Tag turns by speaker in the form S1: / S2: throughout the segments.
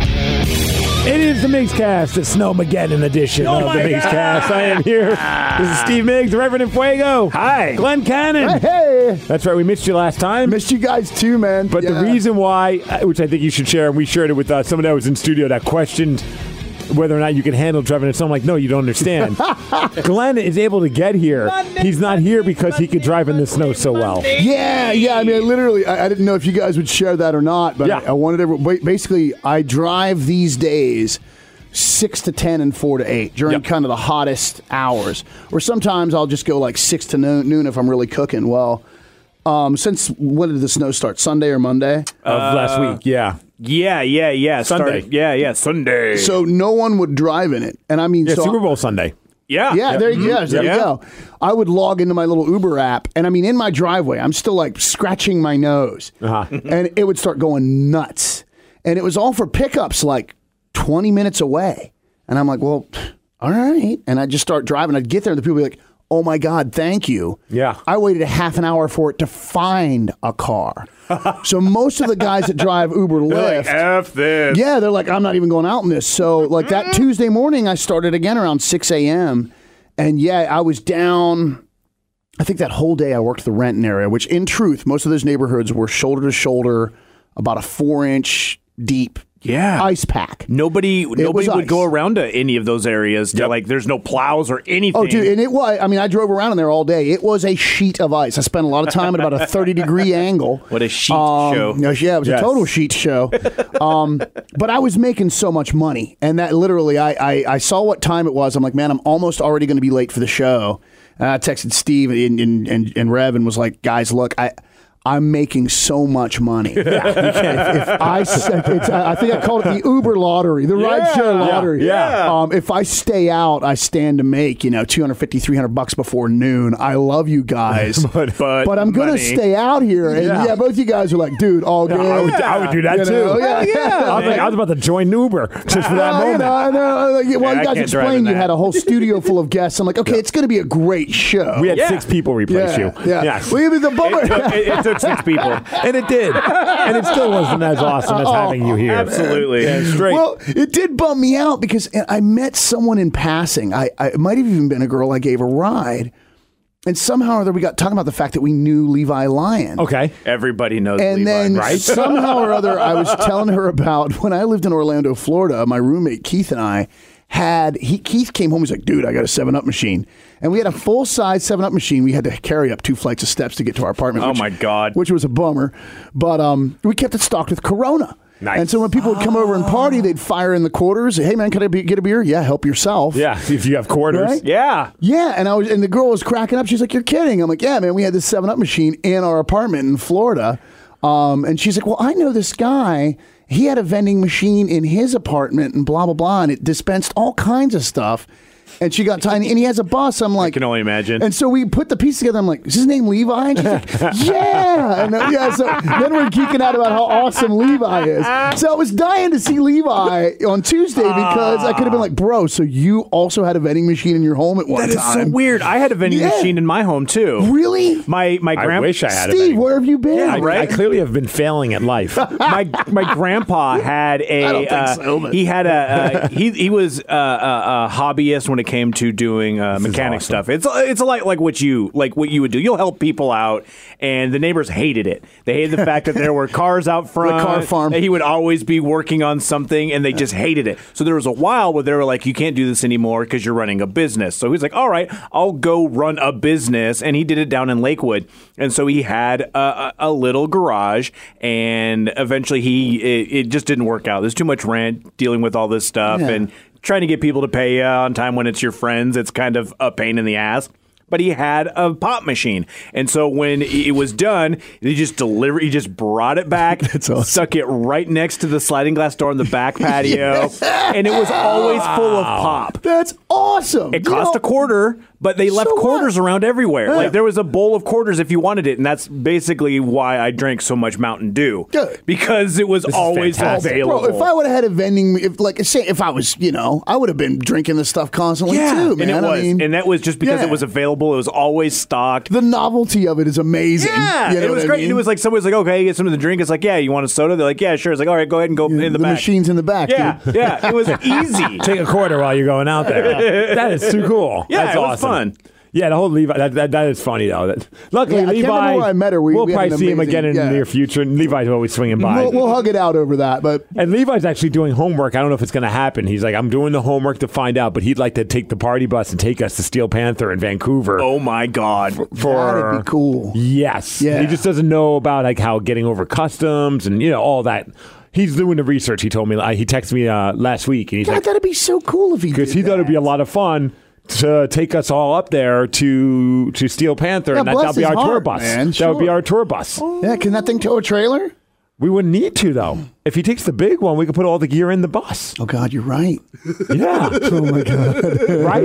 S1: It is the Migs Cast, the Snowmageddon edition
S2: Oh
S1: of the
S2: my
S1: Migs
S2: God.
S1: Cast. I am here. This is Steve Miggs, Reverend Fuego.
S2: Hi.
S1: Glenn Cannon.
S3: Hey,
S1: That's right, we missed you last time.
S3: missed you guys too, man.
S1: but the
S3: Yeah.
S1: reason why, uh, which I think you should share, and we shared it with uh, someone that was in studio that questioned whether or not you can handle driving. So I'm like, no, you don't understand. Glenn is able to get here. He's not here because he could drive in the snow so well.
S3: yeah, yeah. I mean, I literally, I, I didn't know if you guys would share that or not, but
S1: Yeah.
S3: I, I wanted everyone. ba- Basically, I drive these days six to ten and four to eight during
S1: Yep.
S3: kind of the hottest hours, or sometimes I'll just go like six to noon, noon if I'm really cooking. Well, um, since when did the snow start? Sunday or Monday?
S1: Of last week, yeah.
S2: Yeah, yeah, yeah.
S1: Sunday.
S2: Started- Uh, yeah, yeah. Sunday.
S3: So no one would drive in it, and I mean,
S1: Yeah,
S3: so
S1: Super Bowl Sunday.
S2: yeah.
S3: Yeah, there, you, yeah, there
S2: Yeah.
S3: you go. I would log into my little Uber app, and I mean, in my driveway, I'm still like scratching my nose, and it would start going nuts. And it was all for pickups like 20 minutes away. And I'm like, well, all right. And I just start driving. I'd get there, and the people would be like, oh my God, thank you.
S1: Yeah.
S3: I waited a half an hour for it to find a car. so most of the guys that drive Uber Lyft.
S2: F this.
S3: Yeah, they're like, I'm not even going out in this. So, like that
S2: Mm-hmm.
S3: Tuesday morning, I started again around 6 a.m. And yeah, I was down. I think that whole day I worked the Renton area, which in truth, most of those neighborhoods were shoulder to shoulder, about a four inch deep
S2: Yeah.
S3: ice pack.
S2: Nobody, nobody
S3: was
S2: would
S3: ice.
S2: go around to any of those areas. They're Like, there's no plows or anything.
S3: Oh, dude, and it was. I mean, I drove around in there all day. It was a sheet of ice. I spent a lot of time at about a 30 degree angle.
S2: What a sheet
S3: Um,
S2: show.
S3: no, Yeah, it was
S1: Yes.
S3: a total sheet show. Um, but I was making so much money, and that literally, I, I I saw what time it was. I'm like, man, I'm almost already going to be late for the show. And I texted Steve and and, and and Rev and was like, guys, look, I. I'm making so much money. if, if I, s- it's, I I think I called it the Uber lottery, the rideshare lottery.
S1: yeah.
S3: Um, if I stay out, I stand to make you know 250, 300 bucks before noon. I love you guys,
S1: But-
S2: but
S3: I'm gonna
S2: money.
S3: stay out here. And
S1: Yeah.
S3: yeah, both you guys are like, dude, all good.
S1: I, would, I would do that
S3: You
S1: too.
S3: know, yeah.
S1: I, was like, I was about to join Uber just for that
S3: Well,
S2: Oh,
S3: you
S1: moment.
S3: know, I know, like, well,
S2: I
S3: you guys
S2: can't drive in
S3: explained you
S2: that.
S3: had a whole studio full of guests. I'm like, okay, it's going to be a great show.
S1: We had
S2: Yeah.
S1: six people replace
S3: yeah,
S1: you.
S3: yeah.
S1: Yes.
S3: Well, you mean the
S2: It
S3: bummer.
S2: took, it, it took six people.
S1: and it did. and it still wasn't as awesome as having you here.
S2: Oh, Absolutely.
S1: Straight.
S3: Well, it did bum me out because and I met someone in passing. I, I it might have even been a girl I gave a ride, and somehow or other we got talking about the fact that we knew Levi Lyon.
S1: okay.
S2: Everybody knows
S3: And
S2: Levi,
S3: then
S2: right?
S3: somehow or other, I was telling her about when I lived in Orlando, Florida. My roommate Keith and I had he Keith came home. He's like, "Dude, I got a Seven Up machine," and we had a full size Seven Up machine. We had to carry up two flights of steps to get to our apartment.
S2: Oh
S3: which-
S2: my God.
S3: Which was a bummer, but um, we kept it stocked with Corona.
S1: Nice.
S3: And so when people would come over and party, they'd fire in the quarters. Hey man, can I be, get a beer? Yeah, help yourself.
S1: Yeah. If you have quarters.
S3: Right?
S2: Yeah.
S3: Yeah, and I was, and the girl was cracking up. She's like, "You're kidding!" I'm like, "Yeah, man, we had this Seven Up machine in our apartment in Florida," um, and she's like, "Well, I know this guy. He had a vending machine in his apartment, and blah blah blah, and it dispensed all kinds of stuff." And she got tiny, and he has a bus. I'm like,
S2: can only imagine.
S3: And so we put the piece together. I'm like, "Is his name Levi?" And she's like, "Yeah." And then, yeah, so then we're geeking out about how awesome Levi is. So I was dying to see Levi on Tuesday because I could have been like, "Bro, so you also had a vending machine in your home at one
S2: That is
S3: time?"
S2: so weird. I had a vending
S3: Yeah.
S2: machine in my home too.
S3: Really?
S2: My my
S1: I
S2: grandpa.
S1: wish I had
S3: Steve,
S1: it.
S3: where have you been?
S1: I,
S2: right?
S1: I clearly have been failing at life.
S2: my my grandpa had a
S3: don't think
S2: uh,
S3: so, but-
S2: he had a uh, he he was a, a, a hobbyist when when it came to doing uh, mechanic stuff. It's it's a lot like what you like what you would do. You'll help people out, and the neighbors hated it. They hated the fact that there were cars out front.
S3: car farm.
S2: that he would always be working on something, and they just hated it. So there was a while where they were like, "You can't do this anymore because you're running a business." So he's like, "All right, I'll go run a business," and he did it down in Lakewood. And so he had a, a, a little garage, and eventually he it, it just didn't work out. There's too much rent dealing with all this stuff,
S3: Yeah.
S2: and trying to get people to pay you on time when it's your friends, it's kind of a pain in the ass. But he had a pop machine, and so when it was done, he just delivered. He just brought it back, stuck it right next to the sliding glass door on the back patio, and it was always full of pop.
S3: That's awesome.
S2: It cost a quarter, but they left
S3: So what?
S2: quarters around everywhere. Like there was a bowl of quarters if you wanted it, and that's basically why I drank so much Mountain Dew
S3: Good.
S2: because it was always
S1: fantastic.
S2: available.
S3: Bro, if I would have had a vending, if like say, if I was, you know, I would have been drinking this stuff constantly too, man.
S2: And it was,
S3: I mean,
S2: and that was just because
S3: Yeah.
S2: it was available. It was always stocked.
S3: the novelty of it is amazing.
S2: yeah,
S3: You know
S2: it was
S3: what I
S2: great.
S3: mean?
S2: And it was like somebody's like, okay, get something to drink. It's like, yeah, you want a soda? They're like, yeah, sure. It's like, all right, go ahead and go in the,
S3: the
S2: back.
S3: machines in the back.
S2: Yeah,
S3: dude.
S2: yeah, it was easy.
S1: Take a quarter while you're going out there. that is too cool.
S2: Yeah,
S1: That's
S2: it was
S1: awesome.
S2: fun.
S1: Yeah, the whole Levi. That, that, that is funny though. That, luckily,
S3: Yeah, I can't
S1: Levi.
S3: remember where I met her. We-
S1: will
S3: we had
S1: probably
S3: an
S1: see him
S3: amazing-
S1: again in
S3: yeah.
S1: the near future. And Levi's always swinging by.
S3: We'll, we'll hug it out over that, but
S1: And Levi's actually doing homework. I don't know if it's going to happen. He's like, I'm doing the homework to find out, but he'd like to take the party bus and take us to Steel Panther in Vancouver.
S2: Oh my god.
S1: for
S3: that'd be cool.
S1: Yes.
S3: Yeah.
S1: He just doesn't know about like how getting over customs and you know all that. He's doing the research. He told me like, he texted me uh, last week, and he's
S3: God,
S1: like,
S3: that'd be so cool if he did.
S1: because he thought it'd be a lot of fun to take us all up there to to Steel Panther,
S3: Yeah,
S1: and that,
S3: bless
S1: that'll be
S3: his
S1: our tour
S3: heart,
S1: bus.
S3: man,
S1: that would be
S3: sure.
S1: our tour bus.
S3: Yeah, can that thing tow a trailer?
S1: We wouldn't need to though. If he takes the big one, we could put all the gear in the bus.
S3: Oh God, you're right.
S1: Yeah. oh my god. right.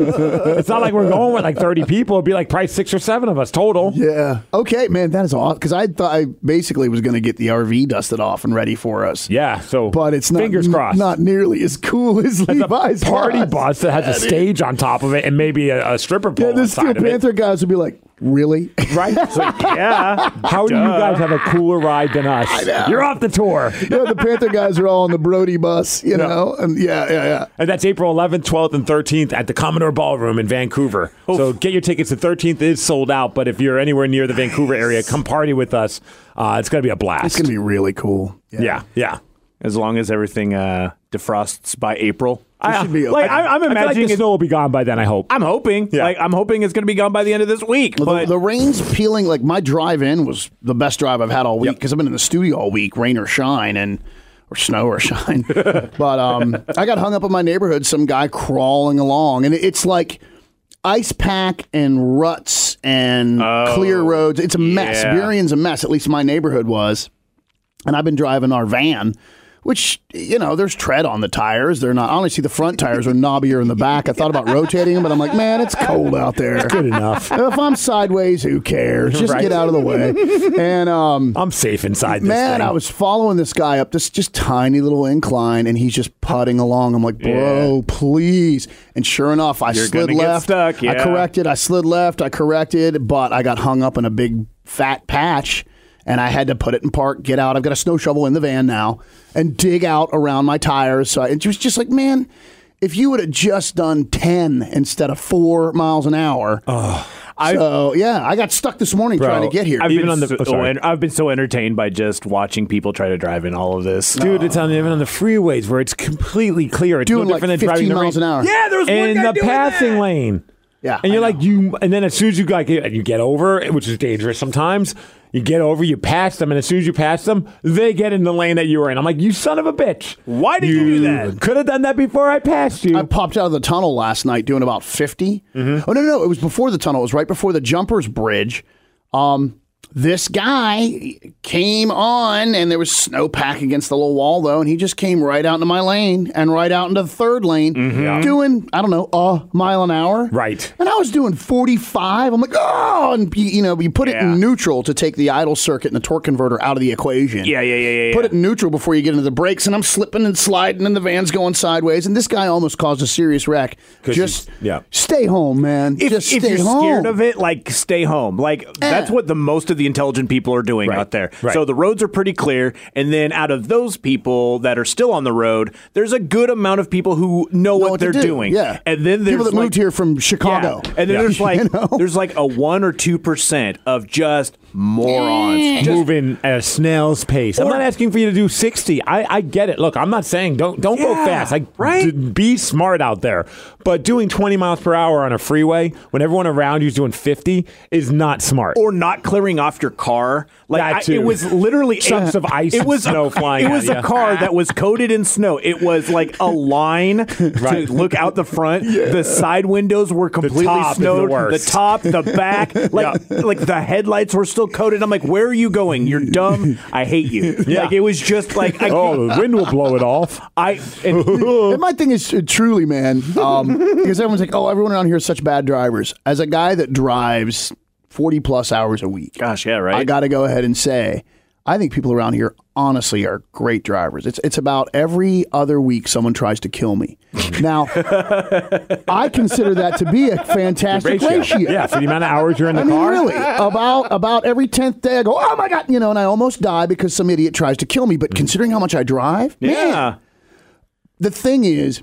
S1: It's not like we're going with like thirty people. It'd be like probably six or seven of us total.
S3: Yeah. Okay, man, that is awesome. Because I thought I basically was going to get the RV dusted off and ready for us.
S1: Yeah, so
S3: But it's not
S1: fingers crossed.
S3: Not nearly as cool as
S1: It's a
S3: Levi's
S1: party
S3: bus.
S1: bus that has a stage on top of it and maybe a, a stripper pole
S3: Yeah, the Steel
S1: inside of it.
S3: Panther guys would be like, really?
S1: Right? It's like,
S2: Yeah.
S1: how do you guys have a cooler ride than us? You're off the tour.
S3: yeah, the Panther guys are all on the Brody bus, you know? And yeah, yeah, yeah.
S1: And Uh, that's April 11th, 12th, and 13th at the Commodore Ballroom in Vancouver. So get your tickets. The 13th is sold out, but if you're anywhere near the Vancouver area, come party with us. Uh, it's going to be a blast.
S3: It's going to be really cool.
S1: yeah, yeah.
S2: As long as everything uh, defrosts by April. I
S3: should be
S2: like
S3: okay.
S2: I, I'm
S1: I feel like
S2: imagining
S1: the
S2: it-
S1: snow will be gone by then, I hope.
S2: I'm hoping.
S1: Yeah.
S2: Like I'm hoping it's going to be gone by the end of this week.
S3: Well,
S2: But
S3: the, the rain's peeling. Like my drive in was the best drive I've had all week because I've been in the studio all week, rain or shine, and or snow or shine. but um, I got hung up in my neighborhood. Some guy crawling along, and it- it's like ice pack and ruts and clear roads. It's a mess.
S2: Oh, yeah.
S3: Burion's a mess. At least my neighborhood was, and I've been driving our van. Which you know, there's tread on the tires. They're not. I only see the front tires are knobbier in the back. I thought about rotating them, but I'm like, man, it's cold out there.
S1: Good enough.
S3: If I'm sideways, who cares? Just
S1: Right.
S3: get out of the way. And um,
S1: I'm safe inside this
S3: man,
S1: thing.
S3: I was following this guy up this just tiny little incline, and he's just putting along. I'm like, bro, please. And sure enough, I slid
S2: gonna get
S3: left.
S2: stuck,
S3: I
S2: yeah.
S3: corrected. I slid left. I corrected, but I got hung up in a big fat patch. And I had to put it in park, get out. I've got a snow shovel in the van now, and dig out around my tires. So I, it was just like, man, if you would have just done ten instead of four miles an hour, so yeah, I got stuck this morning trying to get here.
S2: I've
S1: Even
S2: been
S1: on the-
S2: so,
S1: oh, sorry.
S2: en- I've been so entertained by just watching people try to drive in all of this.
S1: Dude, it's on even on the freeways where it's completely clear. It's
S3: doing
S1: no
S3: like
S1: different
S3: 15
S1: than driving the
S3: miles
S1: rain-
S3: an hour.
S2: Yeah, there was one
S1: in
S2: guy
S1: the
S2: doing
S1: passing
S2: that.
S1: lane.
S3: Yeah,
S1: and
S3: I
S1: you're like you, and then as soon as you like you get over, which is dangerous sometimes. You get over, you pass them, and as soon as you pass them, they get in the lane that you were in. I'm like, you son of a bitch!
S2: Why did you do that?
S1: Could have done that before I passed you.
S3: I popped out of the tunnel last night doing about 50. Oh, no, no, no. It was before the tunnel. It was right before the jumper's bridge. Um, this guy came on, and there was snowpack against the little wall, though, and he just came right out into my lane and right out into the third lane, doing, I don't know, a mile an hour.
S1: Right.
S3: And I was doing 45. I'm like, oh, and you, you know, you put it
S2: Yeah.
S3: in neutral to take the idle circuit and the torque converter out of the equation.
S2: Yeah, yeah, yeah, yeah. yeah.
S3: Put it in neutral before you get into the brakes, and I'm slipping and sliding, and the van's going sideways, and this guy almost caused a serious wreck. Just
S1: yeah.
S3: stay home, man.
S2: if,
S3: Just
S2: if
S3: stay
S2: you're
S3: home. Eh.
S2: scared of it, like stay home. Like that's what the most of the intelligent people are doing
S1: Right.
S2: out there.
S1: Right.
S2: So the roads are pretty clear. And then out of those people that are still on the road, there's a good amount of people who know, what,
S3: to
S2: they're
S3: do.
S2: doing.
S3: Yeah.
S2: And then there's
S3: people that
S2: like,
S3: moved here from Chicago.
S2: yeah. And then there's like
S3: You know?
S2: there's like a one or two percent of just
S3: Eh.
S2: morons. Just-
S1: moving at a snail's pace. I'm
S2: Or-
S1: not asking for you to do 60. I, I get it. Look, I'm not saying don't don't go
S2: Yeah,
S1: fast. Like,
S2: right?
S1: d- be smart out there. But doing 20 miles per hour on a freeway when everyone around you's doing 50 is not smart.
S2: or not clearing off your car. Like
S1: That
S2: I-
S1: too.
S2: it was literally
S1: Chunks
S2: a-
S1: of ice
S2: It
S1: and
S2: was
S1: snow
S2: a,
S1: flying
S2: It
S1: at
S2: was
S1: ya.
S2: a car that was coated in snow. It was like a line
S1: Right.
S2: to look out the front. The side windows were completely
S1: top is the
S2: snowed.
S1: worst.
S2: top, the back, like like the headlights were still coated. I'm like, where are you going? You're dumb. I hate you.
S1: Yeah.
S2: Like it was just like I.
S1: oh, the wind will blow it off.
S2: I and,
S3: And my thing is uh, truly, man, um, because everyone's like, oh, everyone around here is such bad drivers. As a guy that drives 40 plus hours a week,
S2: gosh, yeah, right.
S3: I got to go ahead and say, I think people around here honestly are great drivers. It's it's about every other week someone tries to kill me. now, I consider that to be a fantastic
S1: Ratio.
S3: ratio.
S1: Yeah, for the amount of hours you're in the
S3: I mean,
S1: car.
S3: really, about about every tenth day, I go, oh my god, you know, and I almost die because some idiot tries to kill me.
S1: Mm.
S3: But considering how much I drive, man,
S2: yeah.
S3: the thing is,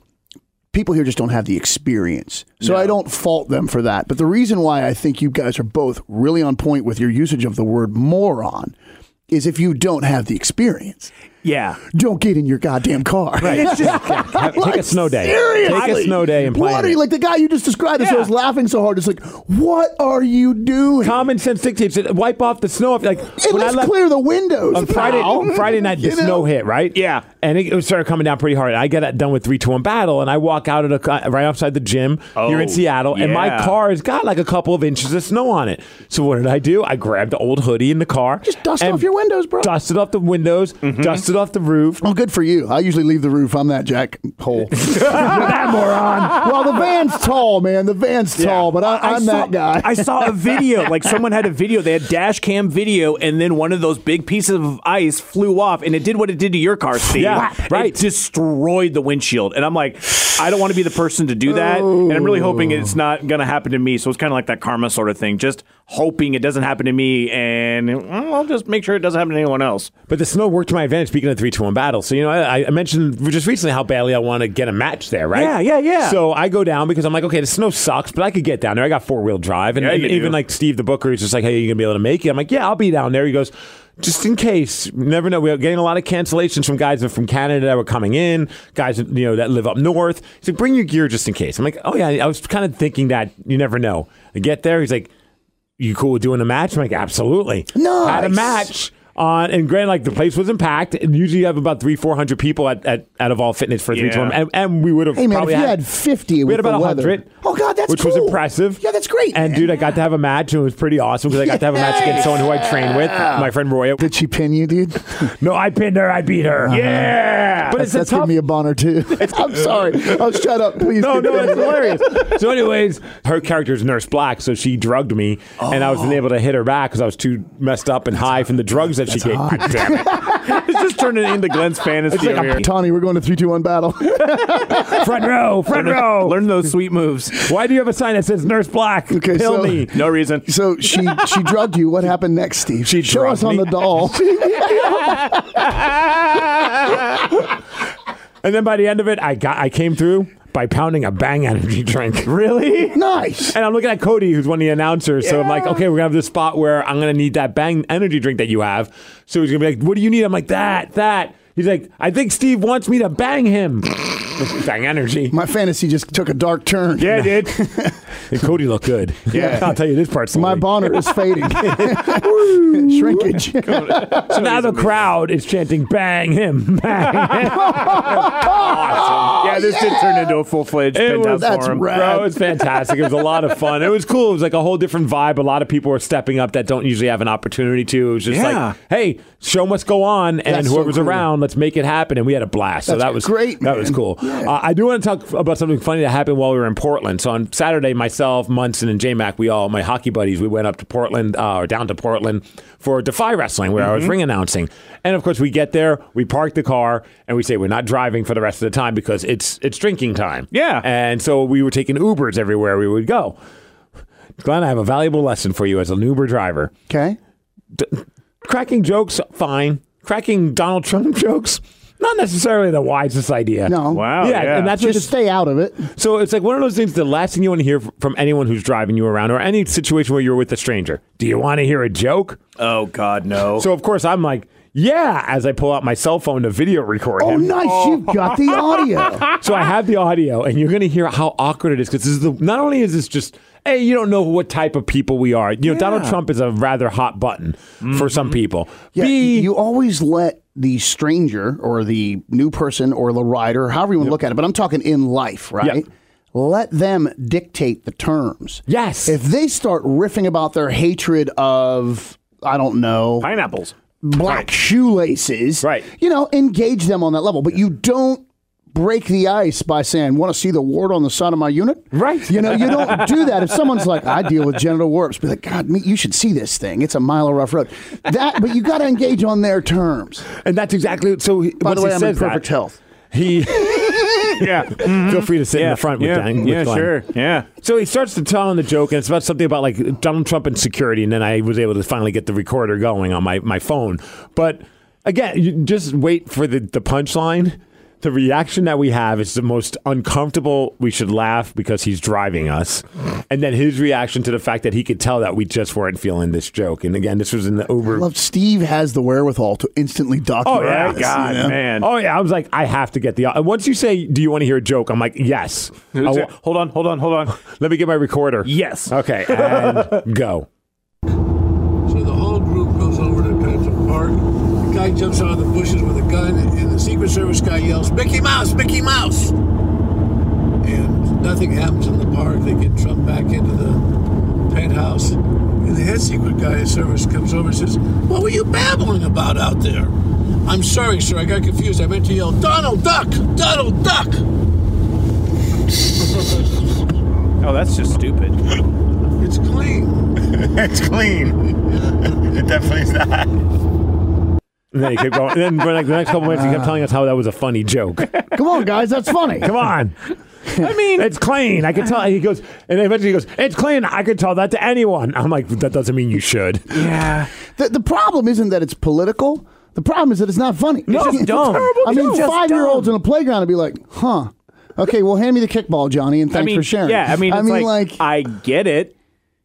S3: people here just don't have the experience. So I don't fault them for that. But the reason why I think you guys are both really on point with your usage of the word moron is if you don't have the experience,
S2: Yeah.
S3: don't get in your goddamn car.
S2: It's just-
S1: Have- Take a snow day.
S3: Seriously,
S1: Take a snow day and plan
S3: What are
S1: it.
S3: you, like the guy you just described? As I
S2: Yeah.
S3: was laughing so hard, it's like, what are you doing?
S1: Common sense dictates it. Wipe off the snow. If, like
S3: At
S1: when I
S3: least
S1: left
S3: clear the windows.
S1: on Friday,
S3: pal.
S1: Friday night, the
S3: You know?
S1: snow hit, right?
S2: Yeah.
S1: And it it started coming down pretty hard. I got done with 3 2 1 battle, and I walk out at a, co- right outside the gym here in
S2: Oh,
S1: Seattle, and my
S2: yeah.
S1: car has got like a couple of inches of snow on it. So what did I do? I grabbed the old hoodie in the car.
S3: Just dust
S1: and
S3: off your windows, bro.
S1: Dusted off the windows,
S2: Mm-hmm.
S1: dusted off the roof.
S3: Well, good for you. I usually leave the roof. I'm that jack hole. that moron. Well, the van's tall, man. The van's tall, but I,
S2: I
S3: I'm
S2: saw-
S3: that guy.
S2: I saw a video. Like someone had a video. They had dash cam video, and then one of those big pieces of ice flew off, and it did what it did to your car, Steve.
S1: Yeah,
S2: It
S1: right.
S2: destroyed the windshield. And I'm like, I don't want to be the person to do that. And I'm really hoping it's not going to happen to me. So it's kind of like that karma sort of thing. Just hoping it doesn't happen to me, and well, I'll just make sure it doesn't happen to anyone else.
S1: But the snow worked to my advantage. Speaking of three two one battle, so you know I, I mentioned just recently how badly I want to get a match there, right?
S2: Yeah, yeah, yeah.
S1: So I go down because I'm like, okay, the snow sucks, but I could get down there. I got four wheel drive, and,
S2: Yeah,
S1: and
S2: you
S1: even
S2: do.
S1: like Steve the Booker is just like, hey, you gonna be able to make it? I'm like, yeah, I'll be down there. He goes. Just in case, you never know. We're getting a lot of cancellations from guys from Canada that were coming in, guys you know that live up north. He's like, "Bring your gear just in case." I'm like, "Oh yeah." I was kind of thinking that you never know. I get there, he's like, you cool with doing a match? I'm like, absolutely. No. Had a
S3: Nice.
S1: match on, and granted, like the place was packed. And usually you have about three, 400 people at, at out of all fitness for three
S2: Yeah.
S1: to one. And, and we would have
S3: hey, man, if
S1: probably
S3: you had 50
S1: we
S3: with
S1: had about
S3: the weather.
S1: 100.
S3: Oh, God, that's
S1: Which was
S3: cool.
S1: impressive.
S3: Yeah, that's great,
S1: And,
S3: man.
S1: dude, I got to have a match, and it was pretty awesome because I got to have a match against someone who I trained with, my friend Roy.
S3: Did she pin you, dude?
S1: No, I pinned her. I beat her. Yeah. But it's a
S3: Uh-huh. that's
S1: tough
S3: giving me a boner, too. I'm sorry. Oh, shut up, please.
S1: No, no, it's
S3: continue.
S1: hilarious. So, anyways, her character's Nurse Black, so she drugged me, and
S2: Oh.
S1: I wasn't able to hit her back because I was too messed up and high from the drugs that she gave. God damn it.
S2: It's just turning into Glenn's fantasy
S3: It's like,
S2: over here.
S3: Tawny, we're going to 3 2 1 battle.
S1: front row, front row.
S2: Learn those sweet moves.
S1: Why do you have a sign that says Nurse Black?
S3: Okay,
S1: Kill
S3: so-
S1: me.
S2: No reason.
S3: so she she drugged you. What happened next, Steve?
S1: She
S3: Show
S1: drugged
S3: us on
S1: me.
S3: the doll.
S1: And then by the end of it, I got, I came through by pounding a Bang Energy drink. Really?
S3: nice.
S1: And I'm looking at Cody, who's one of the announcers. So I'm like, okay, we're gonna have this spot where I'm gonna need that bang energy drink that you have. So he's gonna be like, what do you need? I'm like, that, that. He's like, I think Steve wants me to bang him. bang energy.
S3: My fantasy just took a dark turn.
S1: Yeah, dude. and Cody looked good.
S3: Yeah.
S1: I'll tell you this part.
S3: My
S1: slowly.
S3: boner is fading. Shrinkage.
S1: so now the crowd is chanting, bang him, bang him.
S2: yeah, this did turn into a full fledged
S1: Oh, It was-
S2: penthouse
S3: that's
S2: forum.
S3: rad.
S1: Bro, it was fantastic. It was a lot of fun. It was cool. It was like a whole different vibe. A lot of people were stepping up that don't usually have an opportunity to. It was just
S2: Yeah.
S1: like, hey, show must go on, and
S3: That's so
S1: whoever's
S3: cool.
S1: around, let's make it happen. And we had a blast. so
S3: That's
S1: that was
S3: great,
S1: That was
S3: man.
S1: cool. Uh, I do want to talk about something funny that happened while we were in Portland. So on Saturday, myself, Munson, and J Mac, we all my hockey buddies, we went up to Portland uh, or down to Portland for Defy Wrestling, where I
S2: Mm-hmm.
S1: was ring announcing. And of course, we get there, we park the car, and we say we're not driving for the rest of the time because it's it's drinking time.
S2: Yeah.
S1: And so we were taking Ubers everywhere we would go. Glenn, I have a valuable lesson for you as an Uber driver.
S3: Okay.
S1: d- cracking jokes, fine. Cracking Donald Trump jokes, not necessarily the wisest idea.
S3: No.
S2: Wow.
S1: yeah,
S2: yeah.
S1: and that's
S3: Just,
S1: what just
S3: stay out of it.
S1: so it's like one of those things. The last thing you want to hear f- from anyone who's driving you around, or any situation where you're with a stranger. Do you want to hear a joke?
S2: oh God, no.
S1: So of course I'm like, yeah. As I pull out my cell phone to video record
S3: Oh,
S1: him.
S3: nice. You've got the audio.
S1: So I have the audio, and you're going to hear how awkward it is because this is the. Not only is this just, hey, you don't know what type of people we are. You know, Donald Trump is a rather hot button for some people.
S3: Mm-hmm. Yeah,
S1: B,
S3: you always let the stranger or the new person or the rider, however you want to look at it, but I'm talking in life, right?
S1: Yep.
S3: Let them dictate the terms.
S1: yes,
S3: If they start riffing about their hatred of, I don't know,
S2: Pineapples.
S3: black shoelaces,
S1: Right.
S3: You know, engage them on that level, but you don't break the ice by saying, "Want to see the wart on the side of my unit?"
S1: Right.
S3: You know, you don't do that. If someone's like, "I deal with genital warps," be like, "God, me, you should see this thing. It's a mile of rough road." That, but you got to engage on their terms.
S1: and that's exactly so. He,
S3: By
S1: once
S3: the way,
S1: he
S3: I'm in
S1: says
S3: perfect Mm-hmm.
S1: that,
S3: health.
S1: he yeah. Feel free to sit in
S2: Yeah.
S1: the front with
S2: yeah.
S1: Dan. with
S2: Yeah.
S1: Glenn.
S2: Sure. Yeah.
S1: So he starts to tell on the joke, and it's about something about like Donald Trump and security, and then I was able to finally get the recorder going on my, my phone. But again, you just wait for the, the punchline. The reaction that we have is the most uncomfortable. We should laugh because he's driving us. And then his reaction to the fact that he could tell that we just weren't feeling this joke. And again, this was in the Uber.
S3: Love Steve has the wherewithal to instantly document.
S1: Oh, yeah,
S3: this,
S2: God,
S3: you know?
S2: man.
S1: Oh, yeah. I was like, I have to get the. And once you say, Do you want to hear a joke? I'm like, Yes. I wa-
S2: hold on. Hold on. Hold on.
S1: Let me get my recorder.
S2: Yes.
S1: Okay. And go.
S4: So the whole group goes over to Central Park. The guy jumps out of the bushes with a gun, and the Secret Service guy yells, Mickey Mouse, Mickey Mouse! And nothing happens in the park. They get Trump back into the penthouse. And the head secret guy of service comes over and says, What were you babbling about out there? I'm sorry, sir. I got confused. I meant to yell, Donald Duck! Donald Duck!
S2: Oh, that's just stupid.
S4: It's clean.
S5: It's clean. it definitely is not.
S1: And then he kept going. And then for like the next couple minutes, he kept telling us how that was a funny joke.
S3: Come on, guys, that's funny.
S1: Come on. I mean, it's clean. I could tell. He goes, and then eventually he goes, it's clean. I could tell that to anyone. I'm like, that doesn't mean you should.
S2: Yeah.
S3: The, the problem isn't that it's political. The problem is that it's not funny. No,
S1: just dumb. terrible
S3: I mean,
S1: joke. Just
S3: five year olds in a playground would be like, huh. Okay, well, hand me the kickball, Johnny, and
S2: I
S3: thanks
S2: mean,
S3: for sharing.
S2: yeah. I mean,
S3: I
S2: it's
S3: mean,
S2: like,
S3: like,
S2: I get it,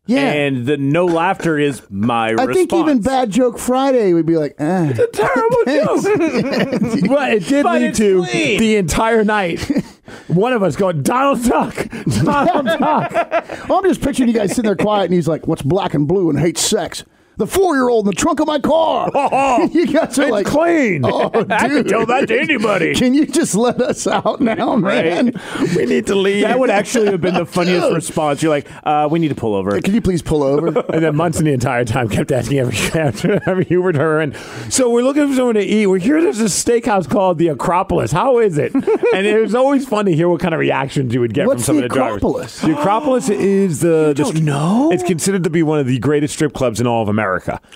S3: yeah.
S2: and the no laughter is my
S3: I
S2: response.
S3: think even Bad Joke Friday would be like, eh.
S1: Terrible joke. but it did
S2: But
S1: lead
S2: it's
S1: to
S2: clean.
S1: the entire night. One of us going, Donald Duck, Donald Duck.
S3: Well, Oh, I'm just picturing you guys sitting there quiet, and he's like, what's black and blue and hates sex? The four year old in the trunk of my car. you guys are
S1: Oh, it's
S3: like,
S1: clean.
S3: oh, dude.
S2: I could tell that to anybody.
S3: Can you just let us out now, man?
S1: we need to leave.
S2: That would actually have been the funniest response. You're like, uh, we need to pull over.
S3: Can you please pull over?
S1: And then Munson the entire time kept asking every after every Hubert her. And so we're looking for someone to eat. We're here. There's this steakhouse called the Acropolis. How is it? and it was always fun to hear what kind of reactions you would get
S3: What's
S1: from some
S3: the
S1: of the drivers.
S3: Acropolis?
S1: The Acropolis is the. the
S2: don't know?
S1: It's considered to be one of the greatest strip clubs in all of America.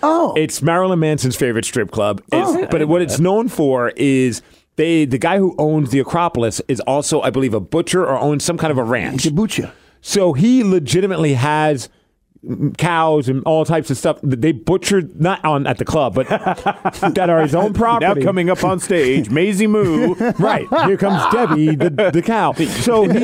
S3: Oh.
S1: It's Marilyn Manson's favorite strip club. It's-
S2: Oh.
S1: But what it's known for is. They, the guy who owns the Acropolis is also, I believe, a butcher or owns some kind of a ranch.
S3: Shibuya.
S1: So he legitimately has mm, cows and all types of stuff that they butchered not on at the club, but that are his own
S2: Now
S1: property.
S2: coming up on stage, Maisie Moo.
S1: right here comes Debbie, the, the cow. So he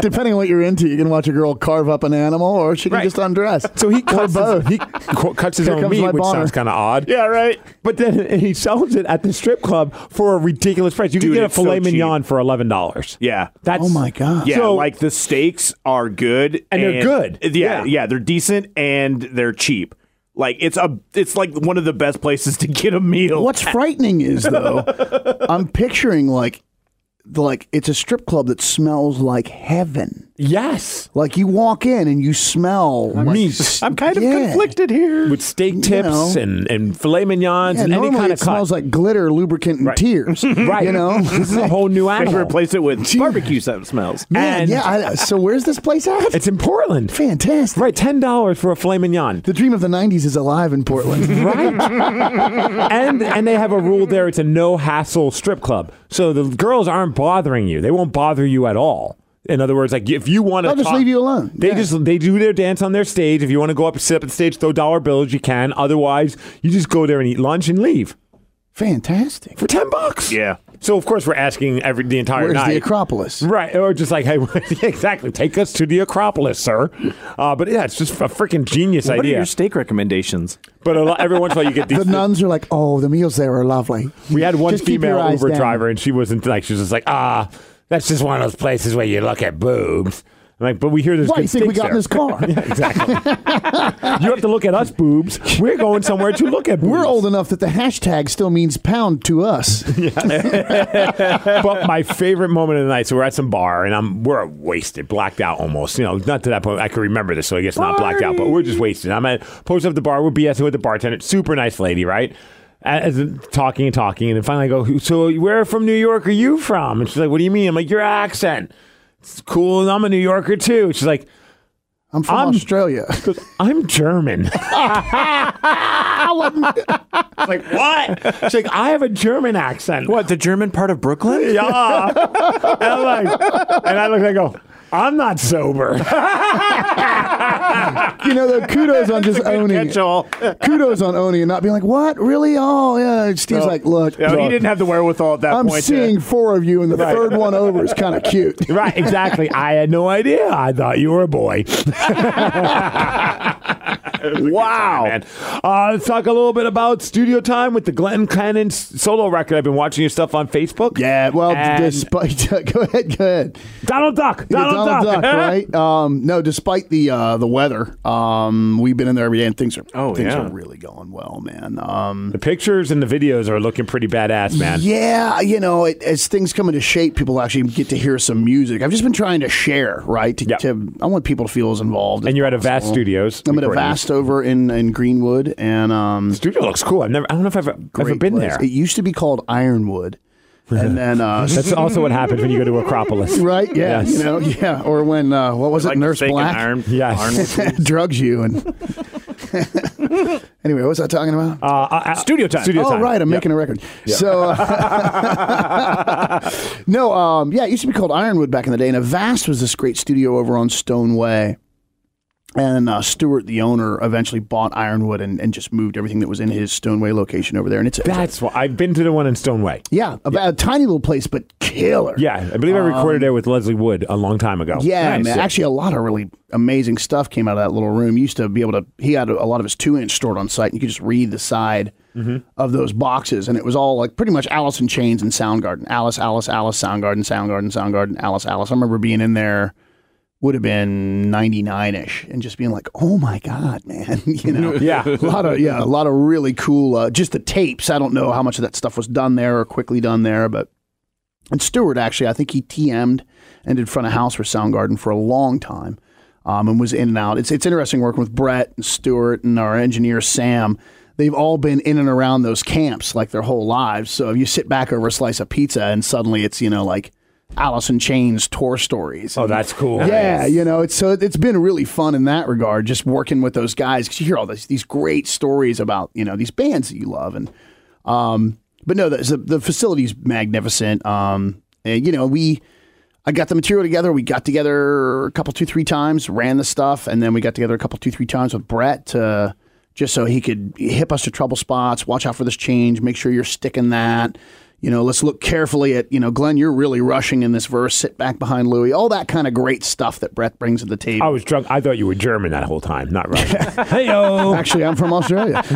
S3: Depending on what you're into, you can watch a girl carve up an animal, or she can
S1: Right.
S3: just undress.
S1: so he
S3: or
S1: cuts his,
S3: both.
S1: he qu- cuts his
S3: Here
S1: own
S3: comes
S1: meat,
S3: my
S1: which
S3: boner.
S1: sounds kind of odd.
S2: yeah, right.
S1: But then he sells it at the strip club for a ridiculous price. You
S2: Dude,
S1: can get a
S2: it's so
S1: filet
S2: cheap.
S1: mignon for eleven dollars.
S2: Yeah.
S1: That's
S3: Oh my god!
S2: Yeah,
S1: So-
S2: like the steaks are good
S1: And they're good.
S2: Yeah,
S1: Yeah.
S2: yeah, they're decent and they're cheap. Like it's a it's like one of the best places to get a meal.
S3: What's frightening is though, I'm picturing like, like it's a strip club that smells like heaven.
S1: yes,
S3: Like you walk in and you smell like-
S1: meat.
S2: I'm kind of
S3: Yeah.
S2: conflicted here.
S1: with steak tips
S3: know.
S1: and and filet mignons
S3: Yeah,
S1: and any
S3: normally
S1: kind of
S3: it
S1: cut.
S3: smells like glitter, lubricant, and tears.
S1: right,
S3: You know.
S1: this is a whole new
S2: They
S1: animal.
S2: replace it with barbecue that smells.
S3: Man,
S1: And-
S3: yeah. I, so where's this place at?
S1: It's in Portland.
S3: fantastic.
S1: Right, ten dollars for a filet mignon.
S3: The dream of the '90s is alive in Portland.
S1: Right, and and they have a rule there. It's a no hassle strip club, so the girls aren't bothering you. They won't bother you at all. In other words, like if you want to,
S3: They'll just leave you alone.
S1: They
S3: Yeah.
S1: just they do their dance on their stage. If you want to go up, sit up on stage, throw dollar bills, you can. Otherwise, you just go there and eat lunch and leave
S3: Fantastic.
S1: for ten bucks.
S2: Yeah.
S1: So of course we're asking every the entire
S3: Where's the
S1: night.
S3: Acropolis?
S1: Right, or just like, hey, exactly, take us to the Acropolis, sir. Uh, but yeah, it's just a freaking genius
S2: What are
S1: idea.
S2: your steak recommendations?
S1: But a lot, every once in a while, you get these.
S3: The nuns are like, oh, the meals there are lovely.
S1: We had one
S3: Just keep your
S1: female
S3: eyes
S1: Uber
S3: down.
S1: driver, and she wasn't like she was just like, ah, that's just one of those places where you look at boobs. I'm like, but we hear there's
S3: Why do
S1: good
S3: you think we
S1: steaks
S3: got in
S1: there.
S3: this car?
S1: Yeah, exactly. you have to look at us boobs. We're going somewhere to look at boobs.
S3: We're old enough that the hashtag still means pound to us.
S1: but my favorite moment of the night. So we're at some bar, and I'm we're wasted, blacked out almost. You know, not to that point. I can remember this, so I guess not blacked out, but we're just wasted. I'm at post up the bar. We're BSing with the bartender. Super nice lady, right? As in, talking and talking, and then finally I go, "So where from New York are you from?" And she's like, "What do you mean?" I'm like, "Your accent." It's cool. and I'm a New Yorker too. She's like,
S3: I'm from
S1: I'm-
S3: Australia.
S1: I'm German. It's like, what? She's like, I have a German accent.
S2: What, the German part of Brooklyn?
S1: Yeah. and, I'm like, and I look, I go, I'm not sober.
S3: you know, though, kudos on just owning. it.
S1: catch-all.
S3: kudos on owning and not being like, what? Really? Oh, yeah. And Steve's like, look,
S2: No, he didn't have the wherewithal at that
S3: I'm
S2: point. to-
S3: seeing four of you, and the third one over is kind of cute.
S1: right, exactly. I had no idea. I thought you were a boy.
S3: Oh.
S1: wow. man. Uh, let's talk a little bit about studio time with the Glenn Cannon solo record. I've been watching your stuff on Facebook.
S3: Yeah, well,
S1: And
S3: despite go ahead, go ahead.
S1: Donald Duck.
S3: Yeah,
S1: Donald, Duck.
S3: right? Um, no, despite the uh, the weather, um, we've been in there every day, and things are
S2: Oh,
S3: things
S2: yeah.
S3: are really going well, man. Um,
S1: The pictures and the videos are looking pretty badass, man.
S3: yeah, you know, it, as things come into shape, people actually get to hear some music. I've just been trying to share, right? To,
S1: Yeah.
S3: to- I want people to feel as involved. as
S1: And you're at Avast
S3: possible.
S1: Studios
S3: Oh. I'm at
S1: recording.
S3: Avast over in in Greenwood, and um,
S1: Studio looks cool. I've never. I don't know if I've ever, ever
S3: great
S1: been
S3: place.
S1: there.
S3: It used to be called Ironwood, and then uh,
S1: That's also what happens when you go to Acropolis.
S3: right, yeah,
S1: Yes.
S3: you know, yeah, or when uh, what was it,
S2: Like
S3: Nurse
S2: steak and
S3: Black?
S2: Iron,
S1: Yes.
S2: iron-
S3: drugs you and anyway what was i talking about
S1: Uh, uh, uh, studio time. Studio
S3: oh
S1: time.
S3: right i'm
S1: Yep.
S3: making a record so uh, no um, yeah it used to be called ironwood back in the day and avast was this great studio over on stone way and uh, Stewart, the owner, eventually bought Ironwood and, and just moved everything that was in his Stoneway location over there. And it's a,
S1: That's why I've been to the one in Stoneway.
S3: yeah, a, a tiny little place, but killer.
S1: Yeah, I believe I recorded there with Leslie Wood a long time ago.
S3: Um, Yeah,
S2: Nice.
S3: man. Actually, a lot of really amazing stuff came out of that little room. You used to be able to. He had a, a lot of his two inch stored on site, and you could just read the side of those boxes, and it was all like pretty much Alice in Chains and Soundgarden. Alice, Alice, Alice, Soundgarden, Soundgarden, Soundgarden, Alice, Alice. I remember being in there. Would have been ninety nine ish, and just being like, "Oh my god, man!" you know,
S1: Yeah.
S3: a lot of yeah, a lot of really cool. Uh, just the tapes. I don't know how much of that stuff was done there or quickly done there, but and Stewart, actually, I think he TM'd and did front of house for Soundgarden for a long time um, and was in and out. It's, it's interesting working with Brett and Stewart and our engineer, Sam. They've all been in and around those camps like their whole lives. So if you sit back over a slice of pizza and suddenly it's, you know, like Alice in Chains tour stories.
S1: Oh, that's cool.
S3: Yeah, you know, it's so it's been really fun in that regard, just working with those guys because you hear all these these great stories about you know these bands that you love, and um, but no, the the, the facility's magnificent. Um, and, you know, we I got the material together. We got together a couple, two, three times, ran the stuff, and then we got together a couple, two, three times with Brett to just so he could hip us to trouble spots. Watch out for this change. Make sure you're sticking that. You know, let's look carefully at you know, Glenn. You're really rushing in this verse. Sit back behind Louis. All that kind of great stuff that Brett brings to the table.
S1: I was drunk. I thought you were German that whole time, not Russian. Heyo.
S3: Actually, I'm from Australia.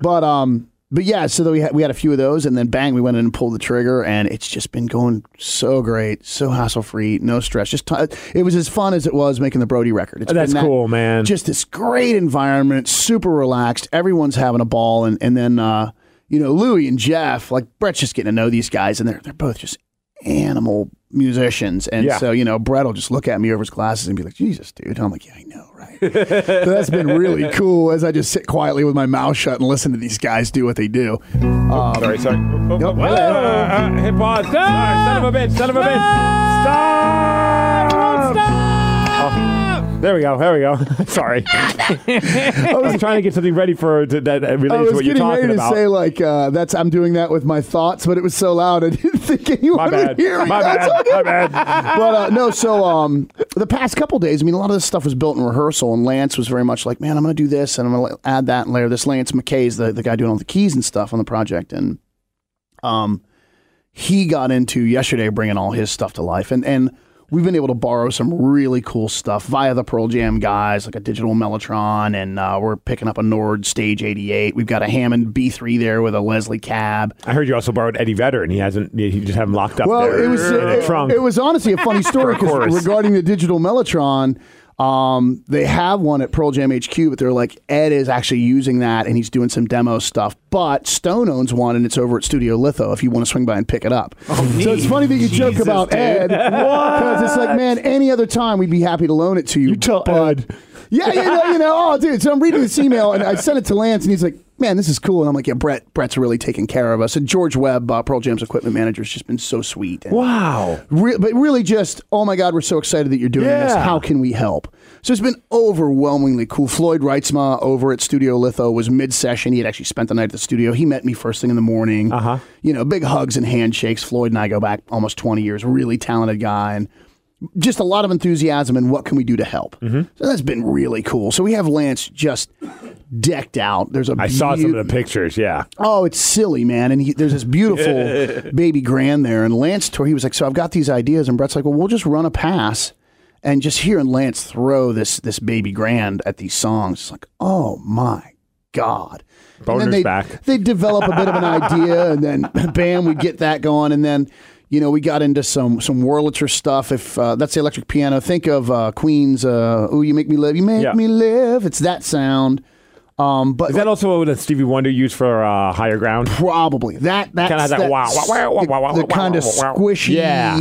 S3: but um, but yeah, so we had, we had a few of those, and then bang, we went in and pulled the trigger, and it's just been going so great, so hassle free, no stress. Just t- it was as fun as it was making the Brody record. It's
S1: Oh, That's
S3: been that-
S1: cool, man.
S3: Just this great environment, super relaxed. Everyone's having a ball, and and then uh, you know, Louie and Jeff, like Brett's just getting to know these guys, and they're they're both just animal musicians. And
S1: Yeah.
S3: so, you know, Brett will just look at me over his glasses and be like, Jesus, dude. I'm like, yeah, I know, right? so that's been really cool as I just sit quietly with my mouth shut and listen to these guys do what they do.
S1: sorry, sorry.
S3: Nope.
S1: Uh, uh, hit pause. Sorry, son of a bitch. Son of a bitch. Stop. Stop. Oh, There we go. There we go. Sorry. I was trying to get something ready for to, that that
S3: I
S1: relates
S3: was
S1: to what you're
S3: getting
S1: talking
S3: ready to
S1: about.
S3: say like uh, that's I'm doing that with my thoughts, but it was so loud I didn't think anyone
S1: my
S3: would
S1: bad.
S3: hear me.
S1: My
S3: That's
S1: bad.
S3: okay.
S1: My bad.
S3: but uh, no, so um, the past couple days, I mean, a lot of this stuff was built in rehearsal, and Lance was very much like, "Man, I'm going to do this, and I'm going to add that and layer this." Lance McKay's the the guy doing all the keys and stuff on the project, and um, he got into yesterday bringing all his stuff to life, and and we've been able to borrow some really cool stuff via the Pearl Jam guys, like a digital Mellotron, and uh, we're picking up a Nord Stage 88. We've got a Hammond B3 there with a Leslie cab.
S1: I heard you also borrowed Eddie Vedder, and he hasn't. You just have him locked up
S3: Well,
S1: there
S3: it was uh,
S1: in a
S3: it,
S1: trunk.
S3: it was honestly a funny story because
S1: chorus.
S3: regarding the digital Mellotron, um, they have one at Pearl Jam HQ, but they're like Ed is actually using that and he's doing some demo stuff. But Stone owns one and it's over at Studio Litho. If you want to swing by and pick it up, so it's funny that you joke
S2: Jesus,
S3: about
S2: dude.
S3: Ed because it's like, man, any other time we'd be happy to loan it to you. You
S1: tell Ed.
S3: yeah, you know, you know, oh, dude. So I'm reading this email, and I sent it to Lance, and he's like, "Man, this is cool." And I'm like, "Yeah, Brett, Brett's really taking care of us." And George Webb, uh, Pearl Jam's equipment manager, has just been so sweet. And
S1: wow.
S3: re- but really, just oh my god, we're so excited that you're doing this.
S1: Yeah.
S3: How can we help? So it's been overwhelmingly cool. Floyd Reitzma over at Studio Litho was mid session. He had actually spent the night at the studio. He met me first thing in the morning. Uh
S1: Uh-huh.
S3: huh. You know, big hugs and handshakes. Floyd and I go back almost 20 years. Really talented guy and just a lot of enthusiasm and what can we do to help.
S1: Mm-hmm.
S3: So that's been really cool. So we have Lance just decked out. There's a
S1: I saw
S3: beau-
S1: some of the pictures. Yeah.
S3: Oh, it's silly, man. And he, there's this beautiful baby grand there. And Lance, tore, he was like, so I've got these ideas. And Brett's like, well, we'll just run a pass. And just hearing Lance throw this this baby grand at these songs, it's like, oh my God. And then
S1: Boner's
S3: they,
S1: back.
S3: They develop a bit of an idea, and then bam, we get that going. And then, you know, we got into some some Wurlitzer stuff. If uh, that's the electric piano, think of uh, Queen's uh, "Ooh, You Make Me Live," you make
S1: Yeah.
S3: me live. It's that sound. Um, but
S1: Is that also what Stevie Wonder used for uh, Higher Ground?
S3: Probably that that
S1: Kinda
S3: that,
S1: like, wow, wow, wow, wow,
S3: the-
S1: wow, wow,
S3: the
S1: wow,
S3: kind of
S1: wow, wow.
S3: squishy.
S1: Yeah.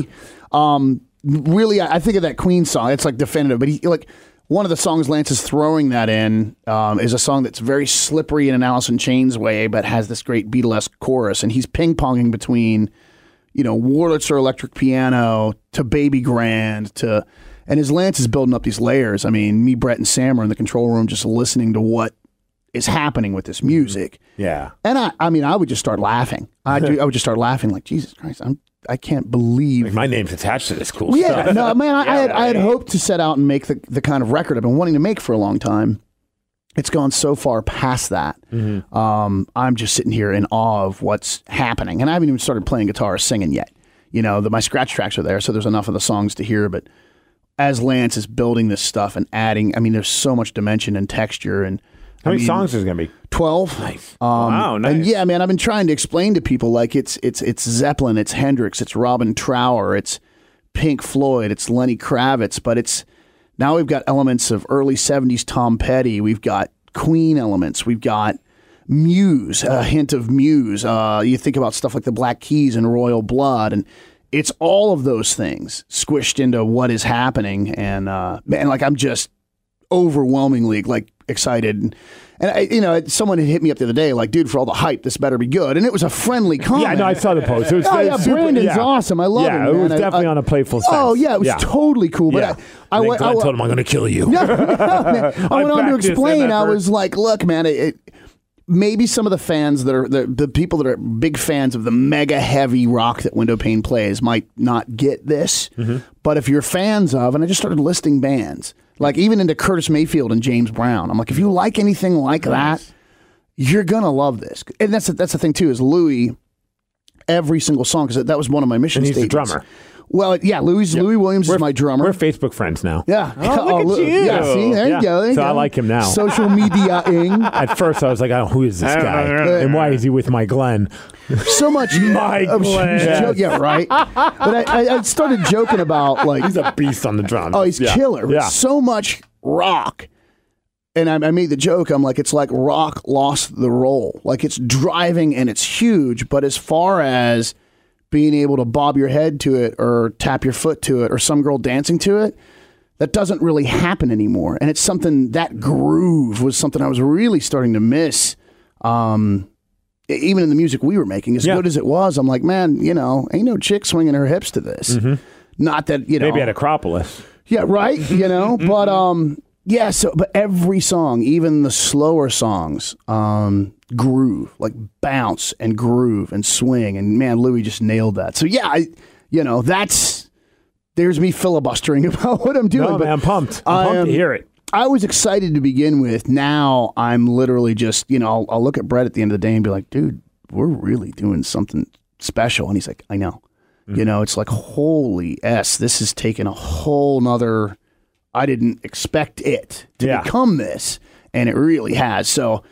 S3: Um. Really, I I think of that Queen song. It's like definitive, but he like one of the songs Lance is throwing that in um, is a song that's very slippery in an Alice in Chains way, but has this great Beatlesque chorus, and he's ping ponging between you know Wurlitzer electric piano to Baby Grand to. And his Lance is building up these layers. I mean, me, Brett, and Sam are in the control room just listening to what is happening with this music.
S1: Yeah.
S3: And I, I mean, I would just start laughing. I, do, I would just start laughing, like Jesus Christ, I'm, I can't believe.
S1: My name's attached to this cool stuff.
S3: Yeah, no, man, I, I, had, I had hoped to set out and make the, the kind of record I've been wanting to make for a long time. It's gone so far past that.
S1: Mm-hmm.
S3: Um, I'm just sitting here in awe of what's happening, and I haven't even started playing guitar or singing yet. You know, the, my scratch tracks are there, so there's enough of the songs to hear. But as Lance is building this stuff and adding, I mean, there's so much dimension and texture and.
S1: How
S3: I
S1: many
S3: mean,
S1: songs is it going to be?
S3: 12 nice um,
S2: Wow, nice.
S3: and yeah man i've been trying to explain to people like it's it's it's zeppelin it's hendrix it's robin trower it's pink floyd it's lenny kravitz but it's now we've got elements of early 70s tom petty we've got queen elements we've got muse a hint of muse uh, you think about stuff like the black keys and royal blood and it's all of those things squished into what is happening and uh, man like i'm just overwhelmingly like excited. And, and I, you know, someone had hit me up the other day, like, dude, for all the hype, this better be good. And it was a friendly comment.
S1: Yeah, no, I saw the post. It was,
S3: Oh,
S1: it
S3: yeah,
S1: was super-
S3: Brandon's
S1: yeah.
S3: awesome. I love
S1: yeah,
S3: him.
S1: it
S3: man.
S1: was
S3: I-
S1: definitely
S3: I-
S1: on a playful sense.
S3: Oh yeah, it was totally cool. But
S1: Yeah.
S3: I, I,
S1: And then
S3: went- I
S1: Glenn
S3: went-
S1: told him, I'm going to kill you.
S3: no, man. I
S1: I
S3: went on to
S1: backed this
S3: explain. I
S1: effort.
S3: was like, look, man, it, it- maybe some of the fans that are the, the people that are big fans of the mega heavy rock that Windowpane plays might not get this.
S1: Mm-hmm.
S3: But if you're fans of, and I just started listing bands, like even into Curtis Mayfield and James Brown, I'm like, if you like anything like that, you're gonna love this. And that's the, that's the thing too is Louis. Every single song because that was one of my mission
S1: And he's the
S3: statements.
S1: drummer.
S3: Well, yeah, Louis Louis Williams is my drummer.
S1: We're Facebook friends now.
S3: Yeah.
S2: Oh, look at
S3: look-
S2: you.
S3: Yeah, see, there
S1: Yeah.
S3: you go. There you
S1: So I
S3: go.
S1: like him now.
S3: Social media ing.
S1: At first, I was like, oh, who is this guy? and why is he with my Glenn?
S3: So much.
S1: My
S3: of-
S1: Glenn.
S3: yeah, right. But I, I, I started joking about like,
S1: He's a beast on the drums.
S3: oh, he's
S1: Yeah.
S3: killer.
S1: Yeah.
S3: So much rock. And I, I made the joke. I'm like, it's like rock lost the role. Like it's driving and it's huge, but as far as being able to bob your head to it or tap your foot to it or some girl dancing to it, that doesn't really happen anymore. And it's something that groove was something I was really starting to miss. Um, e- even in the music we were making, as
S1: Yeah.
S3: good as it was, I'm
S1: Mm-hmm.
S3: like, man, you know, ain't no chick swinging her hips to this. Not that you know,
S1: Maybe at Acropolis.
S3: Yeah, right.
S1: Mm-hmm.
S3: You know, but um, yeah. So, but every song, even the slower songs, um, groove like bounce and groove and swing, and man, Louis just nailed that. So yeah, I, you know, that's there's me filibustering about what I'm doing.
S1: No,
S3: but
S1: man, I'm pumped. I'm
S3: I
S1: pumped to
S3: am-
S1: hear it.
S3: I was excited to begin with. Now I'm literally just, you know, I'll, I'll look at Brett at the end of the day and be like, dude, we're really doing something special. And he's like, I know. You know, it's like, holy S, this has taken a whole nother. I didn't expect it to
S1: Yeah.
S3: become this. And it really has. So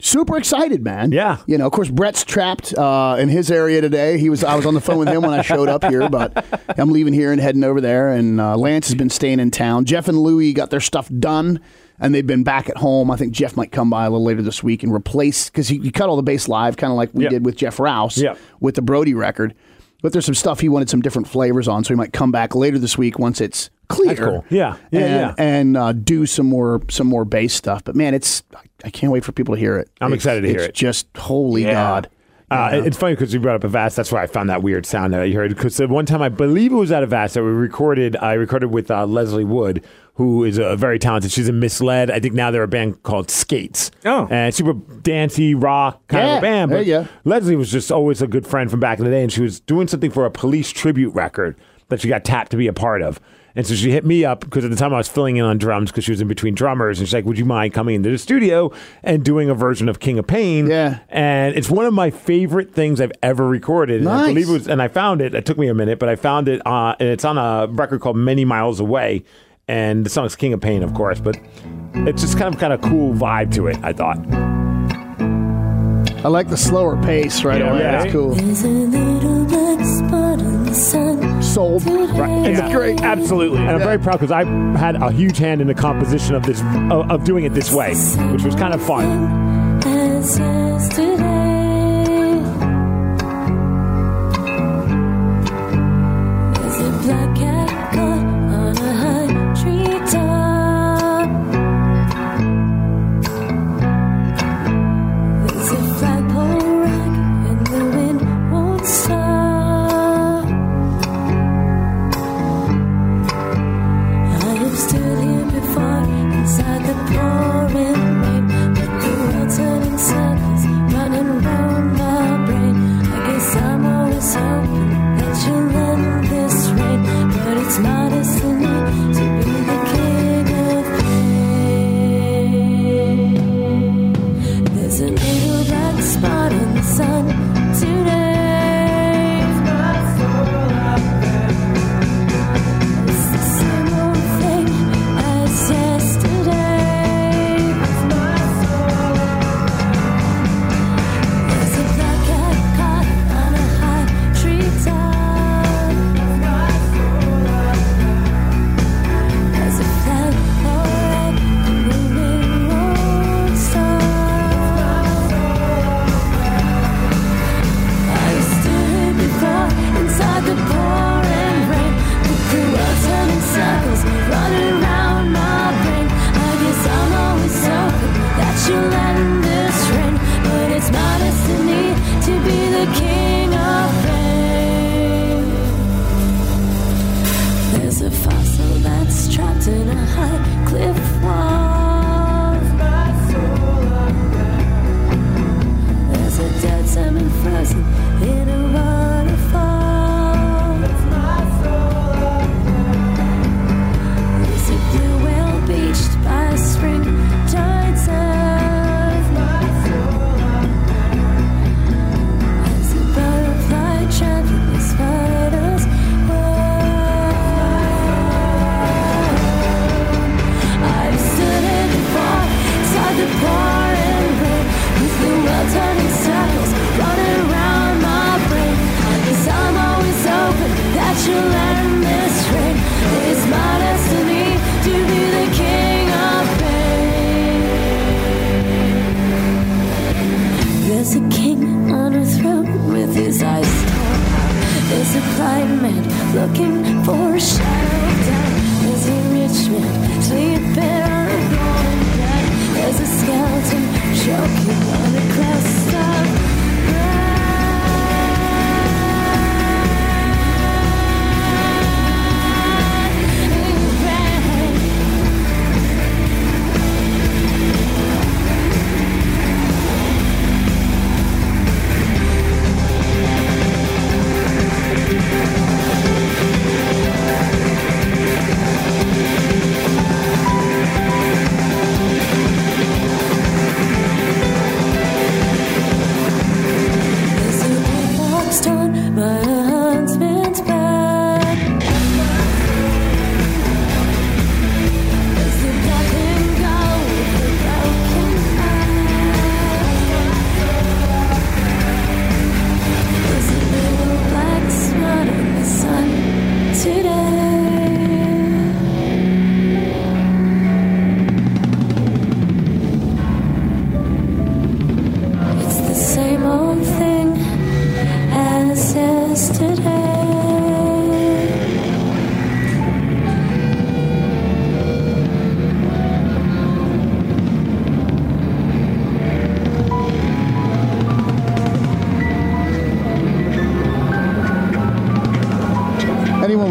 S3: super excited, man.
S1: Yeah.
S3: You know, of course, Brett's trapped uh, in his area today. He was I was on the phone with him when I showed up here, but I'm leaving here and heading over there. And uh, Lance has been staying in town. Jeff and Louie got their stuff done, and they've been back at home. I think Jeff might come by a little later this week and replace because he, he cut all the bass live, kind of like we
S1: Yep.
S3: did with Jeff Rouse
S1: Yep.
S3: with the Brody record. But there's some stuff he wanted some different flavors on, so he might come back later this week once it's clear.
S1: cool. Yeah. Yeah,
S3: and,
S1: yeah.
S3: and uh, do some more some more bass stuff. But man, it's I- I can't wait for people to hear it.
S1: I'm
S3: It's-
S1: excited to hear
S3: it's
S1: it.
S3: Just holy god.
S1: Uh, it- It's funny because you brought up a vast. That's why I found that weird sound that I heard. Because the one time I believe it was at a vast that we recorded, I recorded with uh, Leslie Wood, who is a very talented. She's a misled. I think now they're a band called Skates.
S2: Oh.
S1: and super dancey rock kind of
S3: Yeah,
S1: a band.
S3: there
S1: But
S3: ya.
S1: Leslie was just always a good friend from back in the day, and she was doing something for a police tribute record that she got tapped to be a part of. And so she hit me up because at the time I was filling in on drums because she was in between drummers, and she's like, "Would you mind coming into the studio and doing a version of King of Pain?"
S3: Yeah.
S1: and it's one of my favorite things I've ever recorded. And I
S3: Nice.
S1: believe it was, and I found it. It took me a minute, but I found it. Uh, and it's on a record called Many Miles Away, and the song's King of Pain, of course. But it's just kind of kind of cool vibe to it. I thought.
S3: I like the slower pace right
S1: Yeah,
S3: away.
S1: right.
S3: That's cool.
S6: There's a little black spot on the sun.
S3: Sold.
S6: Right.
S3: It's
S6: Yeah.
S3: great.
S2: Absolutely.
S1: And I'm very proud because I had a huge hand in the composition of this, of, of doing it this way, which was kind of fun.
S6: As yesterday. There's a black cat caught on a high treetop. There's a flagpole rock and the wind won't stop. I have stood here before inside the pouring rain, but the world turning circles running round my brain. I guess I'm always hoping that you'll end this rain, but it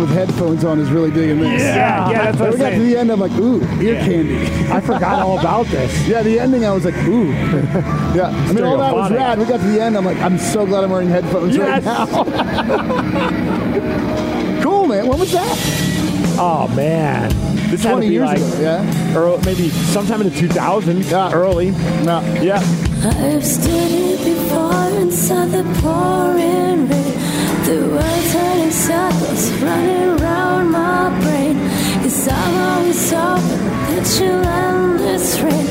S3: headphones on is really digging this.
S1: Yeah, yeah, that's what I'm
S3: When we got to
S1: saying.
S3: the end, I'm like, ooh, ear candy.
S1: I forgot all about this.
S3: Yeah, the ending, I was like, ooh. yeah, I mean, all that was
S1: Stereophonic.
S3: rad. We got to the end, I'm like, I'm so glad I'm wearing headphones
S1: Yes.
S3: right now. cool, man. When was that?
S1: Oh man, this had to
S3: 20
S1: be
S3: years
S1: like
S3: ago. Yeah.
S1: early, maybe sometime in the 2000s.
S3: Yeah.
S1: Early.
S3: No.
S1: Yeah.
S6: I've stood here before and saw the pouring rain. The world turning circles, running round my brain. Cause I'm always hoping that you'll end this rain.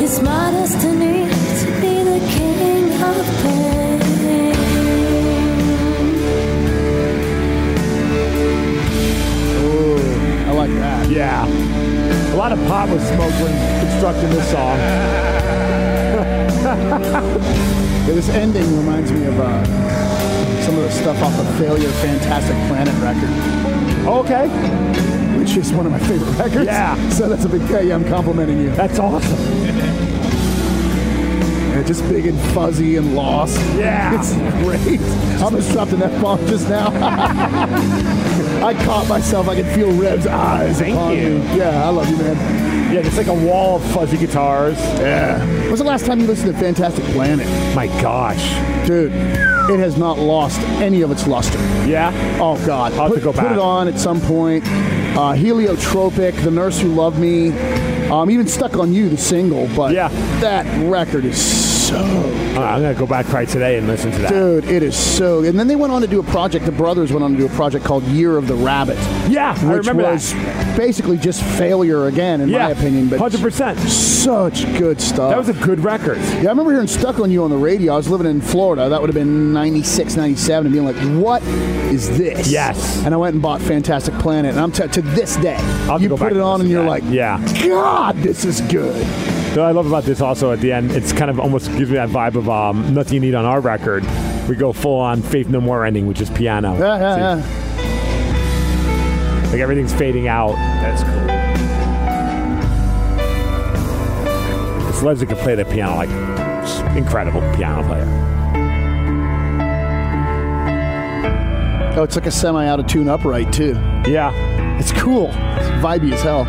S6: It's my destiny to be the king of pain.
S3: I like that.
S1: Yeah. A lot of pot was smoked when constructing this song.
S3: Yeah, this ending reminds me of uh, some of the stuff off the Failure Fantastic Planet record,
S1: Okay.
S3: which is one of my favorite records.
S1: Yeah.
S3: So that's a big, yeah, I'm complimenting you.
S1: That's awesome.
S3: Yeah, just big and fuzzy and lost.
S1: Yeah.
S3: It's great. I almost dropped an F bomb just now. I caught myself. I can feel Rev's eyes.
S1: Thank
S3: upon
S1: you.
S3: Me. Yeah, I love you, man.
S1: Yeah, it's like a wall of fuzzy guitars.
S3: When's the last time you listened to Fantastic Planet?
S1: My gosh.
S3: Dude, it has not lost any of its luster.
S1: Yeah.
S3: Oh, God.
S1: have to
S3: put,
S1: go
S3: put
S1: back.
S3: it on at some point. Uh, Heliotropic, The Nurse Who Loved Me, um, even Stuck on You, the single. But
S1: Yeah.
S3: that record is so
S1: Uh, I'm gonna go back right today and listen to that.
S3: Dude, it is so. And then they went on to do a project. The brothers went on to do a project called Year of the Rabbit.
S1: Yeah, I
S3: which
S1: remember that.
S3: was basically just failure again, in
S1: yeah.
S3: my opinion. But
S1: Hundred percent.
S3: such good stuff.
S1: That was a good record.
S3: yeah, I remember hearing "Stuck on You" on the radio. I was living in Florida. That would have been 96, 97, and being like, "What is this?"
S1: Yes.
S3: And I went and bought Fantastic Planet, and I'm t- to this day,
S1: have to
S3: you
S1: go
S3: put
S1: back
S3: it
S1: and
S3: on,
S1: listen
S3: and
S1: to
S3: you're
S1: that.
S3: like,
S1: Yeah.
S3: God, this is good."
S1: What I love about this also at the end, it's kind of almost gives me that vibe of um, nothing you need on our record. We go full on Faith No More ending, which is piano.
S3: Yeah, yeah, yeah.
S1: Like everything's fading out. That's cool. This Leslie could play the piano like just incredible piano player.
S3: Oh, it's like a semi out of tune upright too.
S1: Yeah.
S3: It's cool. It's vibey as hell.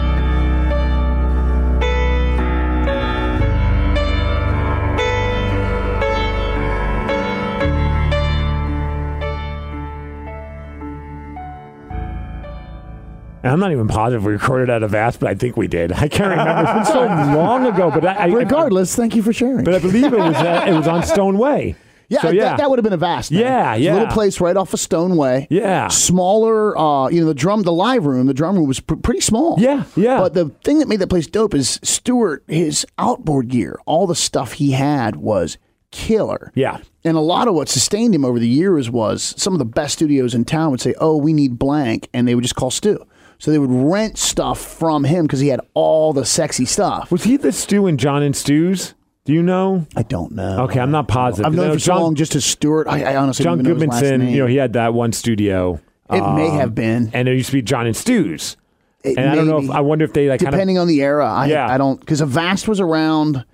S1: And I'm not even positive we recorded out of Vast, but I think we did. I can't remember. It's been so long ago, but I, I
S3: Regardless, thank you for sharing.
S1: but I believe it was uh, it was on Stone Way.
S3: Yeah,
S1: So,
S3: that-
S1: yeah.
S3: That, would have been a vast. man.
S1: Yeah,
S3: It's a
S1: yeah.
S3: little place right off of Stoneway.
S1: Yeah.
S3: Smaller, uh, you know, the drum, the live room, the drum room was pr- pretty small.
S1: Yeah, yeah.
S3: But the thing that made that place dope is Stewart, his outboard gear, all the stuff he had was killer.
S1: Yeah.
S3: And a lot of what sustained him over the years was some of the best studios in town would say, "Oh, we need blank," and they would just call Stu. So they would rent stuff from him because he had all the sexy stuff.
S1: Was he the Stew and John and Stews? Do you know?
S3: I don't know.
S1: Okay, I'm not positive.
S3: I've known
S1: No,
S3: him for so
S1: John-
S3: long just as Stewart. I, I honestly
S1: John
S3: don't even know his last
S1: Goodmanson,
S3: name.
S1: you know, he had that one studio, Um,
S3: It may have been.
S1: and there used to be John and Stews.
S3: It
S1: and I don't know. If,
S3: maybe.
S1: I wonder if they like kind of
S3: Depending on the era, I,
S1: Yeah.
S3: I don't because Avast was around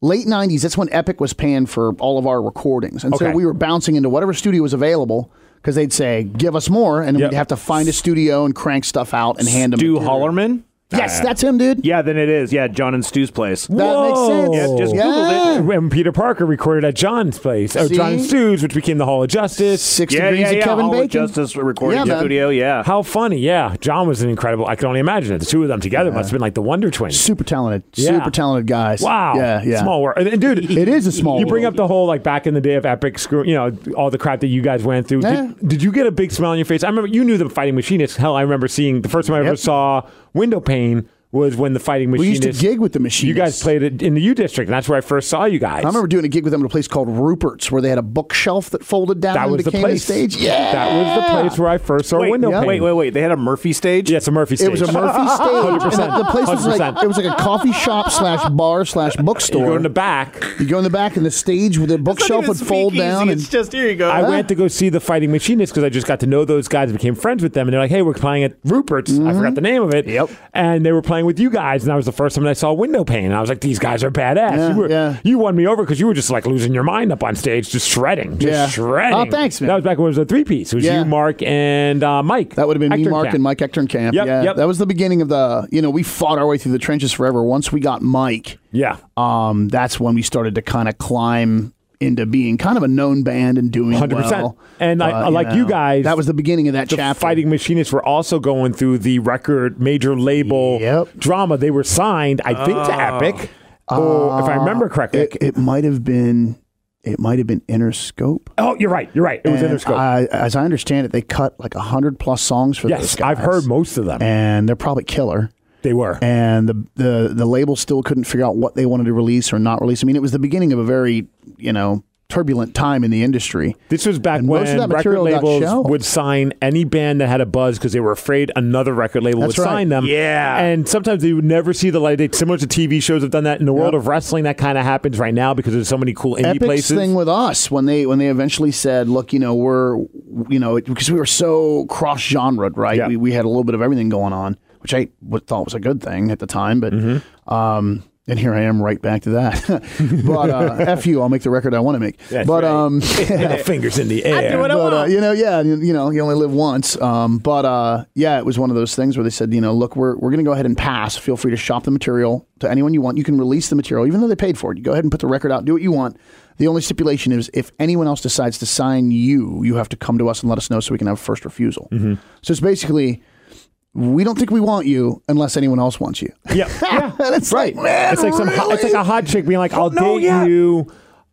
S3: late '90s. That's when Epic was paying for all of our recordings, and
S1: Okay.
S3: so we were bouncing into whatever studio was available because they'd say, "Give us more," and then
S1: Yep.
S3: we'd have to find a studio and crank stuff out and hand them.
S2: Stu
S3: material.
S2: Hollerman?
S3: Yes, that's him, dude.
S2: Yeah, then it is. Yeah, John and Stu's place.
S3: That makes sense.
S1: Whoa.
S2: just
S3: Yeah.
S2: Googled it.
S1: when Peter Parker recorded at John's place, or
S3: See?
S1: John and Stews, which became the Hall of Justice.
S3: Six
S2: Yeah,
S3: degrees
S2: yeah,
S3: of
S2: yeah.
S3: Kevin
S2: Hall
S3: Bacon.
S2: of Justice recording
S3: Yeah, man.
S2: studio. Yeah.
S1: How funny! Yeah, John was an incredible. I can only imagine it. The two of them together must have been like the Wonder Twins.
S3: Super talented,
S1: Yeah.
S3: super talented guys.
S1: Wow.
S3: Yeah, yeah.
S1: Small world. And, and dude,
S3: It is a small
S1: You bring
S3: world.
S1: up the whole like back in the day of Epic screw, you know, all the crap that you guys went through.
S3: Yeah.
S1: Did, did you get a big smile on your face? I remember you knew the Fighting Machinist. Hell, I remember seeing the first time I ever
S3: Yep.
S1: saw Window Pane was when the Fighting
S3: We
S1: Machinist.
S3: used to gig with the machine.
S1: You guys played it in the U District, and that's where I first saw you guys.
S3: I remember doing a gig with them at a place called Rupert's, where they had a bookshelf that folded down
S1: that
S3: and
S1: was the
S3: became
S1: place.
S3: a stage. Yeah,
S1: that was the place where I first saw
S2: wait,
S1: Window
S2: yeah.
S1: Pane.
S2: wait, wait, wait. They had a Murphy stage?
S1: Yeah, it's a Murphy stage.
S3: It was a Murphy stage. and the, the place was like
S1: 100%.
S3: it was like a coffee shop slash bar slash
S1: You
S3: bookstore.
S1: go in the back.
S3: You go in the back, and the stage with the bookshelf would fold down. And
S2: It's just here you go.
S3: Uh-huh.
S1: I went to go see the Fighting Machinist because I just got to know those guys, became friends with them, and they're like, "Hey, we're playing at Rupert's. I forgot the name of it.
S3: Mm-hmm. Yep.
S1: And they were playing playing with you guys, and that was the first time I saw window pane. And I was like, these guys are badass.
S3: Yeah,
S1: you, were,
S3: yeah.
S1: you won me over because you were just like losing your mind up on stage, just shredding, just
S3: Yeah.
S1: shredding.
S3: Oh, thanks, man.
S1: That was back when it was a three piece. It was
S3: Yeah.
S1: you, Mark, and uh, Mike.
S3: That would have been me,
S1: Hector
S3: Mark,
S1: Camp.
S3: and Mike Ecternkamp.
S1: Yep,
S3: yeah,
S1: yep.
S3: that was the beginning of the. You know, we fought our way through the trenches forever. Once we got Mike,
S1: Yeah.
S3: um, that's when we started to kind of climb into being kind of a known band and doing
S1: 100%.
S3: well. Uh,
S1: And I- like you guys,
S3: that was the beginning of that
S1: the
S3: chapter.
S1: fighting machinists were also going through the record major label
S3: Yep. Oh.
S1: drama. They were signed, I think, to Epic. or if I remember correctly.
S3: It, it might have been. It might have been Interscope.
S1: oh, you're right. You're right. It was
S3: And
S1: Interscope.
S3: I, as I understand it, they cut like hundred plus songs for those
S1: yes,
S3: guys.
S1: I've heard most of them.
S3: and they're probably killer.
S1: they were.
S3: and the, the the label still couldn't figure out what they wanted to release or not release. I mean, it was the beginning of a very you know turbulent time in the industry.
S1: This was back
S3: And most of
S1: when
S3: that
S1: record
S3: material got
S1: labels
S3: shelved.
S1: would sign any band that had a buzz because they were afraid another record label
S3: That's
S1: would
S3: right.
S1: sign them.
S2: Yeah.
S1: And sometimes they would never see the light of day. Similar to TV shows have done that. In the world of wrestling, that kind of happens right now because there's so many cool indie
S3: Epic's
S1: places.
S3: thing with us when they when they eventually said, look, you know, we're you know it- because we were so cross genre, right?
S1: Yeah.
S3: We we had a little bit of everything going on, which I would, thought was a good thing at the time, but
S1: Mm-hmm.
S3: um. And here I am, right back to that. but uh, f you, I'll make the record I want to make. but um,
S1: Fingers in the air.
S3: but, uh, you know, yeah, you, you know, you only live once. Um, but uh, yeah, it was one of those things where they said, you know, look, we're, we're going to go ahead and pass. Feel free to shop the material to anyone you want. You can release the material, even though they paid for it. You go ahead and put the record out, do what you want. The only stipulation is if anyone else decides to sign you, you have to come to us and let us know so we can have first refusal.
S1: Mm-hmm.
S3: So it's basically, we don't think we want you unless anyone else wants you.
S1: Yeah. yeah.
S3: and it's right. like, man,
S1: It's like some. hot- It's
S3: really?
S1: like a hot chick being like, "I'll
S2: no,
S1: date
S2: yeah.
S1: you,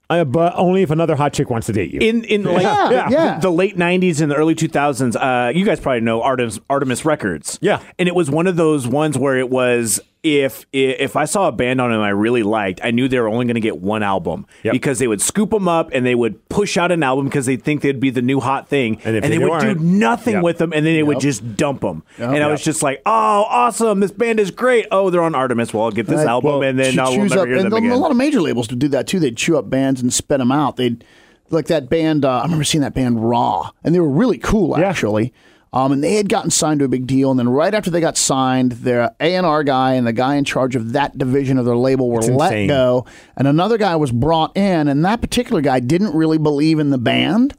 S1: uh, but only if another hot chick wants to date you."
S2: in in like
S3: Yeah,
S2: the-
S3: yeah.
S2: the late '90s and the early 2000s. Uh, you guys probably know Artemis Artemis Records.
S1: Yeah.
S2: and it was one of those ones where it was if if I saw a band on them I really liked, I knew they were only going to get one album
S1: Yep.
S2: because they would scoop them up and they would push out an album because they think they'd be the new hot thing,
S1: And if
S2: they,
S1: they
S2: would do
S1: weren't,
S2: nothing
S1: yep.
S2: with them, and then they would just dump them. And I was
S1: Yep.
S2: just like, oh, awesome! This band is great. Oh, they're on Artemis. Well, I'll get this
S3: Right.
S2: album,
S3: Well,
S2: and then
S3: che-
S2: I'll
S3: chews
S2: never
S3: up-
S2: hear
S3: and
S2: them
S3: a-
S2: again.
S3: A lot of major labels would do that too. They'd chew up bands and spit them out. They'd like that band. Uh, I remember seeing that band Raw, and they were really cool
S1: Yeah.
S3: actually. Um, and they had gotten signed to a big deal, and then right after they got signed, their A and R guy and the guy in charge of that division of their label were let
S1: insane.
S3: go, and another guy was brought in, and that particular guy didn't really believe in the band.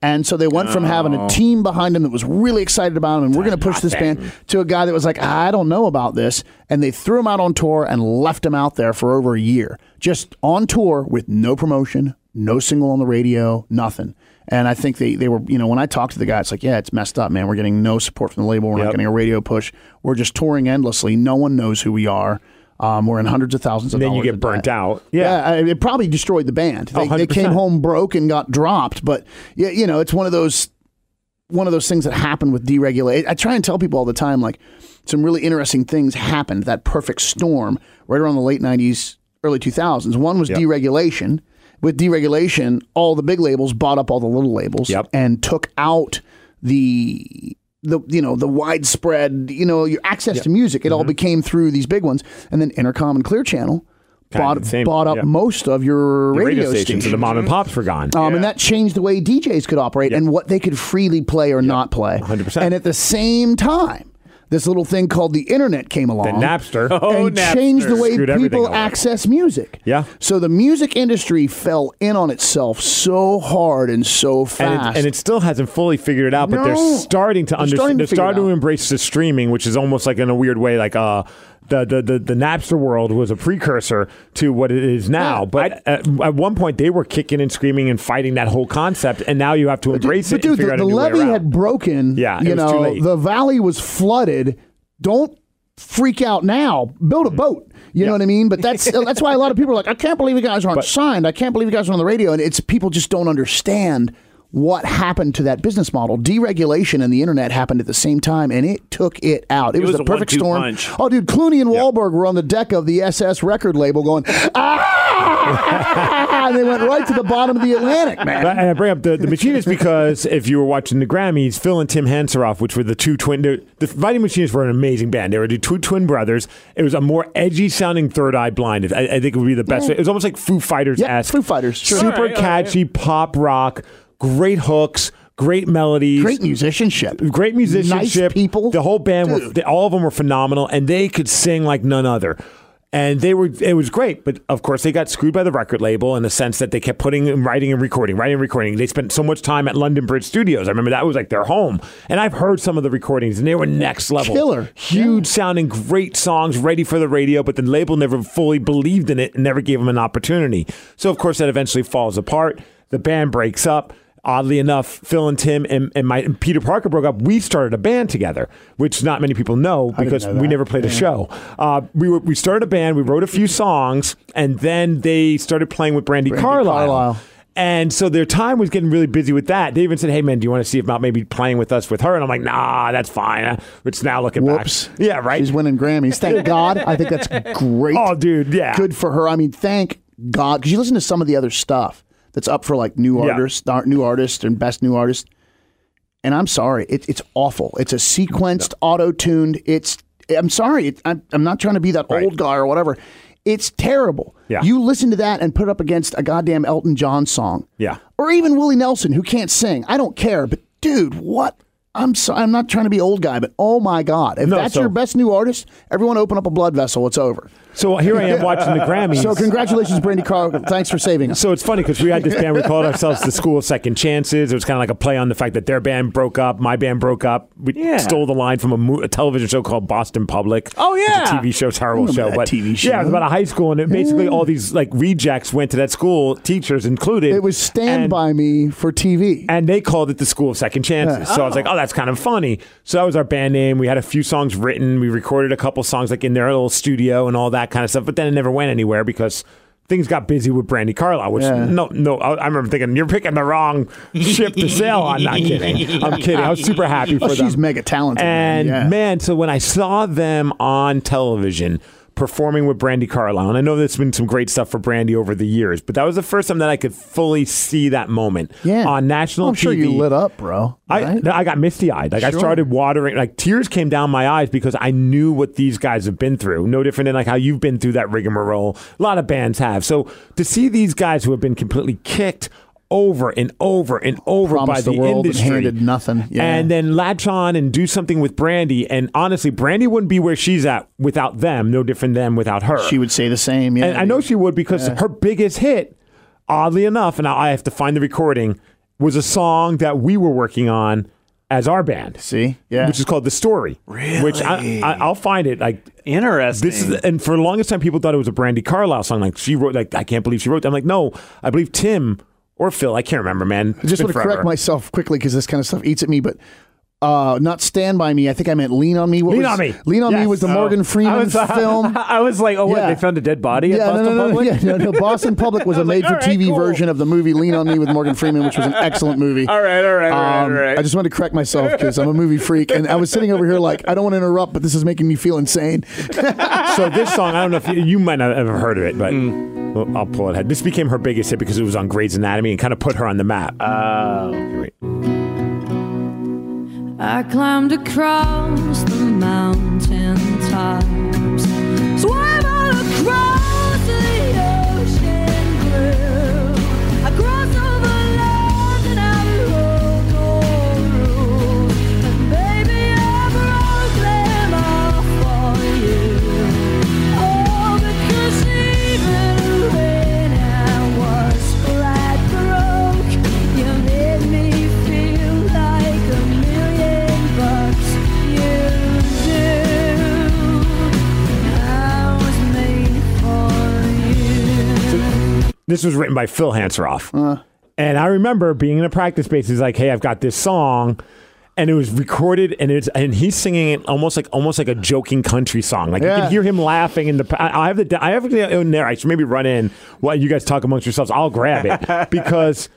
S3: And so they went from having a team behind him that was really excited about him, and we're going to push this band, to a guy that was like, I don't know about this. And they threw him out on tour and left him out there for over a year, just on tour with no promotion, no single on the radio, nothing. And I think they, they were, you know, when I talked to the guy, it's like, yeah, it's messed up, man. We're getting no support from the label. We're not getting a radio push. We're just touring endlessly. No one knows who we are. Um, we're in hundreds of thousands of
S1: then you
S3: dollars
S1: get
S3: of
S1: burnt
S3: debt.
S1: out.
S3: Yeah, I, it probably destroyed the band. They, they
S1: Oh, 100%.
S3: came home broke and got dropped. But yeah, you know, it's one of those one of those things that happen with deregulation. I try and tell people all the time, like some really interesting things happened. That perfect storm right around the late '90s, early 2000s. One was deregulation. With deregulation, all the big labels bought up all the little labels
S1: Yep.
S3: and took out the the you know the widespread you know your access to music. It all
S1: Mm-hmm.
S3: became through these big ones, and then Intercom and Clear Channel
S1: of the
S3: bought
S1: same,
S3: bought up
S1: yeah.
S3: most of your
S1: The
S3: radio,
S1: stations and the mom and pops were gone.
S3: um, And that changed the way DJs could operate and what they could freely play or not play.
S1: 100%.
S3: And at the same time, this little thing called the internet came along.
S1: The Napster.
S3: and changed the way
S1: Screwed everything
S3: people
S1: up.
S3: access music.
S1: Yeah.
S3: So the music industry fell in on itself so hard and so
S1: and
S3: fast.
S1: it, and it still hasn't fully figured it out, but
S3: No.
S1: they're starting to
S3: They're starting
S1: understand.
S3: to
S1: They're
S3: figure it
S1: starting to
S3: out.
S1: embrace the streaming, which is almost like in a weird way, like uh, the, the the the Napster world was a precursor to what it is now. but at, at one point, they were kicking and screaming and fighting that whole concept, and now you have to embrace
S3: but
S1: it.
S3: dude,
S1: and figure
S3: the,
S1: out
S3: the
S1: a new way
S3: levee
S1: around.
S3: had broken.
S1: Yeah,
S3: you
S1: it was too
S3: know
S1: late.
S3: the valley was flooded. Don't freak out now. Build a
S1: Mm-hmm.
S3: boat. You know what I mean? But that's that's why a lot of people are like, I can't believe you guys aren't signed. I can't believe you guys are on the radio. And it's people just don't understand what happened to that business model. Deregulation and the internet happened at the same time, and it took it out. It,
S2: was
S3: the
S2: a
S3: perfect
S2: one-two
S3: storm.
S2: punch.
S3: Oh, dude, Clooney and Wahlberg were on the deck of the SS record label going, ah! and they went right to the bottom of the Atlantic, man.
S1: But- and I bring up the, the Machinists because if you were watching the Grammys, Phil and Tim Hanseroff, which were the two twin, the, the Fighting Machinists were an amazing band. They were the two twin brothers. It was a more edgy sounding Third Eye Blind. I, I think it would be the best. way. It was almost like Foo Fighters esque.
S3: Yeah, Foo Fighters, sure.
S1: Super
S2: All right, all right.
S1: catchy pop rock, great hooks. great melodies,
S3: Great musicianship.
S1: great musicianship.
S3: Nice people.
S1: The whole band were
S3: Dude.
S1: they, all of them were phenomenal, and they could sing like none other. And they were it was great, but of course they got screwed by the record label in the sense that they kept putting and writing and recording, writing and recording. They spent so much time at London Bridge Studios. I remember that was like their home. And I've heard some of the recordings, and they were next level,
S3: Killer.
S1: huge sounding, great songs, ready for the radio. But the label never fully believed in it and never gave them an opportunity. So of course that eventually falls apart. The band breaks up oddly enough, Phil and Tim and, and my and Peter Parker broke up. We started a band together, which not many people know because
S3: know
S1: we
S3: that.
S1: never played a show. Uh, we were, we started a band. We wrote a few songs, and then they started playing with Brandy, Carlisle.
S3: Carlisle.
S1: And so their time was getting really busy with that. They even said, "Hey man, do you want to see about maybe playing with us with her?" And I'm like, "Nah, that's fine." Uh, It's now looking
S3: Whoops.
S1: back. Yeah, right.
S3: She's winning Grammys. Thank God. I think that's great.
S1: Oh, dude, yeah.
S3: Good for her. I mean, thank God. Because you listen to some of the other stuff that's up for like new
S1: Yeah.
S3: artists, ar- new artists, and best new artist. And I'm sorry, it, it's awful. It's a sequenced, auto tuned. It's I'm sorry. It, I'm I'm not trying to be that old guy or whatever. It's terrible.
S1: Yeah.
S3: You listen to that and put it up against a goddamn Elton John song.
S1: Yeah.
S3: Or even Willie Nelson, who can't sing. I don't care, but dude, what? I'm so, I'm not trying to be old guy, but oh my god, if
S1: No,
S3: that's
S1: so-
S3: your best new artist, everyone open up a blood vessel. It's over.
S1: So here I am watching the Grammys.
S3: So congratulations, Brandy Carl. Thanks for saving us.
S1: So it's funny because we had this band. We called ourselves the School of Second Chances. It was kind of like a play on the fact that their band broke up, my band broke up. We
S2: Yeah.
S1: stole the line from a, mo- a television show called Boston Public.
S2: Oh,
S1: It's a
S2: yeah.
S1: TV show, terrible show,
S3: that
S1: but
S3: TV
S1: yeah, it was about a high school, and it basically all these like rejects went to that school, teachers included.
S3: It was Stand
S1: and-
S3: By Me for TV.
S1: and they called it the School of Second Chances. So I was like, oh, that's kind of funny. So that was our band name. We had a few songs written. We recorded a couple songs like in their little studio and all that kind of stuff. But then it never went anywhere because things got busy with Brandy Carlisle. Which
S3: Yeah.
S1: no, no, I, I remember thinking you're picking the wrong ship to sail. on." I'm not kidding. I'm kidding. I was super happy for
S3: Oh, she's
S1: them.
S3: mega talented.
S1: And
S3: yeah.
S1: man, so when I saw them on television performing with Brandy Carlisle, and I know there's been some great stuff for Brandy over the years, but that was the first time that I could fully see that moment
S3: yeah. Oh,
S1: on national
S3: I'm
S1: TV.
S3: sure you lit up, bro.
S1: I,
S3: right?
S1: no, I got misty eyed. Like I
S3: Sure.
S1: started watering. Like tears came down my eyes because I knew what these guys have been through. No different than like how you've been through that rigmarole. A lot of bands have. So to see these guys who have been completely kicked over and over and over
S3: Promised
S1: by
S3: the
S1: the,
S3: world and
S1: industry,
S3: handed nothing. Yeah.
S1: and then latch on and do something with Brandy. And honestly, Brandy wouldn't be where she's at without them. No different than without her.
S3: she would say the same. Yeah,
S1: And I know she would because her biggest hit, oddly enough, and I I have to find the recording, was a song that we were working on as our band.
S3: See, yeah.
S1: Which is called The Story. Really? Which I, I, I'll find it. Like,
S2: Interesting.
S1: this is, and for the longest time, people thought it was a Brandy Carlisle song. Like, she wrote, like, I can't believe she wrote that. I'm like, no, I believe Tim or Phil. I can't remember, man.
S3: I just want to correct myself quickly because this kind of stuff eats at me, but. Uh, not stand by me. I think I meant lean on me. What
S1: Lean
S3: was-
S1: on me.
S3: Lean on me
S1: Yes.
S3: was the
S1: Oh.
S3: Morgan Freeman
S2: I was,
S3: film.
S2: I was like, oh,
S3: Yeah.
S2: what? They found a dead body at
S3: yeah,
S2: Boston
S3: no, no, no,
S2: Public?
S3: yeah, no, no. Boston Public was a
S2: like, all right,
S3: made-for-TV
S2: cool.
S3: version of the movie Lean on Me with Morgan Freeman, which was an excellent movie.
S2: All right, all right, all right,
S3: Um,
S2: all right.
S3: I just wanted to correct myself because I'm a movie freak, and I was sitting over here like I don't want to interrupt, but this is making me feel insane.
S1: so this song, I don't know if you, you might not have ever heard of it, but well, I'll pull it ahead. This became her biggest hit because it was on Grey's Anatomy and kind of put her on the map.
S6: I climbed across the mountain tops, swam all across the ocean blue. I crossed over lands and I broke all rules. And baby, I broke them all for you. Oh, because even when I was flat broke, you made me feel like a million bucks. You do. I was made for you.
S1: This was written by Phil Hanseroff.
S3: Uh.
S1: And I remember being in a practice space. He's like, "Hey, I've got this song." And it was recorded, and it's and he's singing it almost like almost like a joking country song. Like you
S3: Yeah.
S1: can hear him laughing. And the I I have the I have it in there. I should maybe run in while you guys talk amongst yourselves. I'll grab it because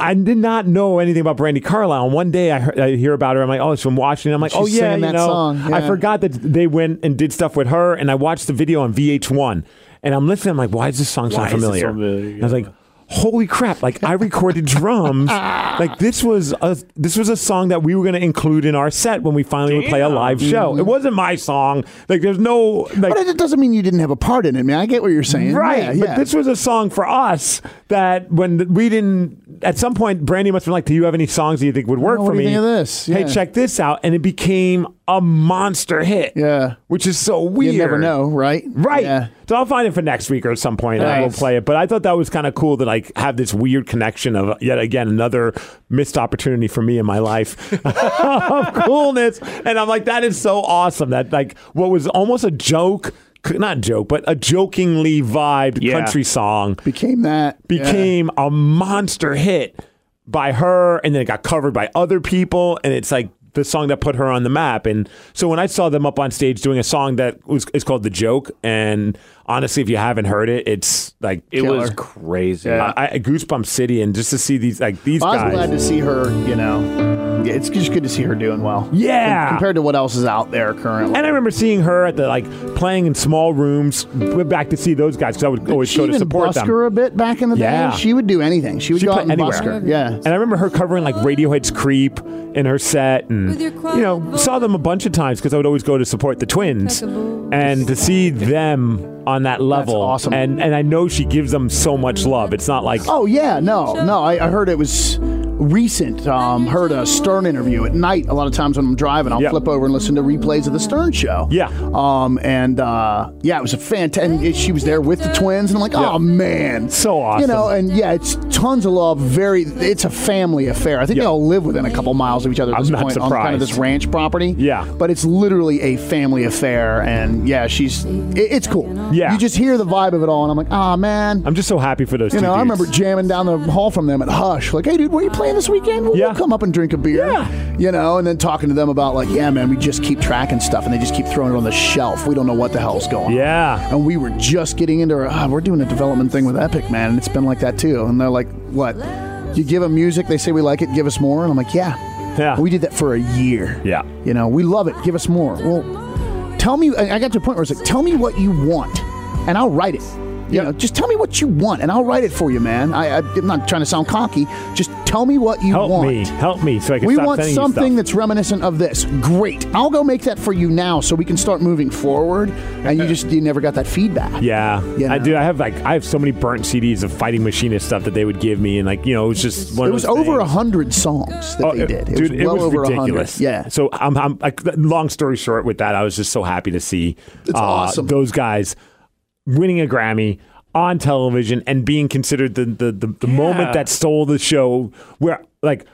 S1: I did not know anything about Brandy Carlisle. And one day I, heard, I hear about her. I'm like, oh, it's from Washington. I'm like, oh
S3: She's
S1: yeah,
S3: singing
S1: you
S3: that
S1: know.
S3: song,
S1: I
S3: yeah.
S1: forgot that they went and did stuff with her. And I watched the video on VH1. And I'm listening. I'm like, why is this song so
S2: Why is this
S1: familiar?
S2: so familiar?
S1: And I was like, holy crap like i recorded drums like this was a this was a song that we were going to include in our set when we finally would play a live show it wasn't my song like there's no like
S3: But it doesn't mean you didn't have a part in it, man. I get what you're saying.
S1: Right,
S3: Yeah,
S1: but
S3: yeah.
S1: this was a song for us that when th- we didn't. At some point, Brandy must have been like, "Do you have any songs that you think would work
S3: what
S1: for
S3: do
S1: me?"
S3: you think of this?
S1: Hey,
S3: Yeah.
S1: check this out, and it became a monster hit.
S3: Yeah.
S1: which is so
S3: you
S1: weird.
S3: never know, right?
S1: Right.
S3: Yeah.
S1: So I'll find it for next week or at some point and we'll
S3: Nice.
S1: play it. But I thought that was kind of cool that I have this weird connection of yet again another missed opportunity for me in my life of coolness. And I'm like, that is so awesome. That like what was almost a joke, c- not joke, but a jokingly vibed
S2: Yeah.
S1: country song
S3: Became that. Yeah.
S1: became a monster hit by her and then it got covered by other people and it's like the song that put her on the map and so when i saw them up on stage doing a song that was is called the joke and honestly if you haven't heard it it's like
S2: It was
S3: Killer.
S2: crazy.
S1: I, I goosebump city and just to see these like these
S3: I was
S1: guys
S3: glad to see her, you know. It's just good to see her doing well.
S1: Yeah.
S3: Com- compared to what else is out there currently.
S1: and I remember seeing her at the like playing in small rooms. Went back to see those guys because I would always
S3: she
S1: go to
S3: even
S1: support them.
S3: busker a bit back in the
S1: Yeah.
S3: day. She would do anything. She would
S1: She'd
S3: go
S1: play
S3: out and
S1: anywhere.
S3: busker. Yeah.
S1: And I remember her covering like Radiohead's "Creep" in her set, and
S6: With your
S1: you know, saw them a bunch of times because I would always go to support the twins, and to see them on that level,
S3: awesome.
S1: And and I know she gives them so much love. It's not like
S3: Oh yeah, no, no. I, I heard it was recent. Um, heard a Stern interview at night. A lot of times when I'm driving, I'll
S1: Yeah.
S3: flip over and listen to replays of the Stern show.
S1: Yeah.
S3: Um, and uh, yeah, it was a fantastic. She was there with the twins, and I'm like, oh man,
S1: So
S3: You
S1: awesome.
S3: know, and yeah, it's tons of love. Very, it's a family affair. I think
S1: Yeah.
S3: they all live within a couple miles of each other at
S1: I'm
S3: this
S1: not
S3: point on kind of this
S1: surprised.
S3: ranch property.
S1: Yeah.
S3: But it's literally a family affair, and yeah, she's it, it's cool.
S1: Yeah.
S3: You just hear the vibe of it all, and I'm like, ah man.
S1: I'm just so happy for those.
S3: You
S1: two
S3: know, I
S1: dudes.
S3: remember jamming down the hall from them at Hush, like, "Hey, dude, where you playing this weekend? We'll,
S1: Yeah.
S3: we'll come up and drink a beer."
S1: Yeah.
S3: You know, and then talking to them about like, "Yeah, man, we just keep tracking stuff, and they just keep throwing it on the shelf. We don't know what the hell's going on."
S1: Yeah.
S3: And we were just getting into, ah, we're doing a development thing with Epic, man, and it's been like that too. And they're like, "What? You give them music? They say we like it. Give us more." And I'm like, "Yeah."
S1: Yeah.
S3: Uh, We did that for a year.
S1: Yeah.
S3: You know, we love it. Give us more. Well, tell me. I I got to a point where it's like, tell me what you want, and I'll write it. You know, just tell me what you want, and I'll write it for you, man. I, I, I'm not trying to sound cocky. Just tell me what you
S1: help
S3: want.
S1: me, help me, so I can
S3: We
S1: stop
S3: want
S1: sending
S3: something
S1: you
S3: that's reminiscent of this. Great. I'll go make that for you now, so we can start moving forward. And you just you never got that feedback.
S1: Yeah,
S3: You
S1: I
S3: know?
S1: do. I have like I have so many burnt CDs of Fighting Machinist stuff that they would give me, and like you know, it was just one
S3: It
S1: of
S3: was
S1: those
S3: over a
S1: things.
S3: hundred songs that
S1: Oh,
S3: they did. It
S1: dude,
S3: was well over a hundred.
S1: ridiculous.
S3: Yeah.
S1: So I'm, I'm I, long story short with that, I was just so happy to see uh,
S3: awesome.
S1: those guys winning a Grammy on television and being considered the the, the, the moment that stole the show where like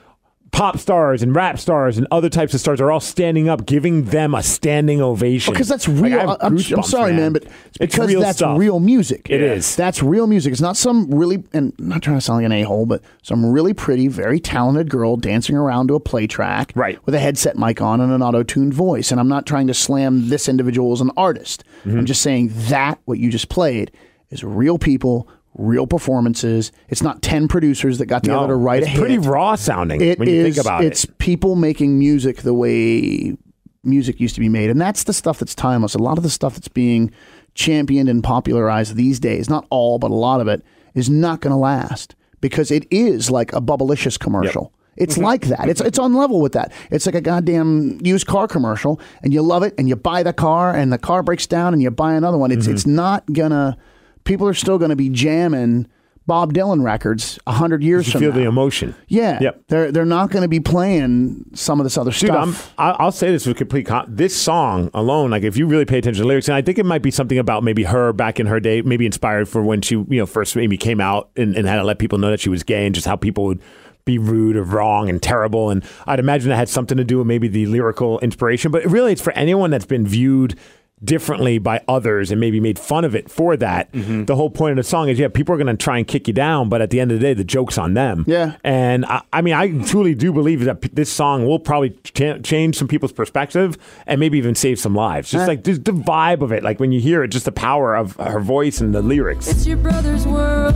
S1: pop stars and rap stars and other types of stars are all standing up giving them a standing ovation
S3: Because Oh, that's
S1: Like, I
S3: real.
S1: have
S3: I- I'm, I'm
S1: goosebumps,
S3: sorry, man, but it's
S1: It's
S3: because
S1: real
S3: that's
S1: stuff.
S3: real music.
S1: It is.
S3: That's real music. It's not some really, and I'm not trying to sound like an a hole, but some really pretty, very talented girl dancing around to a play track
S1: Right.
S3: with a headset mic on and an auto tuned voice. And I'm not trying to slam this individual as an artist.
S1: Mm-hmm.
S3: I'm just saying that, what you just played, is real people, real performances. It's not 10 producers that got together
S1: No,
S3: to write
S1: Oh, it's
S3: a hit.
S1: pretty raw sounding
S3: It
S1: when you
S3: is-
S1: think about
S3: it's
S1: it
S3: people making music the way music used to be made, and that's the stuff that's timeless. A lot of the stuff that's being championed and popularized these days, not all, but a lot of it, is not going to last because it is like a bubblicious commercial. It's
S1: Mm-hmm.
S3: like that. It's it's on level with that. It's like a goddamn used car commercial, and you love it, and you buy the car, and the car breaks down, and you buy another one.
S1: Mm-hmm.
S3: It's it's not gonna. People are still gonna be jamming Bob Dylan records hundred years
S1: you
S3: from
S1: feel
S3: now.
S1: the emotion
S3: Yeah.
S1: Yep.
S3: They're they're not going to be playing some of this other
S1: Dude, I'm,
S3: stuff.
S1: I- I'll say this with complete. Con- this song alone, like if you really pay attention to the lyrics, and I think it might be something about maybe her back in her day, maybe inspired for when she, you know, first maybe came out and, and had to let people know that she was gay, and just how people would be rude or wrong and terrible. And I'd imagine that had something to do with maybe the lyrical inspiration. But really, it's for anyone that's been viewed differently by others and maybe made fun of it for that.
S3: Mm-hmm.
S1: The whole point of the song is, yeah, people are going to try and kick you down, but at the end of the day, the joke's on them.
S3: Yeah.
S1: And I, I mean, I truly do believe that p- this song will probably ch- change some people's perspective and maybe even save some lives. Just like just the vibe of it, like when you hear it, just the power of her voice and the lyrics.
S6: It's your brother's world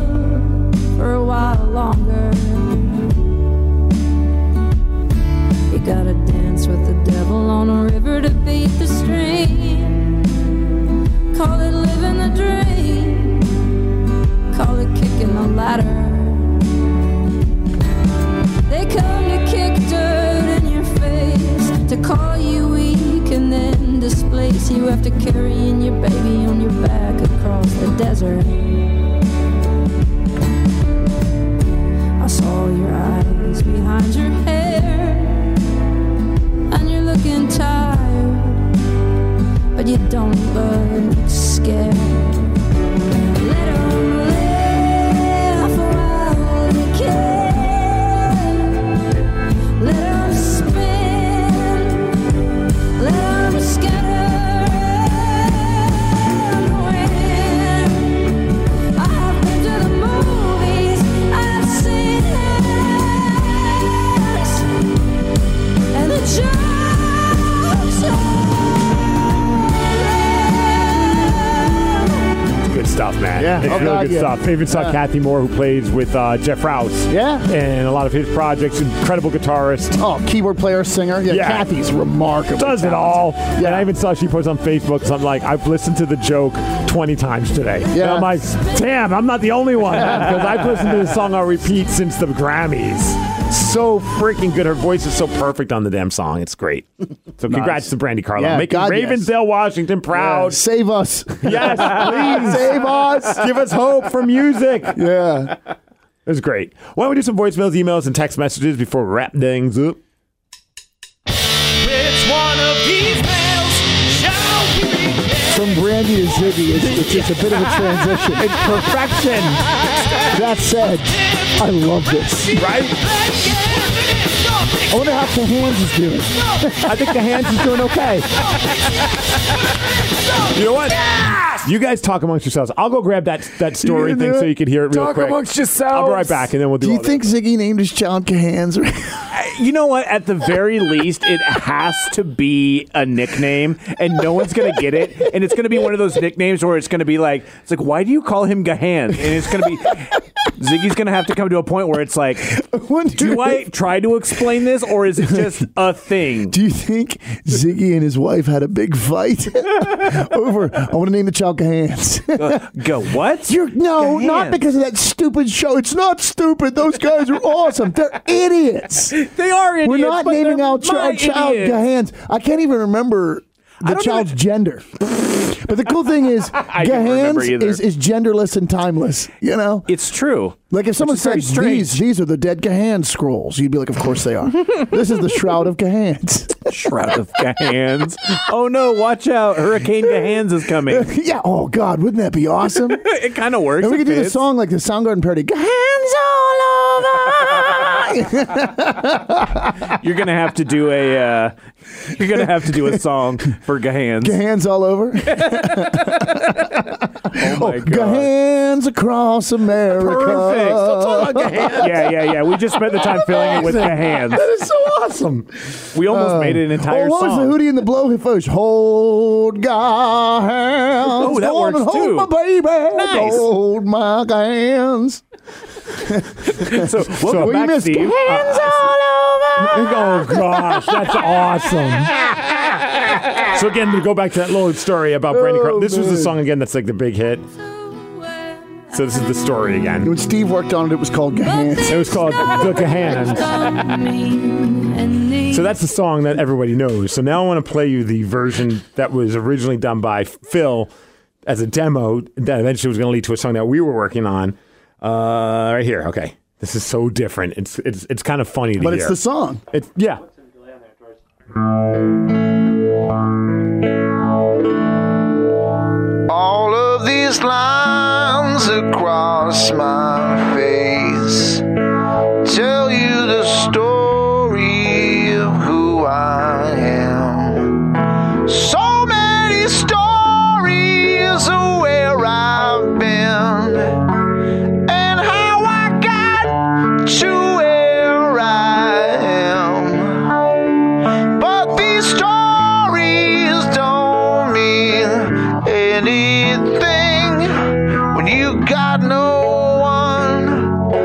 S6: for a while longer. You gotta dance with the devil on a river to beat the stream. Call it living the dream. Call it kicking the ladder. you after carrying your baby on your back across the desert. I saw your eyes behind your hair, and you're looking tired, but you don't look scared. Let 'em live while they can. Let 'em spin let 'em scatter in the wind. I've been to the movies, I've seen it, and the jokes are real.
S1: Good stuff, man.
S3: Yeah.
S1: It's
S3: Oh,
S1: really
S3: God,
S1: good
S3: yeah.
S1: stuff. I even saw
S3: Yeah.
S1: Kathy Moore, who plays with uh, Jeff Rouse.
S3: Yeah.
S1: And a lot of his projects. Incredible guitarist.
S3: Oh, keyboard player, singer. Yeah,
S1: Yeah.
S3: Kathy's remarkable.
S1: Does it all. Yeah. And I
S3: Yeah.
S1: even saw she posted on Facebook something like, I've listened to the joke 20 times today. And
S3: Yeah.
S1: I'm like, damn, I'm not the only one. Because I've listened to this song on repeat since the Grammys. So freaking good. Her voice is so perfect on the damn song. It's great. So congrats to Brandy Carlo.
S3: Yeah,
S1: Making
S3: God, yes.
S1: Ravensdale, Washington proud.
S3: Save us.
S1: Yes, please.
S3: Save us.
S1: Give us hope for music. It
S3: Yeah.
S1: was great. Why don't we do some voicemails, emails, and text messages before we wrap things up?
S3: From Brandy to Ziggy, it's, it's just a bit of a transition.
S1: Perfection.
S3: That said, I love this.
S1: Right?
S3: I wonder how the hands is doing.
S1: I think the hands is doing okay. You know what? You guys talk amongst yourselves. I'll go grab that, that story
S3: can do
S1: thing so
S3: it.
S1: you can hear it real
S2: Talk
S1: quick.
S2: amongst
S1: I'll
S2: yourselves.
S1: be right back, and then we'll do.
S3: Do you
S1: all
S3: think
S1: that.
S3: Ziggy named his child Cahans?
S2: You know what? At the very least, it has to be a nickname, and no one's gonna get it. And it's gonna be one of those nicknames where it's gonna be like, it's like, why do you call him Gahan? And it's gonna be. Ziggy's gonna have to come to a point where it's like,
S3: wonder
S2: do I try to explain this, or is it just a thing?
S3: Do you think Ziggy and his wife had a big fight over? I want to name the child Cahans.
S2: Go what?
S3: You're, no, not
S2: Cahans.
S3: because of that stupid show. It's not stupid. Those guys are awesome. They're idiots.
S2: They are idiots.
S3: We're not
S2: but
S3: naming
S2: they're
S3: our, ch-
S2: my
S3: our child
S2: idiots.
S3: Gahans. I can't even remember the
S2: don't
S3: child's
S2: even-
S3: gender. but the cool thing is,
S2: don't remember
S3: Gahans
S2: either.
S3: is, is genderless and timeless. You know,
S2: It's true.
S3: like if someone
S2: is very
S3: said
S2: strange.
S3: these these are the dead Gahan scrolls, you'd be like, of course they are. this is the shroud of Gahans.
S2: Shroud of Gahans. Oh no! Watch out! Hurricane Gahans is coming.
S3: yeah. Oh God, wouldn't that be awesome? and
S2: It kind of works.
S3: we
S2: it
S3: could do the
S2: fits.
S3: song like the Soundgarden parody, Gahans all over.
S2: You're gonna have to do a. Uh, you're gonna have to do a song for Gahans.
S3: Gahans all over.
S2: oh my god.
S3: Gahans across America.
S2: Perfect. yeah, yeah, yeah. We just spent the time filling it with Gahans.
S3: That is so awesome.
S2: We almost made it an
S3: Oh,
S2: entire
S3: what
S2: song.
S3: was the Hootie and the Blowfish? Hold God hands.
S2: Oh, that
S3: Go on and
S2: works too.
S3: Hold my baby.
S2: Nice.
S3: Hold my hands.
S2: so welcome
S3: we
S2: back,
S3: missed
S2: Steve. Uh,
S3: hands all over.
S1: Oh gosh, that's awesome. So again, to go back to that little story about Brandy Carl, this was the song again that's like the big hit. So this is the story again.
S3: When Steve worked on it, it was called Gahans.
S1: It was called The Gahans. So that's the song that everybody knows. So now I want to play you the version that was originally done by Phil as a demo that eventually was going to lead to a song that we were working on. Uh, right here, okay. This is so different. It's it's it's kind of funny to
S3: But
S1: hear.
S3: it's the song.
S1: It's yeah.
S7: All of these lines across my face tell you the story of who I am. So many stories of where I've been and how I got to where I am. But these stories don't mean anything when you got no one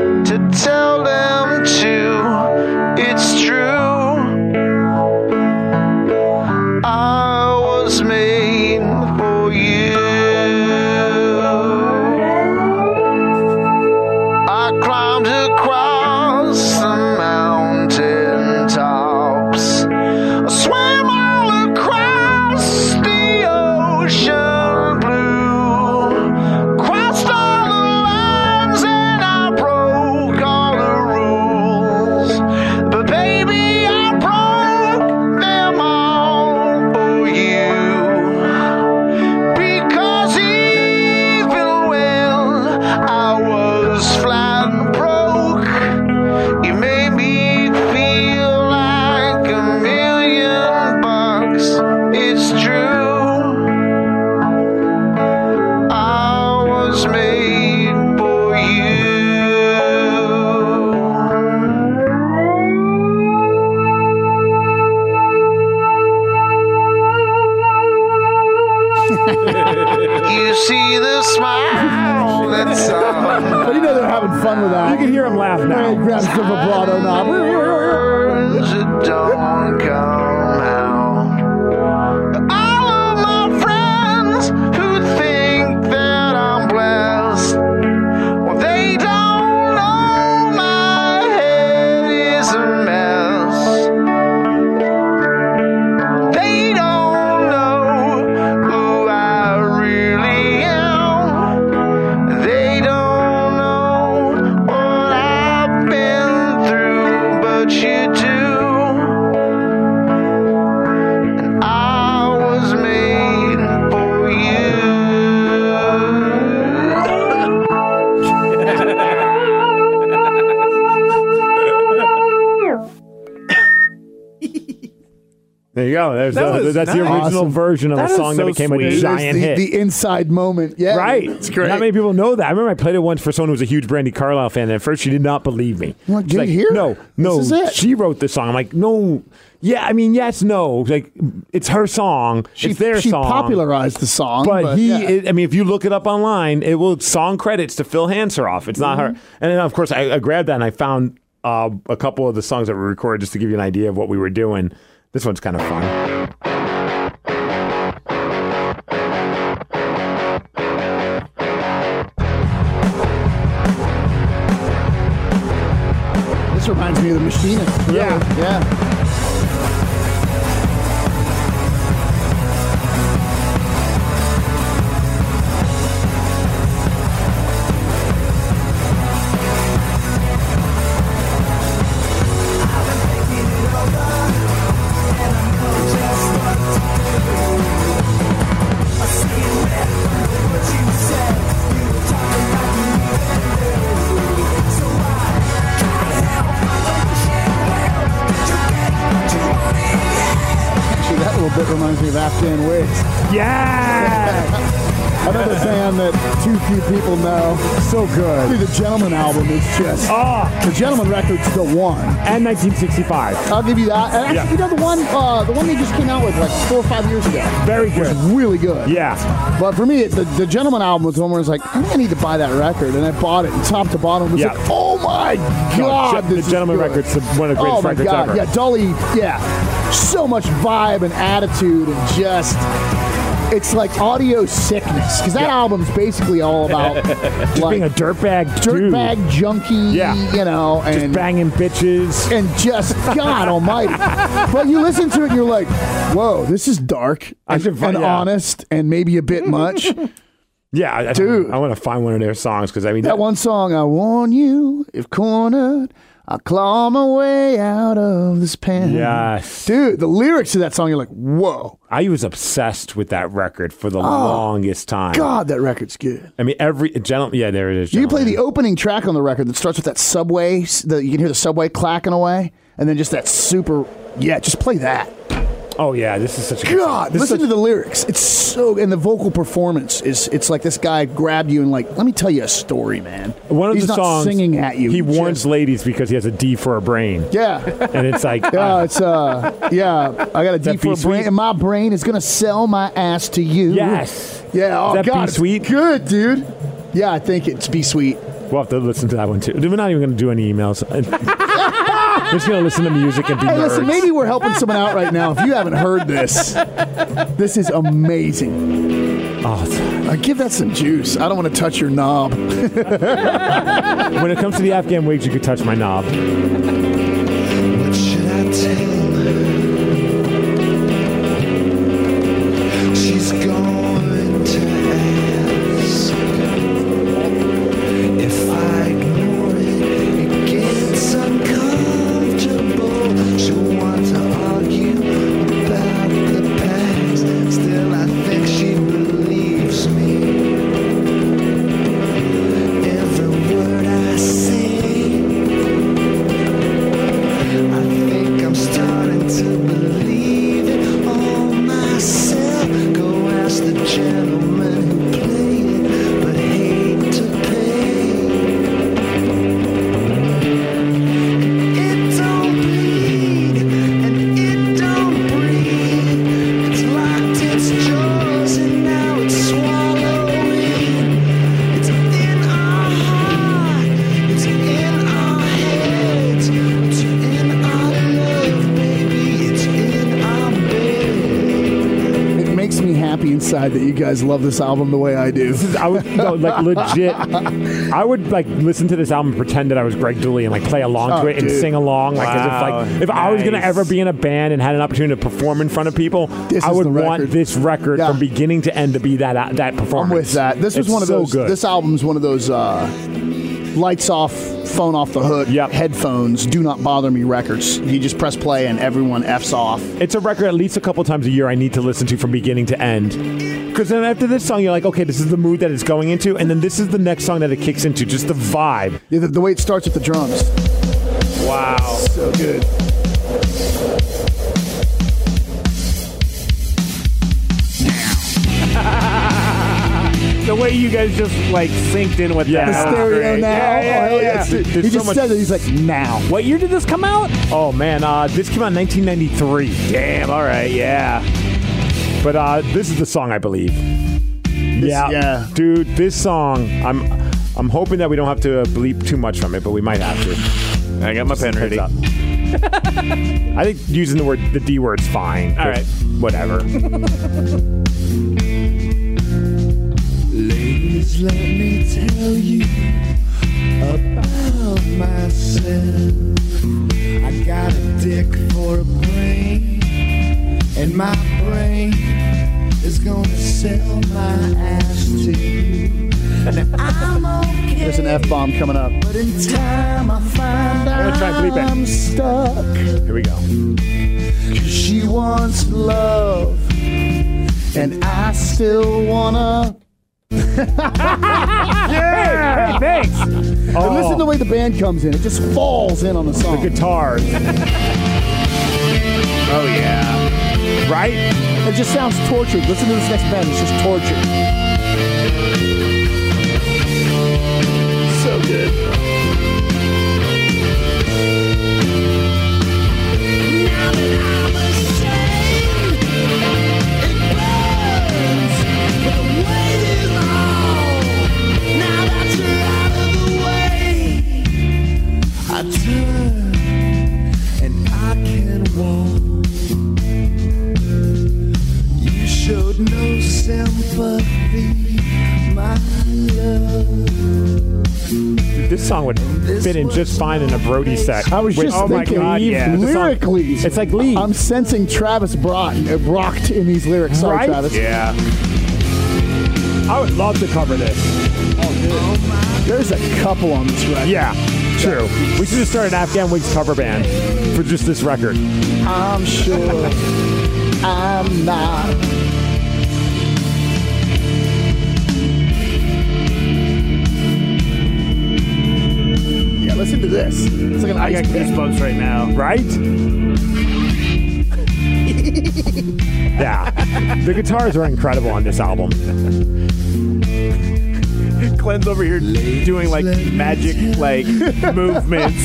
S8: You see the smile that's on
S3: But you know they're having fun with that.
S1: You can hear him laugh
S3: Hey,
S1: now.
S3: grabs the vibrato knob.
S8: words that don't come out. All of my friends who think that I'm blessed, well, they don't know my head is a mess. They don't know who I really am. They don't know what I've been through, but you do. And I was made for you.
S1: There you go. There's
S2: That
S1: the-
S2: was
S1: that's the original
S3: awesome.
S1: version of
S2: That
S1: a
S2: is
S1: song
S2: so
S1: that became
S2: sweet.
S1: a
S2: There's
S1: giant
S3: the,
S1: hit.
S3: the inside moment. Yeah.
S1: right.
S3: It's great.
S1: Not many people know that. I remember I played it once for someone who was a huge Brandy Carlisle fan, and at first she did not believe me.
S3: I'm like,
S1: She's
S3: "Dude, here?
S1: No, no.
S3: This is it."
S1: She wrote this song. I'm like, no. Yeah, I mean, yes, no. Like, it's her song.
S3: she,
S1: it's their
S3: she
S1: song.
S3: popularized the song.
S1: But,
S3: But,
S1: he,
S3: yeah.
S1: I mean, if you look it up online, it will song credits to Phil Hanseroff. It's not her. And then, of course, I, I grabbed that and I found uh, a couple of the songs that were recorded just to give you an idea of what we were doing. This one's kind of fun.
S3: This reminds me of the Machinist. really.
S1: Yeah.
S3: yeah. Actually, that little bit reminds me of Afghan Wigs.
S1: Yeah!
S3: Another band that too few people know. So good. The Gentleman album is just.
S1: oh,
S3: The Gentleman record's the one.
S1: and 1965.
S3: I'll give you that. And actually,
S1: Yeah.
S3: you know the one, uh, the one they just came out with like four or five years ago.
S1: Very
S3: was
S1: good.
S3: really good.
S1: Yeah.
S3: But for me, it, the, the Gentleman album was the one where I was like, I think I need to buy that record, and I bought it, and top to bottom, was
S1: Yeah.
S3: like, oh my
S1: No,
S3: god,
S1: Gen-
S3: this
S1: the Gentleman
S3: is good.
S1: Record's the- one of the greatest
S3: oh my
S1: records
S3: god,
S1: ever.
S3: yeah, Dolly, yeah, so much vibe and attitude, and just. It's like audio sickness because that album's basically all about like
S1: Being a dirtbag dude.
S3: dirtbag junkie,
S1: Yeah.
S3: you know, and
S1: Just banging bitches.
S3: and just God Almighty. But you listen to it and you're like, "Whoa, this is dark
S1: I
S3: and,
S1: should find-
S3: and
S1: yeah.
S3: honest and maybe a bit much."
S1: Yeah, I,
S3: Dude.
S1: I, want to find one of their songs because I mean
S3: that one song, "I warn you, if cornered, I'll claw my way out of this pen."
S1: Yes.
S3: dude, the lyrics to that song, you're like, "Whoa,
S1: I was obsessed with that record for the longest time.
S3: Oh, God, that record's good."
S1: I mean, every gentleman. Yeah, there it is.
S3: Do you play
S1: Gentleman.
S3: the opening track on the record that starts with that subway? s- The, you can hear the subway clacking away, and then just that super. Yeah, just play that.
S1: Oh yeah, this is such a good song.
S3: God,
S1: This is
S3: listen
S1: such-
S3: to the lyrics. It's so, and the vocal performance is. It's like this guy grabbed you and like, let me tell you a story, man.
S1: one of
S3: He's
S1: the
S3: not
S1: songs.
S3: singing at you.
S1: He
S3: He's
S1: warns
S3: just-
S1: ladies because he has a D for a brain,
S3: Yeah.
S1: and it's like
S3: Yeah,
S1: uh,
S3: it's uh, yeah. I got a
S1: that
S3: D for a
S1: B-Sweet?
S3: brain, and my brain is gonna sell my ass to you.
S1: yes.
S3: Yeah. Oh
S1: Is that
S3: God, it's
S1: B-Sweet?
S3: Good, dude. Yeah, I think it's be sweet.
S1: We'll have to listen to that one too. We're not even going to do any emails. We're just going to listen to music and be
S3: Hey,
S1: nerds.
S3: listen, maybe we're helping someone out right now. If you haven't heard this, this is amazing.
S1: Oh, it's-
S3: Uh, give that some juice. I don't want to touch your knob.
S1: when it comes to the Afghan wigs, you could touch my knob.
S8: What should I tell her? She's going to ask if I ignore it. It gets uncomfortable. She'll want to argue about the past. Still, I think she believes me. Every word I say.
S3: inside that you guys love this album the way I do.
S1: I would no, like legit. I would like listen to this album, and pretend that I was Greg Dooley, and like play along
S3: Oh,
S1: to it and
S3: dude.
S1: sing along. Like
S2: Wow,
S1: as if like if I was gonna
S2: nice.
S1: ever be in a band and had an opportunity to perform in front of people,
S3: This
S1: I
S3: is
S1: would
S3: the
S1: want
S3: record.
S1: this record
S3: Yeah.
S1: from beginning to end to be that uh, that
S3: I'm
S1: performance.
S3: with that. This was
S1: It's
S3: one of
S1: so
S3: those.
S1: Good.
S3: This album's one of those uh, lights off, phone off the hook,
S1: Yep.
S3: headphones, do not bother me records. You just press play and everyone f's off.
S1: It's a record at least a couple times a year I need to listen to from beginning to end. Because then after this song, you're like, okay, this is the mood that it's going into, and then this is the next song that it kicks into, just the vibe.
S3: Yeah, The, the way it starts with the drums,
S2: Wow.
S3: so good.
S2: The way you guys just like synced in with
S1: Yeah.
S2: that.
S3: The
S2: that was
S3: stereo
S2: great.
S3: now.
S2: Yeah, yeah,
S3: oh, hell
S2: yeah.
S3: yes, dude.
S1: There's
S3: He
S1: so
S3: just
S1: much-
S3: says it. He's like, now.
S2: What year did this come out?
S1: Oh man, uh, this came out in 1993.
S2: Damn. All right. Yeah.
S1: But uh, this is the song I believe. yeah,
S3: yeah.
S1: dude, this song. I'm, I'm hoping that we don't have to bleep too much from it, but we might have to.
S2: I got my pen
S1: Heads
S2: ready.
S1: up. I think using the word the D word's fine.
S2: All right.
S1: whatever.
S8: Ladies, let me tell you about myself. I got a dick for a brain, and my brain is gonna sell my ass to you. Now I'm okay,
S3: There's an F bomb coming up.
S8: but in time I find
S1: gonna try and bleep it.
S8: I'm stuck.
S1: Here we go.
S8: She wants love, and I
S3: Still wanna.
S1: Thanks. Oh.
S3: But listen to the way the band comes in. It just falls in on the song.
S1: guitars. oh yeah. Right?
S3: It just sounds tortured. Listen to this next band. It's just tortured.
S8: I turn and I can walk. You showed no sympathy, my love.
S1: Dude, this song would fit in just fine in a Brody set.
S3: I was
S1: With-
S3: just
S1: oh
S3: thinking,
S1: my god,
S3: Leave
S1: yeah. This song-
S3: lyrically,
S1: it's like leave.
S3: I'm sensing Travis Brock, uh, rocked in these lyrics. Sorry,
S1: Right?
S3: Travis.
S2: Yeah.
S1: I would love to cover this.
S3: There's a couple on this record.
S1: Yeah, true. We should just start an Afghan Wigs cover band for just this record.
S3: I'm sure I'm not. Yeah, listen to this. It's like an
S2: I got
S3: ice pick.
S2: goosebumps right now.
S1: Right? yeah. The guitars are incredible on this album.
S2: Glenn's over here doing like magic like movements,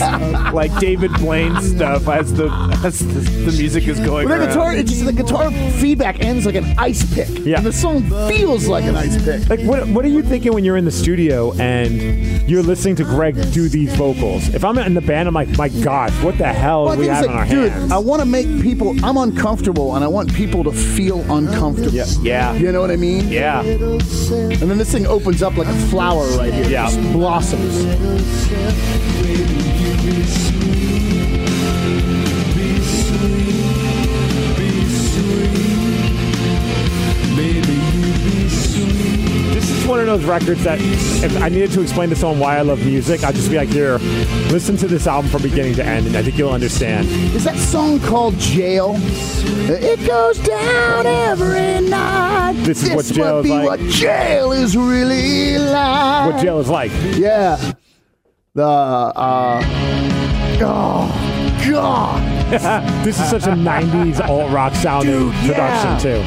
S2: like David Blaine stuff as the as the, the music is going.
S3: Well, the
S2: around.
S3: guitar, it's just the guitar feedback ends like an ice pick.
S1: Yeah.
S3: And the song feels like an ice pick.
S1: Like, what, what are you thinking when you're in the studio and you're listening to Greg do these vocals? If I'm in the band, I'm like, my gosh, what the hell
S3: Well,
S1: do we
S3: I
S1: have
S3: think
S1: in our
S3: it's like, dude,
S1: hands?
S3: I want to make people. I'm uncomfortable, and I want people to feel uncomfortable.
S2: Yeah.
S3: You know what I mean?
S2: Yeah.
S3: And then this thing opens up like a flower right here.
S2: Yeah.
S3: Just blossoms.
S1: This is one of those records that if I needed to explain to someone why I love music, I'd just be like, here, listen to this album from beginning to end, and I think you'll understand.
S3: Is that song called Jail? It goes down every night.
S1: This is what jail
S3: must
S1: is
S3: be
S1: like.
S3: what jail is really like.
S1: What jail is like.
S3: Yeah. The uh oh god.
S1: This is such a 90s alt rock sounding
S3: yeah.
S1: production, too.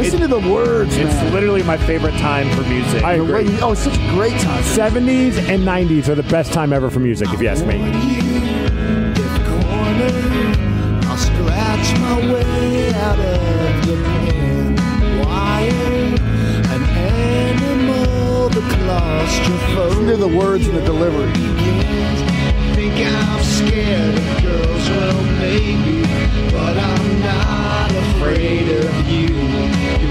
S3: Listen to the words,
S2: It's
S3: man.
S2: literally my favorite time for music.
S1: I
S3: The way-
S1: agree.
S3: oh, it's such a great time.
S1: 70s and 90s are the best time ever for music, if you ask me.
S8: corner. I'll scratch my way out of the pen. Wire an animal, the
S3: Listen
S8: claustrophobic.
S3: to the words and the delivery.
S8: Think I'm scared of girls, well maybe, but I'm not afraid of you. You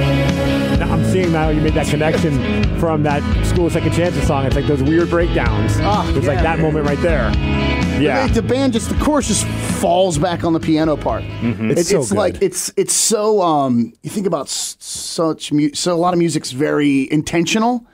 S1: interesting now you made that connection from that School of Second Chances song. It's like those weird breakdowns.
S3: Ah,
S1: it's like
S3: yeah.
S1: that moment right there. Yeah.
S3: Like, the band just the chorus just falls back on the piano part. It-
S1: Mm-hmm. It's so good.
S3: like it's it's so um you think about s- such mu- so a lot of music's very intentional.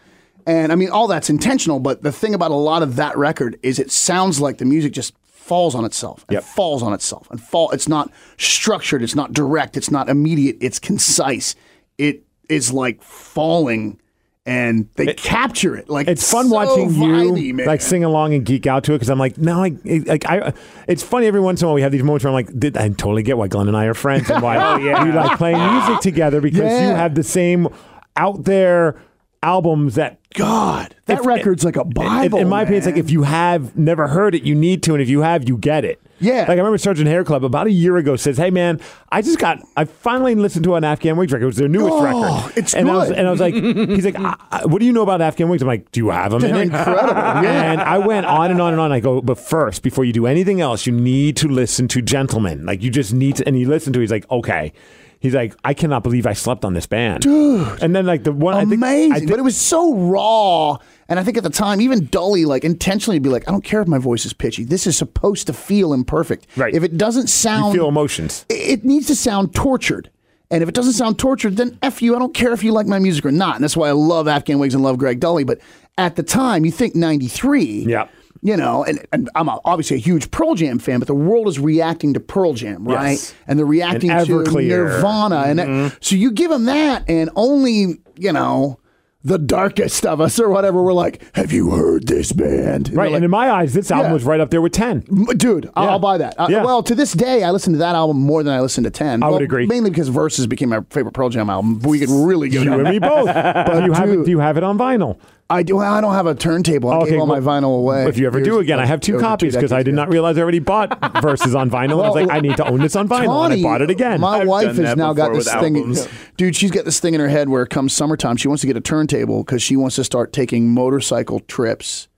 S3: And I mean all that's intentional, but the thing about a lot of that record is it sounds like the music just falls on itself and
S1: Yep.
S3: falls on itself and fall it's not structured, it's not direct, it's not immediate, it's concise. It is like falling and they capture it like
S1: it's fun
S3: so
S1: watching
S3: vibey,
S1: you
S3: man.
S1: like sing along and geek out to it because I'm like now I like I it's funny every once in a while we have these moments where I'm like did, I totally get why Glenn and I are friends and why we like playing music together because you
S3: Oh, Yeah.
S1: have the same out there albums that
S3: God, that
S1: If-
S3: record's like a
S1: in,
S3: Bible.
S1: in my opinion it's like
S3: man.
S1: if you have never heard it you need to and if you have you get it
S3: Yeah.
S1: like I remember Sergeant Hair Club about a year ago says hey man I just got I finally listened to an Afghan Wigs record it was their newest
S3: Oh,
S1: record
S3: it's
S1: and I was
S3: good.
S1: and I was like he's like I, I- what do you know about Afghan Wigs I'm like do you have them in
S3: They're
S1: it
S3: incredible. Yeah.
S1: and I went on and on and on. I go, but first, before you do anything else, you need to listen to Gentlemen. Like you just need to. And he listened to. it. He's like, okay. He's like, I cannot believe I slept on this band, dude. And then like the one,
S3: amazing.
S1: I think, I think
S3: but it was so raw. And I think at the time, even Dully, like intentionally, be like, I don't care if my voice is pitchy. This is supposed to feel imperfect.
S1: Right.
S3: If it doesn't sound,
S1: you feel emotions.
S3: it- it needs to sound tortured. And if it doesn't sound tortured, then F you. I don't care if you like my music or not. And that's why I love Afghan Wigs and love Greg Dully. But at the time, you think 93.
S1: Yeah.
S3: You know, and, and I'm a, obviously a huge Pearl Jam fan, but the world is reacting to Pearl Jam, right?
S1: Yes.
S3: And they're reacting
S1: And
S3: to
S1: Everclear. Mm-hmm.
S3: Nirvana. And that, so you give them that, and only, you know, the darkest of us or whatever, we're like, have you heard this band? And
S1: Right.
S3: they're
S1: and
S3: like,
S1: in my eyes, this album
S3: Yeah.
S1: was right up there with ten.
S3: M- Dude, I'll,
S1: Yeah.
S3: I'll buy that. Uh,
S1: Yeah.
S3: Well, to this day, I listen to that album more than I listen to 10.
S1: I would
S3: Well,
S1: agree.
S3: Mainly because Versus became my favorite Pearl Jam album. But we could really go
S1: You
S3: down.
S1: and me both. But do you have it,
S3: dude.
S1: do you have it on vinyl?
S3: I, do, well, I don't have a turntable. I gave all
S1: well,
S3: my vinyl away.
S1: If you ever
S3: Years-
S1: do again, I have two
S3: over
S1: copies because I
S3: decades
S1: did
S3: ago.
S1: not realize I already bought verses on vinyl. and I was
S3: Well,
S1: like, I need to own this on vinyl,
S3: Tawny,
S1: and I bought it again.
S3: My
S2: I've
S3: wife
S2: done
S3: has
S2: that
S3: now got
S2: before
S3: this
S2: with
S3: thing.
S2: albums.
S3: Dude, she's got this thing in her head where come summertime, she wants to get a turntable because she wants to start taking motorcycle trips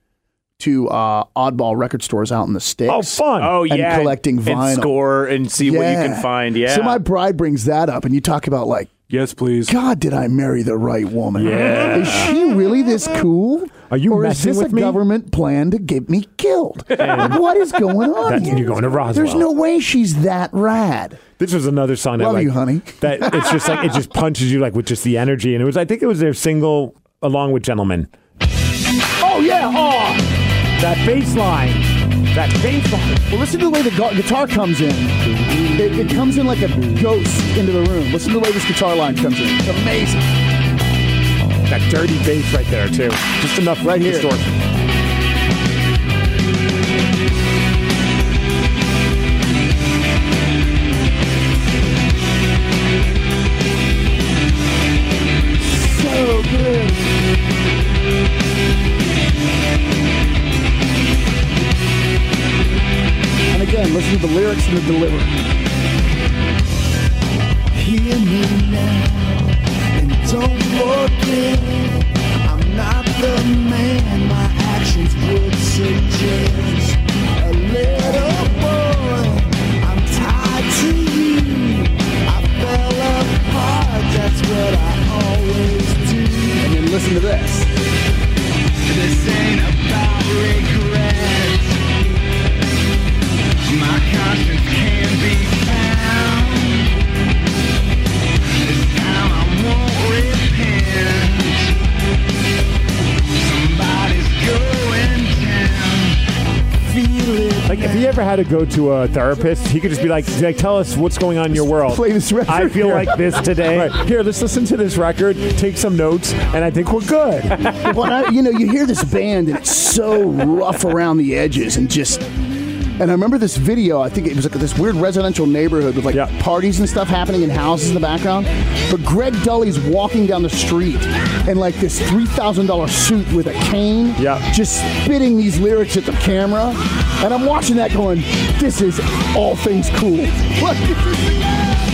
S3: to uh, oddball record stores out in the sticks.
S1: oh, fun!
S2: Oh
S3: And
S2: yeah,
S3: collecting vinyl.
S2: and score and see what you can find. Yeah,
S3: So my bride brings that up, and you talk about like,
S2: yes, please.
S3: God, did I marry the right woman? Yeah. Is she really this cool?
S1: Are you
S3: or
S1: messing
S3: is this
S1: with
S3: a
S1: me?
S3: government plan to get me killed? Like, what is going on?
S1: That's-
S3: here?
S1: you're going to Roswell.
S3: There's no way she's that rad.
S1: This was another song that
S3: Love
S1: like,
S3: you, honey.
S1: That it's just like it just punches you like with just the energy, and it was I think it was their single along with Gentlemen.
S3: Oh yeah. Oh.
S1: That bass line, that bass line.
S3: Well, listen to the way the gu- guitar comes in. It, it comes in like a ghost into the room. Listen to the way this guitar line comes in. It's amazing.
S1: that dirty bass right there too. Just enough
S3: Right here.
S1: distortion.
S3: So good. And again, listen to the lyrics and the delivery.
S8: Hear me now and don't forget I'm not the man my actions would suggest. A little boy, I'm tied to you. I fell apart, that's what I always do.
S3: And then listen to this.
S8: This ain't about regret. My conscience can be found. This time I won't repent. Somebody's going down. Feel it.
S1: Like if he ever had to go to a therapist, he could just be like, like tell us what's going on in your world.
S3: play this record.
S1: I feel like this today. Right. Here, let's listen to this record, take some notes, and I think we're good.
S3: but I, you know, you hear this band and it's so rough around the edges and just. And I remember this video. I think it was like this weird residential neighborhood with like
S1: Yeah.
S3: parties and stuff happening and houses in the background. But Greg Dully's walking down the street in like this three thousand dollar suit with a cane,
S1: Yeah.
S3: just spitting these lyrics at the camera. And I'm watching that, going, "This is all things cool." Like,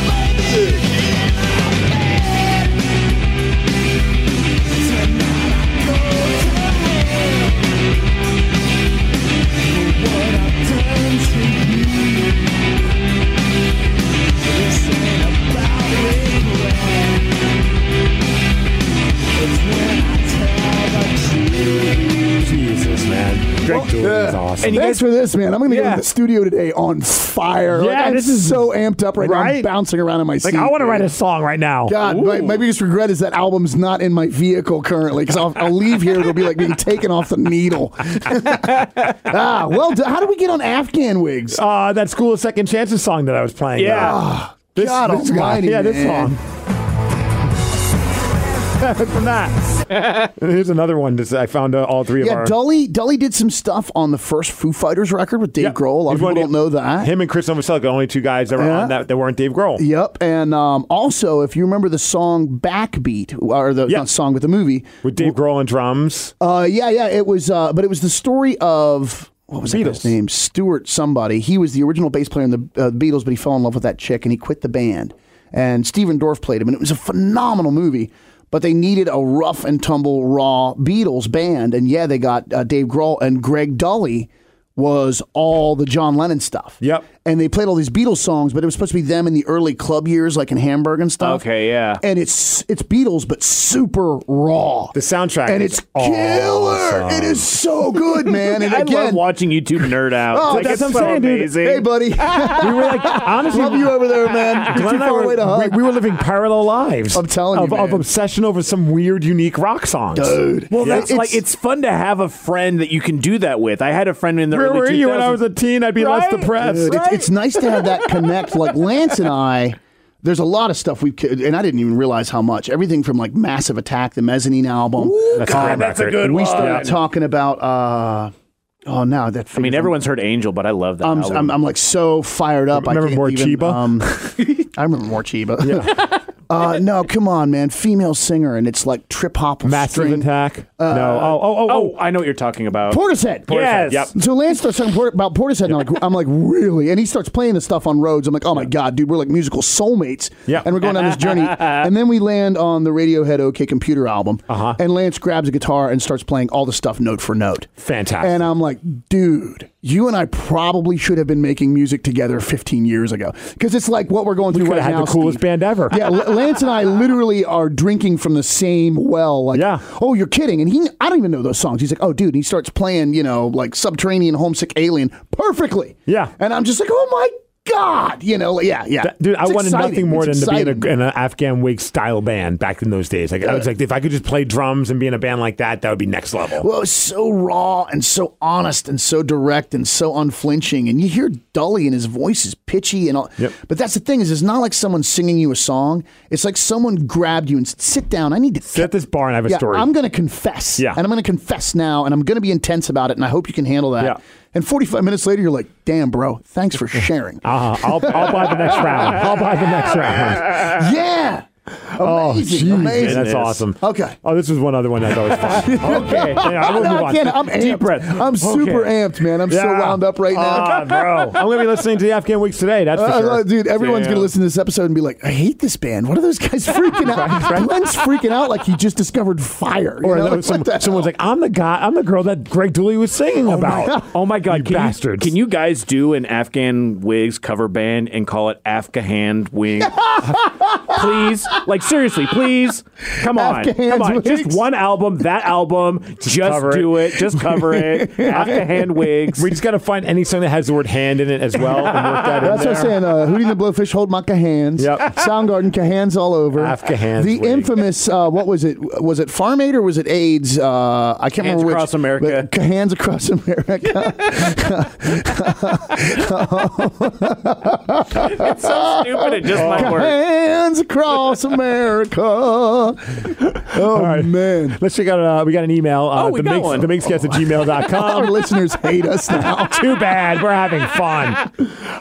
S8: This ain't about regret.
S1: is awesome.
S2: And you
S3: Thanks
S2: guys,
S3: for this, man. I'm going to go
S2: Yeah.
S3: to the studio today on fire.
S1: Yeah,
S3: I'm
S1: this is-
S3: so amped up right, now. I'm
S1: Right?
S3: bouncing around in my
S1: Like
S3: seat.
S1: I want to
S3: dude.
S1: write a song right now.
S3: God, my, my biggest regret is that album's not in my vehicle currently because I'll, I'll leave here. It'll be like being taken off the needle. ah, well, done. how do we get on Afghan wigs?
S1: Uh, that School of Second Chances song that I was playing.
S2: yeah.
S1: This,
S3: God
S1: this guy.
S3: almighty,
S1: Yeah, this
S3: man.
S1: song. From that. And here's another one that I found uh, all three of
S3: Yeah,
S1: our.
S3: Dully, Dully did some stuff on the first Foo Fighters record with Dave
S1: Yeah.
S3: Grohl. A lot of
S1: He's one
S3: people
S1: of
S3: don't
S1: the-
S3: know that.
S1: Him and Chris Novoselic, the only two guys that were
S3: Yeah.
S1: on that that weren't Dave Grohl.
S3: Yep, and um, also if you remember the song "Backbeat" or the
S1: Yeah.
S3: not song but the movie,
S1: With Dave Grohl on drums.
S3: Uh, yeah, yeah. It was, uh, but it was the story of what was that
S1: Beatles.
S3: guy's name? Stuart somebody. He was the original bass player in the uh, Beatles, but he fell in love with that chick and he quit the band. And Steven Dorff played him, and it was a phenomenal movie. But they needed a rough and tumble, raw Beatles band, and yeah, they got uh, Dave Grohl and Greg Dully was all the John Lennon stuff.
S1: Yep.
S3: And they played all these Beatles songs, but it was supposed to be them in the early club years, like in Hamburg and stuff.
S2: Okay, yeah.
S3: And it's it's Beatles, but super raw
S1: The soundtrack
S3: and
S1: is
S3: it's killer.
S1: awesome.
S3: It is so good, man. And
S2: I love
S3: again,
S2: watching YouTube nerd out.
S3: Oh,
S2: Like,
S3: that's
S2: it's
S1: what I'm
S2: so
S1: saying, dude.
S2: amazing.
S3: hey, buddy,
S1: we were like, honestly,
S3: love you over there, man. You're
S1: Glenn
S3: too
S1: and I
S3: far
S1: were,
S3: away to hug.
S1: we, we were living parallel lives.
S3: I'm telling you,
S1: of, of
S3: man.
S1: obsession over some weird, unique rock songs.
S3: Dude.
S2: Well,
S3: Yeah.
S2: that's like it's fun to have a friend that you can do that with. I had a friend in the
S1: Where
S2: early
S1: were
S2: 2000s.
S1: you when I was a teen? I'd be less
S2: Right?
S1: depressed.
S3: Dude, it's, it's nice to have that connect. Like Lance and I, there's a lot of stuff we could, and I didn't even realize how much. Everything from like Massive Attack, the Mezzanine album.
S1: That's a great
S2: that's a
S1: record.
S2: good
S3: we
S2: one.
S3: started talking about. uh Oh no, that.
S2: I mean, everyone's heard Angel, but I love that.
S3: I'm,
S2: album.
S3: I'm, I'm like so fired up. I
S1: Remember
S3: can't
S1: more
S3: even,
S1: Chiba?
S3: Um, I remember more Chiba. uh, no, come on, man. Female singer, and it's like trip hop. with
S1: Massive
S3: string. uh,
S1: Attack. no. Oh, oh, oh,
S2: oh, I know what you're talking about.
S3: Portishead.
S1: Yes.
S2: Yep.
S3: So Lance starts talking por- about Portishead, and I'm like, I'm like, really? And he starts playing this stuff on roads. I'm like, oh my god, dude, we're like musical soulmates.
S1: Yeah.
S3: And we're going down this journey, and then we land on the Radiohead OK Computer album.
S1: Uh-huh.
S3: And Lance grabs a guitar and starts playing all the stuff note for note.
S1: Fantastic.
S3: And I'm like, dude, you and I probably should have been making music together 15 years ago because it's like what we're going through
S1: could
S3: right
S1: have had
S3: now.
S1: the coolest
S3: Steve.
S1: band ever.
S3: Yeah, L- Lance and I literally are drinking from the same well. Like,
S1: Yeah.
S3: oh, you're kidding. And he, I don't even know those songs. He's like, oh, dude. And he starts playing, you know, like Subterranean Homesick Alien perfectly.
S1: Yeah.
S3: And I'm just like, oh my God. You know, like, yeah, yeah.
S1: That- dude, I
S3: It's
S1: wanted
S3: exciting.
S1: nothing more
S3: It's
S1: than to be in,
S3: exciting.
S1: a, in an Afghan wig style band back in those days. Like I was like, if I could just play drums and be in a band like that, that would be next level.
S3: Well, it was so raw and so honest and so direct and so unflinching. And you hear Dully and his voice is pitchy and all.
S1: Yep.
S3: But that's the thing is, it's not like someone singing you a song. It's like someone grabbed you and said, "Sit down. I need to
S1: Sit at this bar and I have a
S3: yeah,
S1: story.
S3: I'm going to confess.
S1: Yeah.
S3: And I'm going to confess now, and I'm going to be intense about it. And I hope you can handle that.
S1: Yeah.
S3: And 45 minutes later, you're like, "Damn, bro, thanks for sharing."
S1: uh-huh. I'll, I'll buy the next round. I'll buy the next round.
S3: yeah. Amazing.
S1: Jeez,
S3: amazing.
S1: Oh, That's awesome.
S3: Okay.
S1: Oh, this was one other one that I thought was fun. okay. Yeah, I will
S3: No,
S1: move
S3: I
S1: on.
S3: can't. I'm amped.
S1: Deep breath.
S3: I'm super
S1: Okay.
S3: amped, man. I'm so
S1: Yeah.
S3: wound up right now.
S1: Ah, bro. I'm going to be listening to the Afghan Weeks today. That's for
S3: Uh,
S1: sure.
S3: uh, dude, everyone's
S2: Damn.
S3: going to listen to this episode and be like, I hate this band. What are those guys freaking out? Glenn's freaking out like he just discovered fire. you
S1: Or
S3: know?
S1: that
S3: Like,
S1: was some,
S3: what the
S1: someone's
S3: hell?
S1: like, I'm the guy, I'm the girl that Greg Dooley was singing about.
S2: Oh my God,
S1: you
S2: can
S1: bastards!
S2: You, can you guys do an Afghan Wigs cover band and call it Afghan Wing? please, like seriously, please, come on,
S3: Afghan
S2: come on,
S3: Wigs.
S2: just one album, that album, just,
S1: cover
S2: do it. just cover it, Afghan Wigs.
S1: We just got to find any song that has the word hand in it as well and work that
S3: That's
S1: in
S3: what I'm
S1: there.
S3: saying. Uh, Hootie and the Blowfish, Hold My Hands.
S1: Yep.
S3: Soundgarden, Cahans all over.
S1: Afghans
S3: The
S1: wig.
S3: infamous, uh, what was it? Was it Farm Aid or was it AIDS? Uh, I can't
S2: Cahans
S3: remember which.
S2: Across America.
S3: but Cahans Across America.
S2: It's so stupid. It just
S1: Oh.
S2: might work.
S3: Cahans Across America. Oh, man.
S1: Let's check out. Uh, we got an email. Uh,
S2: Oh, we
S1: the
S2: got
S1: makes,
S2: one. Oh.
S1: The at
S3: Our
S1: gmail.com.
S3: listeners hate us now.
S1: Oh, Too bad. We're having fun.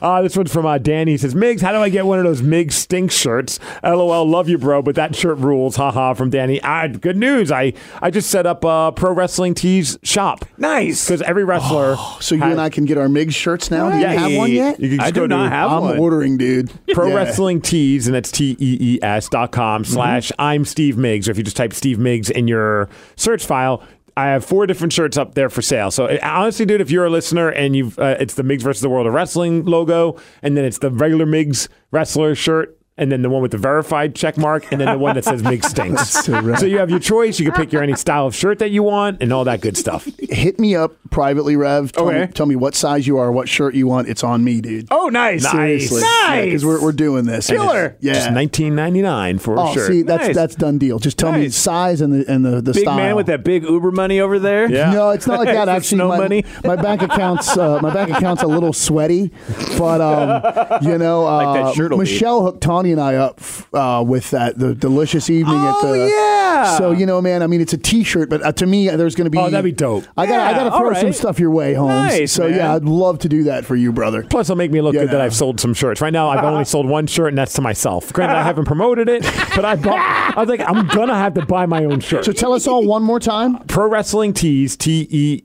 S1: Uh, this one's from uh, Danny. He says, Migs, how do I get one of those Migs stink shirts? LOL, love you, bro, but that shirt rules. Haha, from Danny. Ah, good news. I, I just set up a pro wrestling tees shop.
S2: Nice.
S1: Because every wrestler.
S3: Oh, So you
S1: has-
S3: and I can get our MIG shirts now? Do you
S1: Yes.
S3: have one yet?
S1: You can just
S2: I
S1: go
S2: do
S1: to-
S2: not have
S3: I'm
S2: one.
S3: ordering, dude.
S1: Pro
S3: Yeah. Mm-hmm.
S1: Wrestling Tees, and that's T E E S dot com slash I'm Steve Miggs. Or if you just type Steve Miggs in your search file, I have four different shirts up there for sale. So uh, honestly, dude, if you're a listener and you've, uh, it's the Miggs versus the World of Wrestling logo, and then it's the regular Miggs wrestler shirt. and then the one with the verified check mark, and then the one that says Mig Stinks. so, you have your choice. You can pick your any style of shirt that you want and all that good stuff.
S3: Hit me up privately, Rev. Tell, me,
S2: Okay.
S3: tell me what size you are, what shirt you want. It's on me, dude.
S2: Oh, nice.
S1: Seriously.
S3: Because we're, we're doing this.
S2: Killer.
S3: Yeah.
S1: Just nineteen ninety nine for a
S3: Oh,
S1: shirt.
S3: see, that's
S2: Nice.
S3: that's done deal. Just tell me
S2: Nice.
S3: size and the and the, the
S2: Big
S3: style.
S2: man with that big Uber money over there.
S1: Yeah.
S3: No, it's not like that.
S2: It's the
S3: Actually,
S2: snow
S3: my,
S2: money.
S3: my bank accounts uh, my bank accounts a little sweaty, but um, you know, uh,
S2: Like that shirt will be.
S3: Michelle hooked Tawny and I up f- uh, with that the delicious evening at
S2: Oh,
S3: the
S2: yeah.
S3: So you know, man, I mean, it's a T-shirt, but uh, to me, there's going to be
S1: Oh, that'd be dope.
S3: I got to I
S2: Yeah,
S3: got to throw
S2: all
S3: some
S2: right.
S3: stuff your way, Holmes.
S2: Nice,
S3: so
S2: man.
S3: yeah, I'd love to do that for you, brother.
S1: Plus, it'll make me look
S3: Yeah.
S1: good that I've sold some shirts. Right now, I've only sold one shirt, and that's to myself. Granted, I haven't promoted it, but I bought. I was like, I'm gonna have to buy my own shirt.
S3: So tell us all one more time.
S1: Pro Wrestling Tees, T E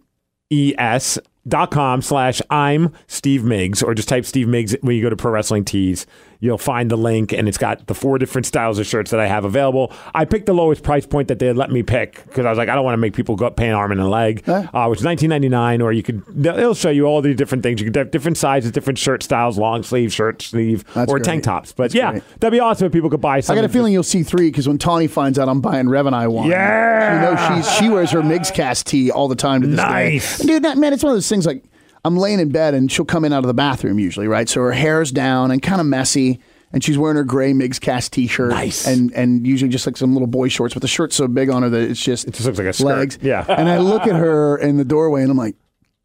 S1: E S dot com slash I'm Steve Miggs, or just type Steve Miggs when you go to Pro Wrestling Tees. You'll find the link, and it's got the four different styles of shirts that I have available. I picked the lowest price point that they let me pick because I was like, I don't want to make people go up paying arm and a leg, uh, which is nineteen ninety nine. Or you could, it'll show you all the different things. You could have different sizes, different shirt styles, long sleeve, shirt sleeve,
S3: That's
S1: or
S3: great.
S1: tank tops. But
S3: That's
S1: yeah,
S3: great.
S1: that'd be awesome if people could buy.
S3: I
S1: Something
S3: got a feeling you'll see three because when Tawny finds out I'm buying Rev and I one,
S1: Yeah.
S3: you know she's she wears her Migs cast tee all the time to this
S1: Nice.
S3: day. Dude, that, man, it's one of those things like I'm laying in bed and she'll come in out of the bathroom usually, right? So her hair's down and kind of messy, and she's wearing her gray Migs cast t-shirt,
S1: Nice.
S3: and and usually just like some little boy shorts, but the shirt's so big on her that it's just it
S1: just looks like a skirt.
S3: legs.
S1: Yeah.
S3: and I look at her in the doorway and I'm like.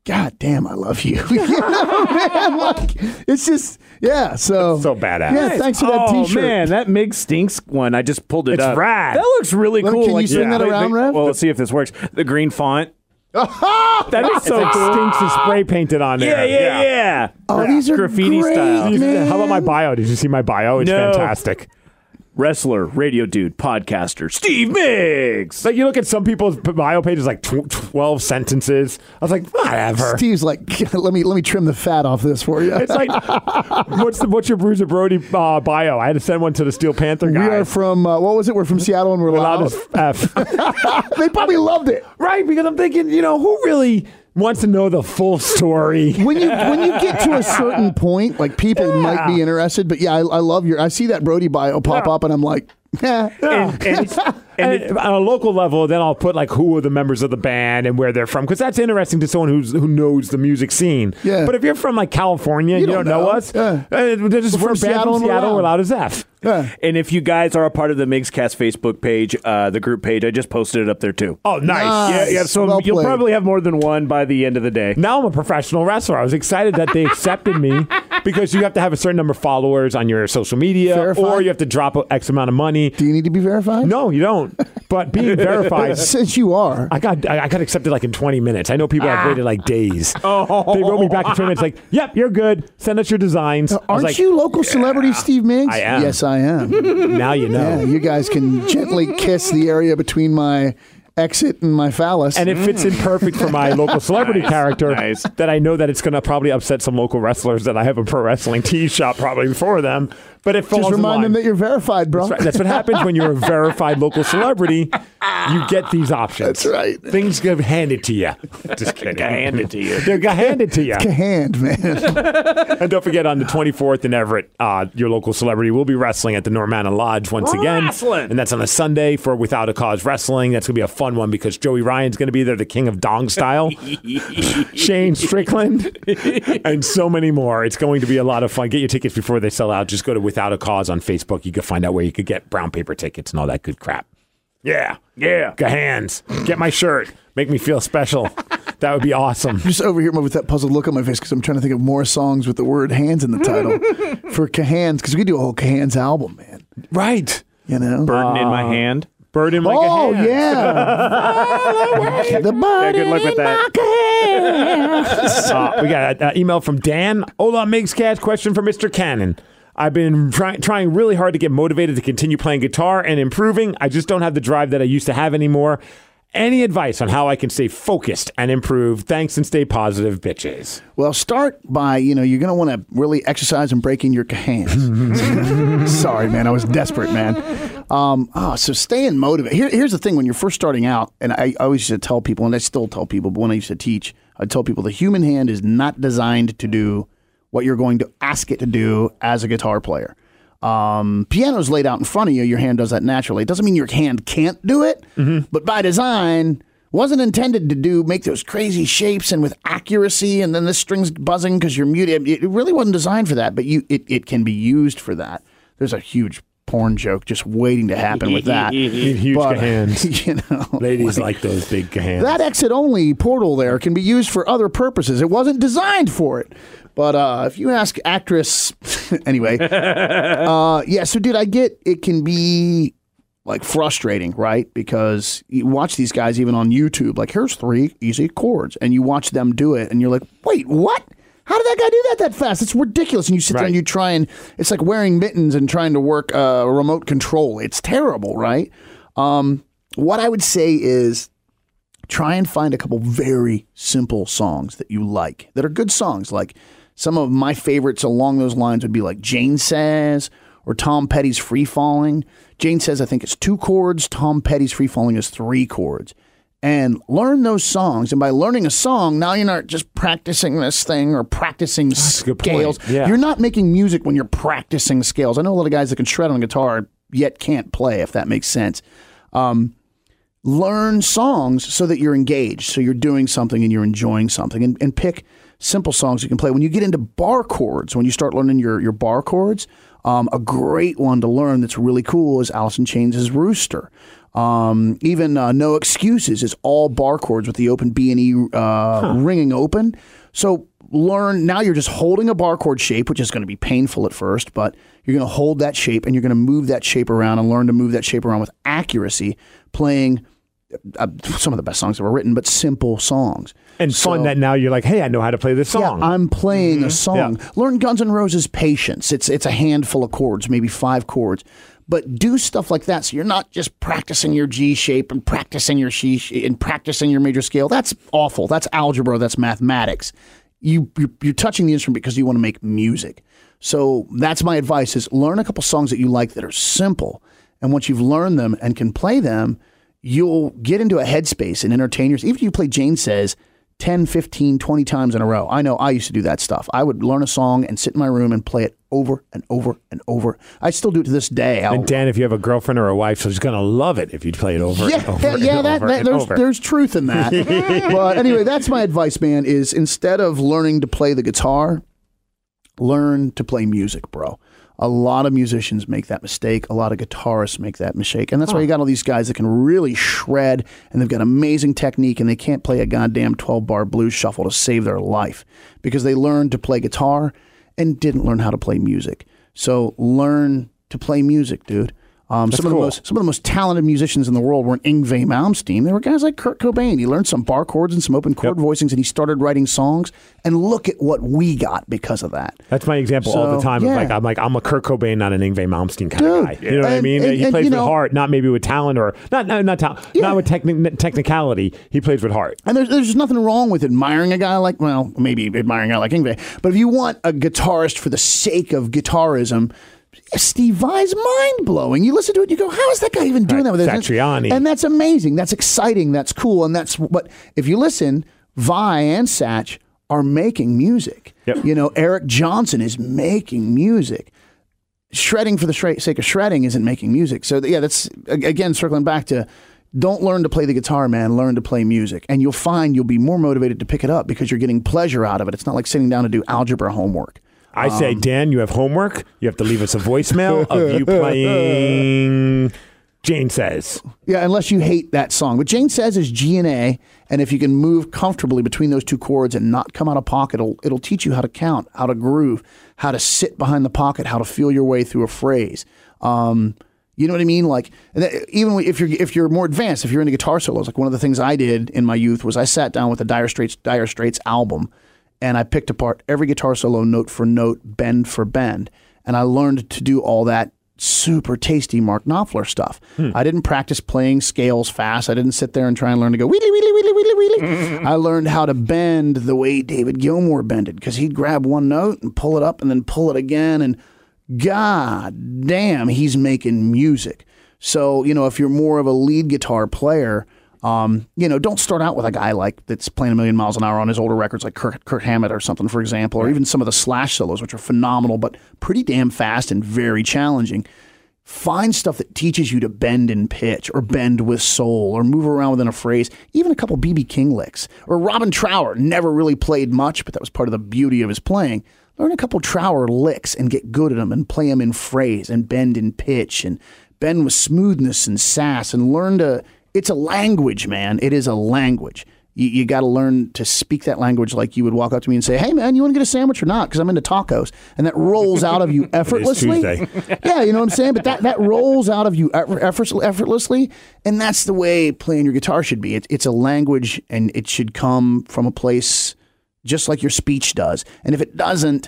S3: God damn, I love you. you know, man? Like, it's just, yeah. So,
S1: so badass.
S3: Yeah, thanks for that
S2: oh,
S3: t shirt.
S2: man, that Mig Stinks one. I just pulled it
S1: It's
S2: up.
S1: rad.
S2: That looks really
S3: Let-
S2: cool.
S3: can you swing that
S2: the-
S3: around,
S2: the-
S3: Rev?
S2: Well, let's see if this works. The green font.
S1: that is so cool. Stinks is spray painted on there.
S2: Yeah, yeah, yeah.
S3: Oh, these are
S2: Graffiti style.
S3: great, man.
S1: How about my bio? Did you see my bio? It's
S2: No.
S1: fantastic.
S2: Wrestler, radio dude, podcaster, Steve Miggs.
S1: Like you look at some people's bio pages, like tw- twelve sentences. I was like, whatever.
S3: Steve's like, let me let me trim the fat off this for you.
S1: It's like, what's the, what's your Bruiser Brody uh, bio? I had to send one to the Steel Panther
S3: we
S1: guy.
S3: are from uh, what was it? We're from Seattle and we're
S1: Loud
S3: loud.
S1: as f.
S3: they probably loved it.
S1: right? Because I'm thinking, you know, who really wants to know the full story?
S3: When you when you get to a certain point, like people might be interested. But yeah, I, I love your. I see that Brody bio pop up, and I'm like, eh.
S1: And, and, and it- on a local level, then I'll put like who are the members of the band and where they're from, because that's interesting to someone who's who knows the music scene.
S3: Yeah.
S1: But if you're from like California, and you,
S3: don't
S1: don't know,
S3: know.
S1: us.
S3: Yeah.
S1: Uh, they're just
S3: We're
S1: we're
S3: from
S1: a band
S3: Seattle
S1: from
S3: and we're
S1: Seattle.
S3: loud.
S1: We're loud as f.
S3: Yeah.
S2: And if you guys are a part of the Migscast Facebook page, uh, the group page, I just posted it up there too.
S1: Oh, nice.
S3: Nice.
S2: Yeah, yeah. So
S3: Well
S2: you'll
S3: played.
S2: probably have more than one by the end of the day.
S1: Now I'm a professional wrestler. I was excited that they accepted me because you have to have a certain number of followers on your social media,
S3: Verified?
S1: or you have to drop a- X amount of money.
S3: Do you need to be verified?
S1: No, you don't. But being verified.
S3: Since you are,
S1: I got I I got accepted like in 20 minutes. I know people
S3: Ah.
S1: have waited like days. Oh. They wrote me back in 20 minutes like, "Yep, you're good. Send us your designs." I was
S3: aren't
S1: like,
S3: you local celebrity Steve Miggs?
S1: I am.
S3: Yes, I am.
S1: Now you know.
S3: yeah, you guys can gently kiss the area between my exit and my phallus.
S1: And it fits in perfect for my local celebrity character
S2: nice.
S1: that I know that it's going to probably upset some local wrestlers that I have a pro wrestling tee shop probably for them. But it falls
S3: just
S1: in
S3: remind
S1: line.
S3: them that you're verified, bro.
S1: That's right. That's what happens when you're a verified local celebrity. You get these options.
S3: That's right.
S1: Things get handed to you. Just kidding.
S2: I hand it to you.
S1: They got handed to you.
S3: Take a hand, man.
S1: And don't forget, on the 24th in Everett, uh, your local celebrity will be wrestling at the Normanna Lodge once again.
S2: Wrestling.
S1: And that's on a Sunday for Without a Cause Wrestling. That's going to be a fun one because Joey Ryan's going to be there, the king of dong style, Shane Strickland, and so many more. It's going to be a lot of fun. Get your tickets before they sell out. Just go to Without a Cause on Facebook. You can find out where you could get brown paper tickets and all that good crap. Yeah, yeah. Get hands. Get my shirt. Make me feel special. that would be awesome.
S3: just over here with that puzzled look on my face because I'm trying to think of more songs with the word hands in the title for Cahans because we do a whole Cahans album, man.
S1: Right.
S3: You know?
S2: Burden in my hand.
S1: Burden like a
S3: oh,
S1: hand.
S3: yeah. the
S2: Yeah, good luck with that.
S1: Uh, we got an email from Dan. Hola, Migs Cat. Question for Mr. Cannon. I've been try- trying really hard to get motivated to continue playing guitar and improving. I just don't have the drive that I used to have anymore. Any advice on how I can stay focused and improve? Thanks and stay positive, bitches.
S3: Well, start by, you know, you're going to want to really exercise and break in your Cahans. Sorry, man. I was desperate, man. Um, oh, so staying motivated. Here, here's the thing when you're first starting out, and I, I always used to tell people, and I still tell people, but when I used to teach, I'd tell people the human hand is not designed to do what you're going to ask it to do as a guitar player. um, piano's laid out in front of you, your hand does that naturally. It doesn't mean your hand can't do it, but by design, wasn't intended to do make those crazy shapes and with accuracy, and then this string's buzzing because you're muted. It it really wasn't designed for that, but you it, it can be used for that. There's a huge porn joke just waiting to happen with that.
S1: Need huge
S3: But,
S1: hands.
S3: you know,
S1: Ladies like those big hands.
S3: that exit only portal there can be used for other purposes. It wasn't designed for it. But uh, if you ask actress, anyway, uh, yeah. So, dude, I get it can be like frustrating, right? Because you watch these guys even on YouTube. Like, here's three easy chords, and you watch them do it, and you're like, wait, what? How did that guy do that that fast? It's ridiculous. And you sit there and you try and it's like wearing mittens and trying to work a remote control. It's terrible, right? Um, what I would say is try and find a couple very simple songs that you like that are good songs. Like some of my favorites along those lines would be like Jane Says or Tom Petty's Free Falling. Jane Says, I think it's two chords. Tom Petty's Free Falling is three chords. And learn those songs. And by learning a song, now you're not just practicing this thing or practicing
S1: good point.
S3: scales.
S1: Yeah.
S3: You're not making music when you're practicing scales. I know a lot of guys that can shred on guitar yet can't play, if that makes sense learn songs so that you're engaged, so you're doing something and you're enjoying something, and, and pick simple songs you can play. When you get into bar chords, when you start learning your, your bar chords, um, a great one to learn that's really cool is Allison Chains' Rooster. Um, even uh, No Excuses is all bar chords with the open B and E uh, ringing open. So learn now you're just holding a bar chord shape, which is going to be painful at first, but you're going to hold that shape and you're going to move that shape around and learn to move that shape around with accuracy, playing uh, some of the best songs that were written, but simple songs.
S1: and fun that now you're like, hey, I know how to play this song.
S3: Yeah, I'm playing a song. Learn Guns N' Roses Patience. It's it's a handful of chords, maybe five chords. But do stuff like that so you're not just practicing your G shape and practicing your C sh- and practicing your major scale. That's awful. That's algebra. That's mathematics. You you're, you're touching the instrument because you want to make music. So that's my advice: is learn a couple songs that you like that are simple, and once you've learned them and can play them, you'll get into a headspace and entertain yourself. Even if you play Jane Says 10, 15, 20 times in a row, I know I used to do that stuff. I would learn a song and sit in my room and play it over and over and over. I still do it to this day. I'll-
S1: and Dan, if you have a girlfriend or a wife, she's gonna love it if you play it over and
S3: yeah,
S1: over.
S3: yeah,
S1: and
S3: that,
S1: over
S3: that-
S1: and
S3: there's
S1: over.
S3: there's truth in that. but anyway, that's my advice, man. Is instead of learning to play the guitar, learn to play music, bro. A lot of musicians make that mistake. A lot of guitarists make that mistake, and that's why you got all these guys that can really shred, and they've got amazing technique, and they can't play a goddamn twelve bar blues shuffle to save their life because they learned to play guitar and didn't learn how to play music. So learn to play music, dude. Um, some of the most some of the most talented musicians in the world weren't Ingve Malmsteen. There were guys like Kurt Cobain. He learned some bar chords and some open chord voicings, and he started writing songs. And look at what we got because of that.
S1: That's my example all the
S3: So,
S1: time. Of
S3: yeah.
S1: like I'm like I'm a Kurt Cobain, not an Ingve Malmsteen kind
S3: Dude,
S1: of guy. You know what I
S3: and-
S1: mean?
S3: and-
S1: he
S3: and,
S1: plays
S3: you
S1: with
S3: know-
S1: heart, not maybe with talent or not not not talent,
S3: Yeah.
S1: not with techni- technicality. He plays with heart.
S3: And there's there's nothing wrong with admiring a guy like well maybe admiring a guy like Ingve, but if you want a guitarist for the sake of guitarism. Steve Vai's mind blowing. You listen to it, you go, "How is that guy even doing that with his hands?"
S1: Satriani.
S3: And that's amazing. That's exciting. That's cool. And that's what if you listen, Vi and Satch are making music.
S1: Yep.
S3: You know, Eric Johnson is making music. Shredding for the shre- sake of shredding isn't making music. So yeah, that's a- again circling back to don't learn to play the guitar, man. Learn to play music, and you'll find you'll be more motivated to pick it up because you're getting pleasure out of it. It's not like sitting down to do algebra homework.
S1: I
S3: Um.
S1: say, Dan, you have homework. You have to leave us a voicemail of you playing. Jane says,
S3: Yeah, unless you hate that song. What Jane says is G and A, and if you can move comfortably between those two chords and not come out of pocket, it'll, it'll teach you how to count, how to groove, how to sit behind the pocket, how to feel your way through a phrase. Um, you know what I mean? Like and that- even if you're if you're more advanced, if you're into guitar solos, like one of the things I did in my youth was I sat down with the Dire Straits Dire Straits album, and I picked apart every guitar solo note for note, bend for bend, and I learned to do all that super tasty Mark Knopfler stuff. I didn't practice playing scales fast. I didn't sit there and try and learn to go wheelie wheelie wheelie wheelie wheelie. I learned how to bend the way David Gilmour bended because he'd grab one note and pull it up and then pull it again and God damn, he's making music. So, you know, if you're more of a lead guitar player, Um, you know, don't start out with a guy like that's playing a million miles an hour on his older records, like Kurt, Kurt Hammett or something, for example, or even some of the Slash solos, which are phenomenal but pretty damn fast and very challenging. Find stuff that teaches you to bend in pitch or bend with soul or move around within a phrase, even a couple BB King licks. Or Robin Trower never really played much, but that was part of the beauty of his playing. Learn a couple Trower licks and get good at them and play them in phrase and bend in pitch and bend with smoothness and sass and learn to. It's a language, man. It is a language. You, you got to learn to speak that language like you would walk up to me and say, "Hey, man, you want to get a sandwich or not?" Because I'm into tacos, and that rolls out of you effortlessly.
S1: Tuesday.
S3: yeah, you know what I'm saying. But that that rolls out of you eff- efforts- effortlessly, and that's the way playing your guitar should be. It, it's a language, and it should come from a place just like your speech does. And if it doesn't,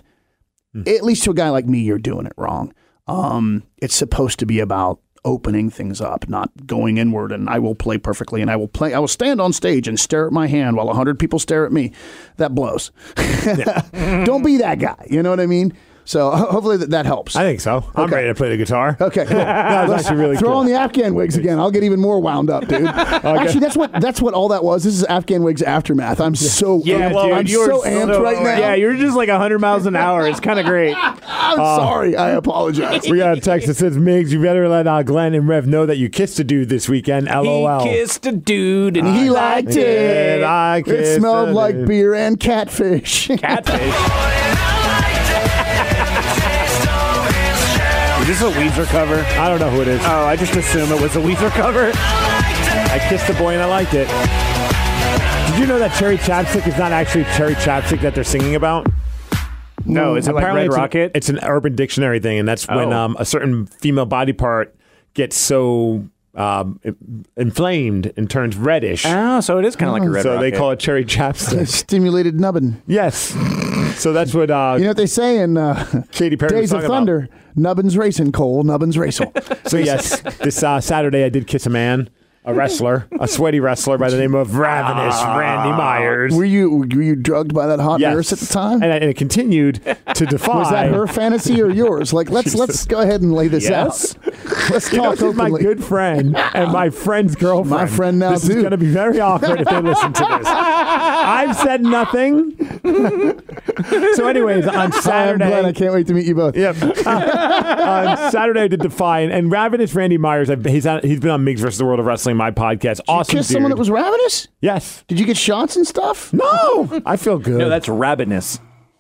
S3: at least to a guy like me, you're doing it wrong. Um, it's supposed to be about opening things up, not going inward. And I will play perfectly, and I will play. I will stand on stage and stare at my hand while hundred people stare at me. That blows. Don't be that guy. You know what I mean? So ho- hopefully that, that helps.
S1: I think so. I'm
S3: Okay.
S1: ready to play the guitar.
S3: Okay, cool.
S1: That was actually really
S3: Throw
S1: cool.
S3: on the Afghan wigs again. I'll get even more wound up, dude. Actually, that's what that's what all that was. This is Afghan wigs aftermath. I'm so amped. I'm
S2: you're
S3: so amped right now.
S2: Yeah, you're just like 100 miles an hour. It's kind of great.
S3: I'm
S1: Uh,
S3: sorry. I apologize.
S1: We got a text that says, Migs, you better let uh, Glenn and Rev know that you kissed a dude this weekend. LOL.
S2: He kissed a dude and
S3: He
S2: he
S3: liked it.
S1: Did I kiss
S3: It smelled
S1: a
S3: like
S1: dude?
S3: beer and catfish.
S2: catfish.
S9: Is this a Weezer cover? I don't know who it is.
S2: Oh, I just assume it was a Weezer cover.
S1: I kissed a boy and I liked it. Did you know that Cherry Chapstick is not actually Cherry Chapstick that they're singing about?
S2: No, is it like Red
S1: it's an-
S2: Rocket?
S1: it's an Urban Dictionary thing, and that's when
S2: Oh.
S1: um, a certain female body part gets so um, in- inflamed and turns reddish.
S2: oh, so it is kind of like a Red
S1: so
S2: Rocket.
S1: they call it Cherry Chapstick.
S3: Stimulated nubbin.
S1: yes. So that's what uh,
S3: You know what they say in uh,
S1: Katy Perry was
S3: Days of
S1: talking about.
S3: Thunder? Nubbin's racing, Cole. Nubbin's racing.
S1: So yes, this uh, Saturday I did kiss a man, a wrestler, a sweaty wrestler by the name of Ravenous
S3: Ah.
S1: Randy Myers.
S3: were you were you drugged by that hot
S1: Yes.
S3: nurse at the time?
S1: and, I- and it continued to defy.
S3: Was that her fantasy or yours? Like let's let's go ahead and lay this
S1: Yes.
S3: out. Let's
S1: You know,
S3: talk
S1: this is my
S3: openly.
S1: good friend and my friend's girlfriend.
S3: My friend now,
S1: This
S3: too.
S1: is going to be very awkward if they listen to this. I've said nothing. so, anyways, on
S3: I'm
S1: Saturday,
S3: glad I can't wait to meet you both.
S1: Yep. on Saturday, I did Defy, and, and Ravenous Randy Myers. I've, he's on, he's been on Migs versus the World of Wrestling, my podcast.
S3: Did
S1: awesome.
S3: you kiss someone
S1: dude.
S3: that was ravenous?
S1: yes.
S3: Did you get shots and stuff?
S1: No, I feel good.
S2: no, that's rabbitness.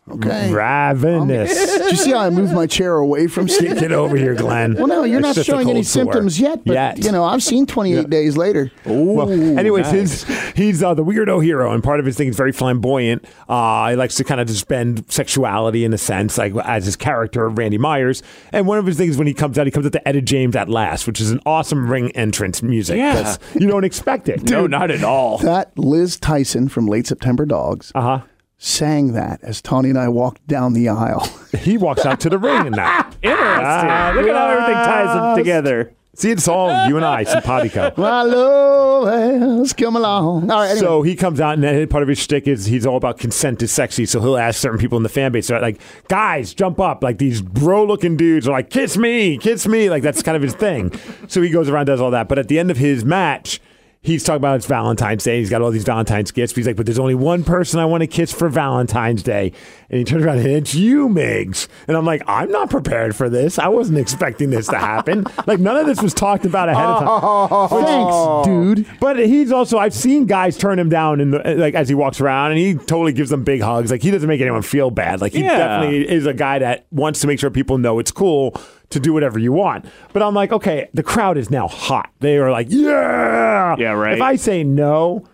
S3: Okay.
S1: Ravenous.
S3: Did you see how I moved my chair away from Steve?
S1: Get over here, Glenn.
S3: Well, no, you're
S1: It's
S3: not
S1: just a
S3: showing any
S1: cold sore.
S3: symptoms yet, but you know, I've seen 28 days later.
S1: Well, anyways, his, he's uh, the weirdo hero, and part of his thing is very flamboyant. Uh, he likes to kind of just bend sexuality in a sense, like as his character, Randy Myers. And one of his things when he comes out, he comes out to Etta James at last, which is an awesome ring entrance music.
S2: Yeah.
S1: That's- You don't expect it.
S2: No, not at all.
S3: That Liz Tyson from Late September Dogs
S1: Uh huh.
S3: sang that as Tawny and I walked down the aisle.
S1: He walks out to the ring in that. Ah,
S2: Interesting. Look at how everything ties them
S1: Lost.
S2: together.
S1: See, it's all you and I, simpatico.
S3: My love has come along. All right, anyway.
S1: So he comes out, and then part of his shtick is he's all about consent is sexy. So he'll ask certain people in the fan base, so like, guys, jump up. Like these bro looking dudes are like, kiss me, kiss me. Like that's kind of his thing. So he goes around, and does all that. But at the end of his match, he's talking about it's Valentine's Day. He's got all these Valentine's gifts. But he's like, but there's only one person I want to kiss for Valentine's Day. And he turns around and it's you, Migs. And I'm like, I'm not prepared for this. I wasn't expecting this to happen. like none of this was talked about ahead of time.
S3: Oh. thanks, dude.
S1: Oh. But he's also I've seen guys turn him down in the eh, like as he walks around and he totally gives them big hugs. Like he doesn't make anyone feel bad. Like he
S2: Yeah.
S1: definitely is a guy that wants to make sure people know it's cool to do whatever you want. But I'm like, okay, the crowd is now hot. They are like, yeah.
S2: Yeah, right.
S1: If I say no,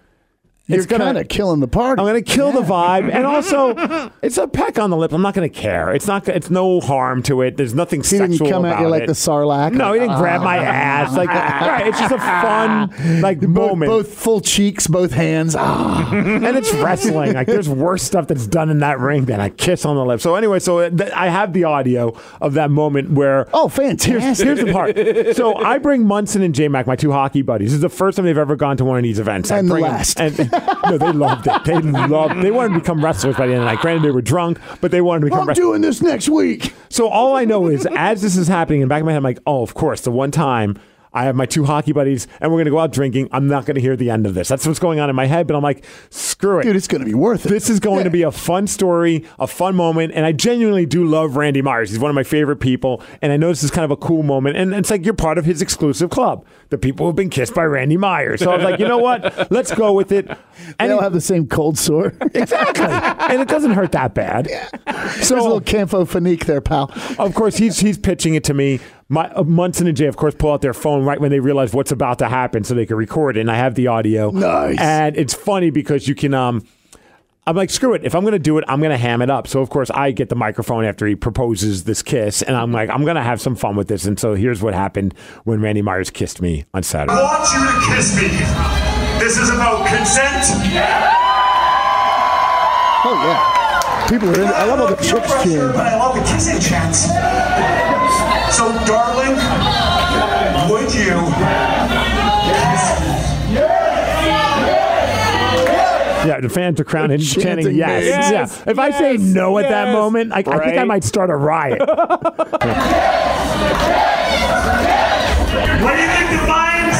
S3: You're
S1: it's gonna
S3: kind of killing the party.
S1: I'm gonna kill the vibe, and also it's a peck on the lip. I'm not gonna care. It's not. It's no harm to it. There's nothing
S3: he
S1: sexual
S3: didn't come
S1: about
S3: at you like
S1: it.
S3: the sarlacc.
S1: No, he didn't grab my
S3: Ah.
S1: ass. Like, right, it's just a fun like
S3: Uh, Both,
S1: moment.
S3: both full cheeks, both hands. Ah.
S1: and it's wrestling. Like there's worse stuff that's done in that ring than a kiss on the lips. So anyway, so it- th- I have the audio of that moment where
S3: Oh,
S1: Here's,
S3: fantastic.
S1: here's the part. So I bring Munson and J Mac, my two hockey buddies. This is the first time they've ever gone to one of these events. I
S3: And the
S1: bring 'em-
S3: last.
S1: and- no, they loved it. They loved. They wanted to become wrestlers by the end of the night. Granted, they were drunk, but they wanted to become
S3: I'm
S1: wrestlers.
S3: doing this next week.
S1: So all I know is, as this is happening, in the back of my head, I'm like, oh, of course, the one time I have my two hockey buddies, and we're going to go out drinking. I'm not going to hear the end of this. That's what's going on in my head. But I'm like, screw it.
S3: Dude, it's going to be worth it.
S1: This is going to be a fun story, a fun moment, and I genuinely do love Randy Myers. He's one of my favorite people, and I know this is kind of a cool moment. And it's like you're part of his exclusive club, the people who've been kissed by Randy Myers. So I was like, you know what? Let's go with it.
S3: They
S1: And
S3: don't have the same cold sore.
S1: exactly, and it doesn't hurt that bad.
S3: So There's a little Campo Fanique there, pal.
S1: Of course, he's he's pitching it to me. My uh, Munson and Jay, of course, pull out their phone right when they realize what's about to happen, so they can record it. And I have the audio.
S3: Nice.
S1: And it's funny because you can. Um, I'm like, screw it. If I'm going to do it, I'm going to ham it up. So of course, I get the microphone after he proposes this kiss, and I'm like, I'm going to have some fun with this. And so here's what happened when Randy Myers kissed me on
S10: I
S1: Saturday.
S10: want you to kiss me. This is about consent.
S3: Oh yeah, people are in. I love all the chicks
S10: You're frustrated,
S3: cheering.
S10: But I love the kissing chats. So, darling, would you kiss me?
S1: Yeah, the fans are crowning,
S3: Chanting
S1: chanting yes.
S3: yes,
S1: Yeah. If I say
S2: yes,
S1: no at that
S2: yes,
S1: moment, I, I think I
S2: right?
S1: might start a riot.
S10: What do you think defines?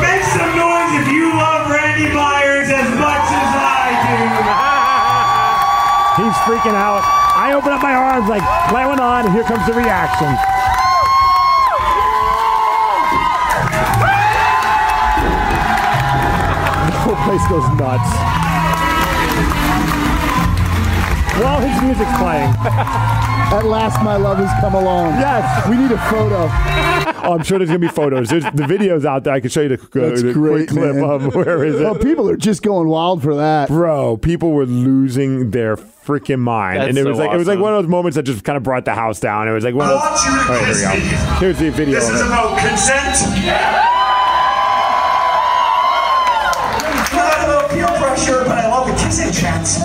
S10: Make some noise if you love Randy Myers as much as I
S1: He's freaking out. I open up my arms, like, play one on, and here comes the reaction. The whole place goes nuts. While his music's playing.
S3: At last, my love has come along.
S1: Yes.
S3: We need a photo.
S1: Oh, I'm sure there's going to be photos. There's the videos out there. I can show you the, uh,
S3: That's
S1: the quick
S3: great,
S1: clip
S3: man.
S1: of where is
S3: Oh,
S1: it.
S3: people are just going wild for that.
S1: Bro, people were losing their freaking mind.
S2: That's
S1: and it
S2: so
S1: was like it was like
S2: awesome.
S1: one of those moments that just kind of brought the house down. It was like one
S10: do. I
S1: of
S10: want
S1: those,
S10: you to
S1: All right,
S10: kiss
S1: here we
S10: me.
S1: go. Here's the video.
S10: This
S1: of
S10: is
S1: it.
S10: about consent. Not about peer pressure, but I love the kissing chance.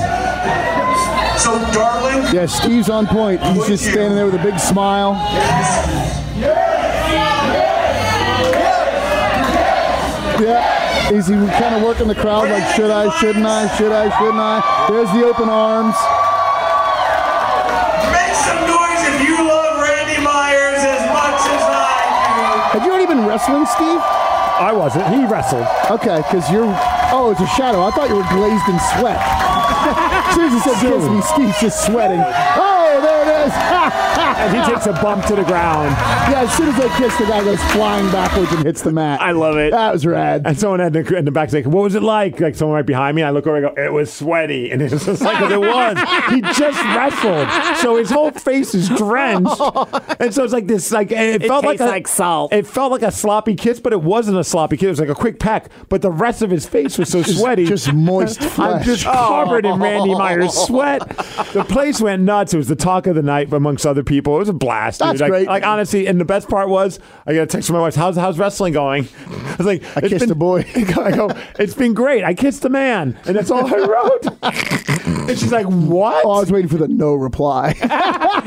S10: So, darling,
S3: Yeah, Steve's on point. He's just standing there with a big smile. Yeah. Is he kind of working the crowd like, should I, shouldn't I, should I, shouldn't I? There's the open arms.
S10: make some noise if you love Randy Myers as much as I
S3: Have you already been wrestling, Steve?
S1: I wasn't. He wrestled.
S3: Okay, because you're. Oh, it's a shadow. I thought you were glazed in sweat. As soon as he said kiss me, Steve's just sweating. Oh, there it is.
S1: And he takes a bump to the ground.
S3: yeah, as soon as they kiss, the guy goes flying backwards and hits the mat.
S2: I love it.
S3: That was rad.
S1: And someone had in the, in the back say, What was it like? Like someone right behind me. I look over and go, It was sweaty. And it's just like, 'cause it was. He just wrestled. So his whole face is drenched. And so it's like this, like, it, felt like, a,
S2: tastes like salt.
S1: It felt like a sloppy kiss, but it wasn't a sloppy kiss. It was like a quick peck. But the rest of his face was so sweaty.
S3: just moist
S1: I'm
S3: flesh.
S1: just covered in Randy Myers sweat. The place went nuts. It was the talk of the night amongst other people. It was a blast.
S3: That's
S1: dude. Like-
S3: great.
S1: Like, honestly, and the best part was I got a text from my wife. How's how's wrestling going? I was like, I
S3: kissed a boy.
S1: I go, it's been great. I kissed a man, and that's all I wrote. and she's like, what?
S3: Oh, I was waiting for the no reply.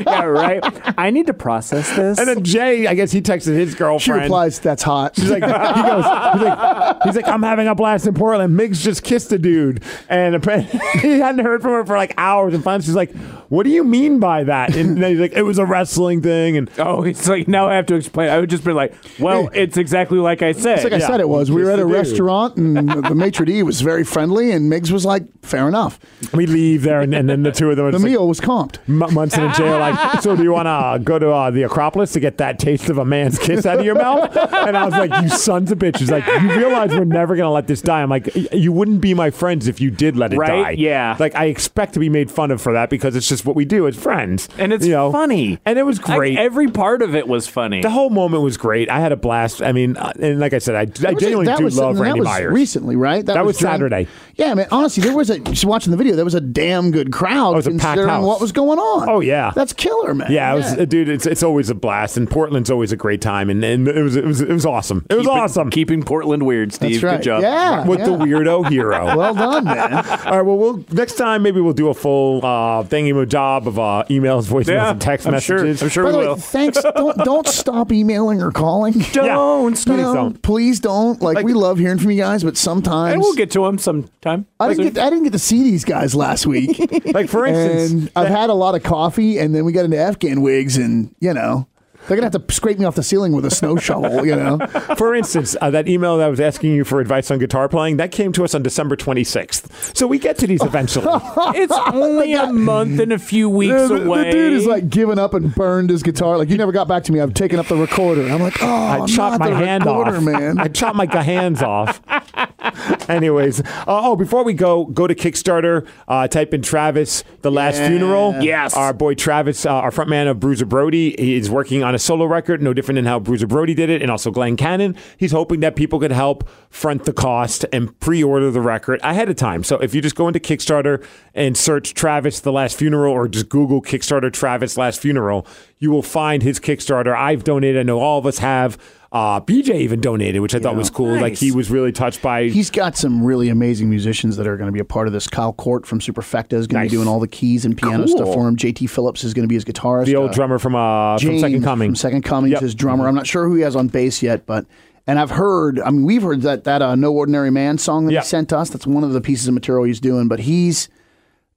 S2: yeah, right. I need to process this.
S1: and then Jay, I guess he texted his girlfriend.
S3: She replies, "That's hot."
S1: He's like, he goes, he's like, he's like, I'm having a blast in Portland. Migs just kissed a dude, and apparently he hadn't heard from her for like hours. And finally, she's like, "What do you mean by that?" And then he's like, "It was a wrestling thing." And
S2: oh, it's like now I have to explain. I would just be like, well, it's exactly like I said.
S3: It's like I said it was. We were
S1: Yes,
S3: at a
S1: they do.
S3: restaurant, and the maitre d' was very friendly, and Miggs was like, "Fair enough."
S1: we leave there, and, and then the two of them are
S3: The
S1: just like,
S3: meal was comped.
S1: M- Munson and Jay are like, so do you want to uh, go to uh, the Acropolis to get that taste of a man's kiss out of your mouth? And I was like, you sons of bitches. Like, you realize we're never going to let this die. I'm like, "Y- you wouldn't be my friends if you did let it
S2: Right?
S1: die.
S2: Yeah.
S1: Like, I expect to be made fun of for that because it's just what we do as friends.
S2: and it's
S1: you know?
S2: funny.
S1: And it was
S2: Like,
S1: great.
S2: every part of it was funny.
S1: the whole moment was great. I had a blast. I mean, uh, and like I said, I, I
S3: That was-
S1: genuinely
S3: that
S1: do
S3: was-
S1: love
S3: that
S1: Randy
S3: was
S1: Myers.
S3: Recently, right?
S1: That was
S3: during-
S1: Saturday.
S3: Yeah, man. Honestly, there was a. Just watching the video, there was a damn good crowd
S1: Oh, it was a packed
S3: considering
S1: house.
S3: what was going on.
S1: Oh, yeah.
S3: that's killer, man.
S1: Yeah, it was, uh, dude, it's, it's always a blast, and Portland's always a great time, and, and it was it was it was awesome. It was
S2: Keeping-
S1: awesome.
S2: Keeping Portland weird, Steve.
S3: that's right.
S2: Good job.
S3: Yeah,
S1: with the
S3: yeah.
S1: weirdo hero.
S3: Well done, man.
S1: All right. Well, we'll next time maybe we'll do a full uh, thingy job of uh, uh, emails, voicemails,
S2: Yeah,
S1: and text
S2: I'm sure-
S1: messages.
S2: I'm sure
S3: By
S2: we
S3: the way,
S2: will.
S3: thanks. Don't don't stop emailing or calling.
S2: Don't
S3: You
S2: stop.
S3: know,
S1: don't.
S3: Please don't. Like,
S2: Like-
S3: we love hearing from you guys, but sometimes
S2: And we'll get to him sometime.
S3: I didn't get I didn't get to see these guys last week.
S1: Like for instance,
S3: and I've had a lot of coffee, and then we got into Afghan wigs, and you know they're gonna have to scrape me off the ceiling with a snow shovel. You know,
S1: For instance, uh, that email that was asking you for advice on guitar playing, that came to us on December 26th. So we get to these eventually.
S2: It's only a month and a few weeks
S3: the, the
S2: away.
S3: dude is like giving up and burned his guitar. Like you never got back to me. I've taken up the recorder. I'm like, oh,
S1: I chopped
S3: not
S1: my
S3: the
S1: hand
S3: recorder,
S1: off.
S3: man.
S1: I chopped my g- hands off. Anyways, uh, oh, before we go, go to Kickstarter. Uh, type in Travis, the last funeral.
S2: Yes.
S1: our boy Travis, uh, our frontman of Bruiser Brody, he is working on a solo record, no different than how Bruiser Brody did it, and also Glenn Cannon. He's hoping that people could help front the cost and pre-order the record ahead of time. So if you just go into Kickstarter and search Travis, the last funeral, or just Google Kickstarter Travis last funeral, you will find his Kickstarter. I've donated. I know all of us have. Uh, BJ even donated, which I thought was cool. Like he was really touched by
S3: He's got some really amazing musicians that are going to be a part of this. Kyle Court from Superfecta is going to be doing all the keys and piano stuff for him. JT Phillips is going to be his guitarist.
S1: the old
S3: Uh,
S1: drummer from uh, from
S3: James
S1: Second Coming.
S3: From Second Coming,
S1: Yep.
S3: his drummer. I'm not sure who he has on bass yet, but and I've heard. I mean, we've heard that that uh, No Ordinary Man song that
S1: Yep.
S3: he sent us. That's one of the pieces of material he's doing. But he's,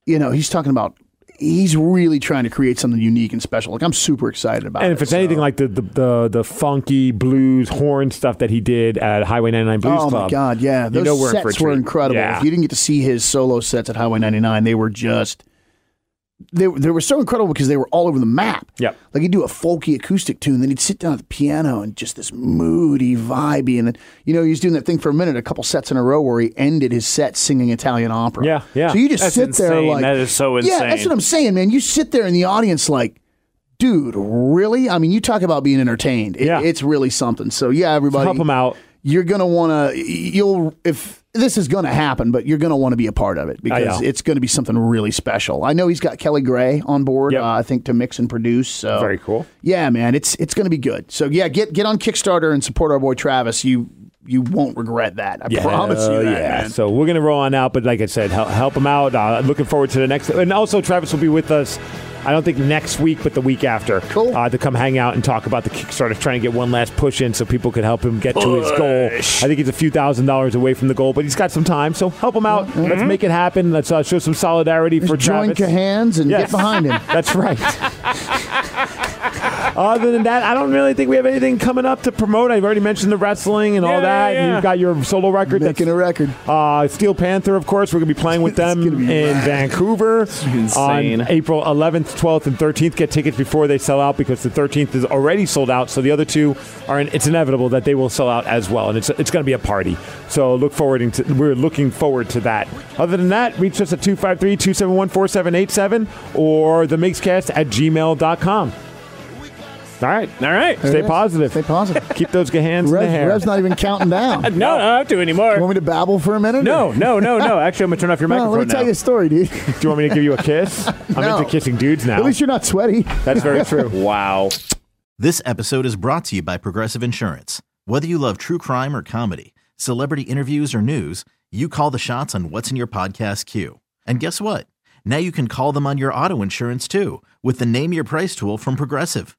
S3: you know, he's talking about. He's really trying to create something unique and special. Like I'm super excited about
S1: And
S3: it.
S1: if it's anything like the, the the the funky blues horn stuff that he did at Highway 99 Blues
S3: oh
S1: Club.
S3: my God, yeah, those
S1: you know we're in for a
S3: sets were
S1: treat.
S3: incredible.
S1: Yeah.
S3: If you didn't get to see his solo sets at Highway 99, they were just they they were so incredible because they were all over the map.
S1: Yep.
S3: like he'd do a folky acoustic tune, then he'd sit down at the piano and just this moody, vibey, and then you know he was doing that thing for a minute, a couple sets in a row where he ended his set singing Italian opera.
S1: Yeah, yeah.
S3: So you just
S2: That's
S3: sit there
S2: insane.
S3: like
S2: That is so
S3: Yeah, that's
S2: insane.
S3: what I'm saying, man. You sit there in the audience like. Dude, really? I mean, you talk about being entertained. It-
S1: Yeah.
S3: It's really something. So, yeah, everybody.
S1: help him out.
S3: You're gonna want to. You'll if this is gonna happen, but you're gonna want to be a part of it because
S1: know.
S3: it's gonna be something really special. I know he's got Kelly Gray on board.
S1: Yep.
S3: Uh, I think to mix and produce. So
S1: Very cool.
S3: Yeah, man, it's it's gonna be good. So yeah, get get on Kickstarter and support our boy Travis. You you won't regret that. I promise you that.
S1: yeah.
S3: man.
S1: So we're gonna roll on out, but like I said, help, help him out. Uh, looking forward to the next, and also Travis will be with us. I don't think next week, but the week after.
S3: Cool.
S1: Uh, to come hang out and talk about the Kickstarter, trying to get one last push in so people can help him get to his goal. I think he's a few thousand dollars away from the goal, but he's got some time, so help him out. Let's make it happen. Let's uh, show some solidarity for
S3: Mm-hmm. Join
S1: Travis.
S3: hands and
S1: Yes.
S3: get behind him.
S1: That's right. Other than that, I don't really think we have anything coming up to promote. I've already mentioned the wrestling and all
S2: Yeah,
S1: that.
S2: yeah, yeah.
S1: You've got your solo record.
S3: Making a
S1: that's-
S3: record.
S1: Uh, Steel Panther, of course. We're going to be playing with them
S3: gonna
S1: in
S3: be rad.
S1: Vancouver
S2: insane.
S1: on April 11th, 12th, and 13th. Get tickets before they sell out because the 13th is already sold out. So the other two are. In, it's inevitable that they will sell out as well, and it's it's going to be a party. So look forward into, we're looking forward to that. Other than that, reach us at 253-271-4787 or themixcast at gmail.com. All right.
S2: All right.
S1: Stay positive.
S3: Stay positive.
S1: Keep those hands in the
S3: Rev's,
S1: hair.
S3: Rev's not even counting down. you
S2: No, I don't have to anymore.
S3: want me to babble for a minute?
S2: No, no, no, no. Actually, I'm gonna turn off your
S3: Well,
S2: microphone
S3: let me tell
S2: now.
S3: you a story, dude.
S1: Do you want me to give you a kiss? I'm
S3: No.
S1: into kissing dudes now.
S3: At least you're not sweaty.
S1: That's very true.
S2: Wow.
S11: This episode is brought to you by Progressive Insurance. Whether you love true crime or comedy, celebrity interviews or news, you call the shots on what's in your podcast queue. And guess what? Now you can call them on your auto insurance too with the Name Your Price tool from Progressive.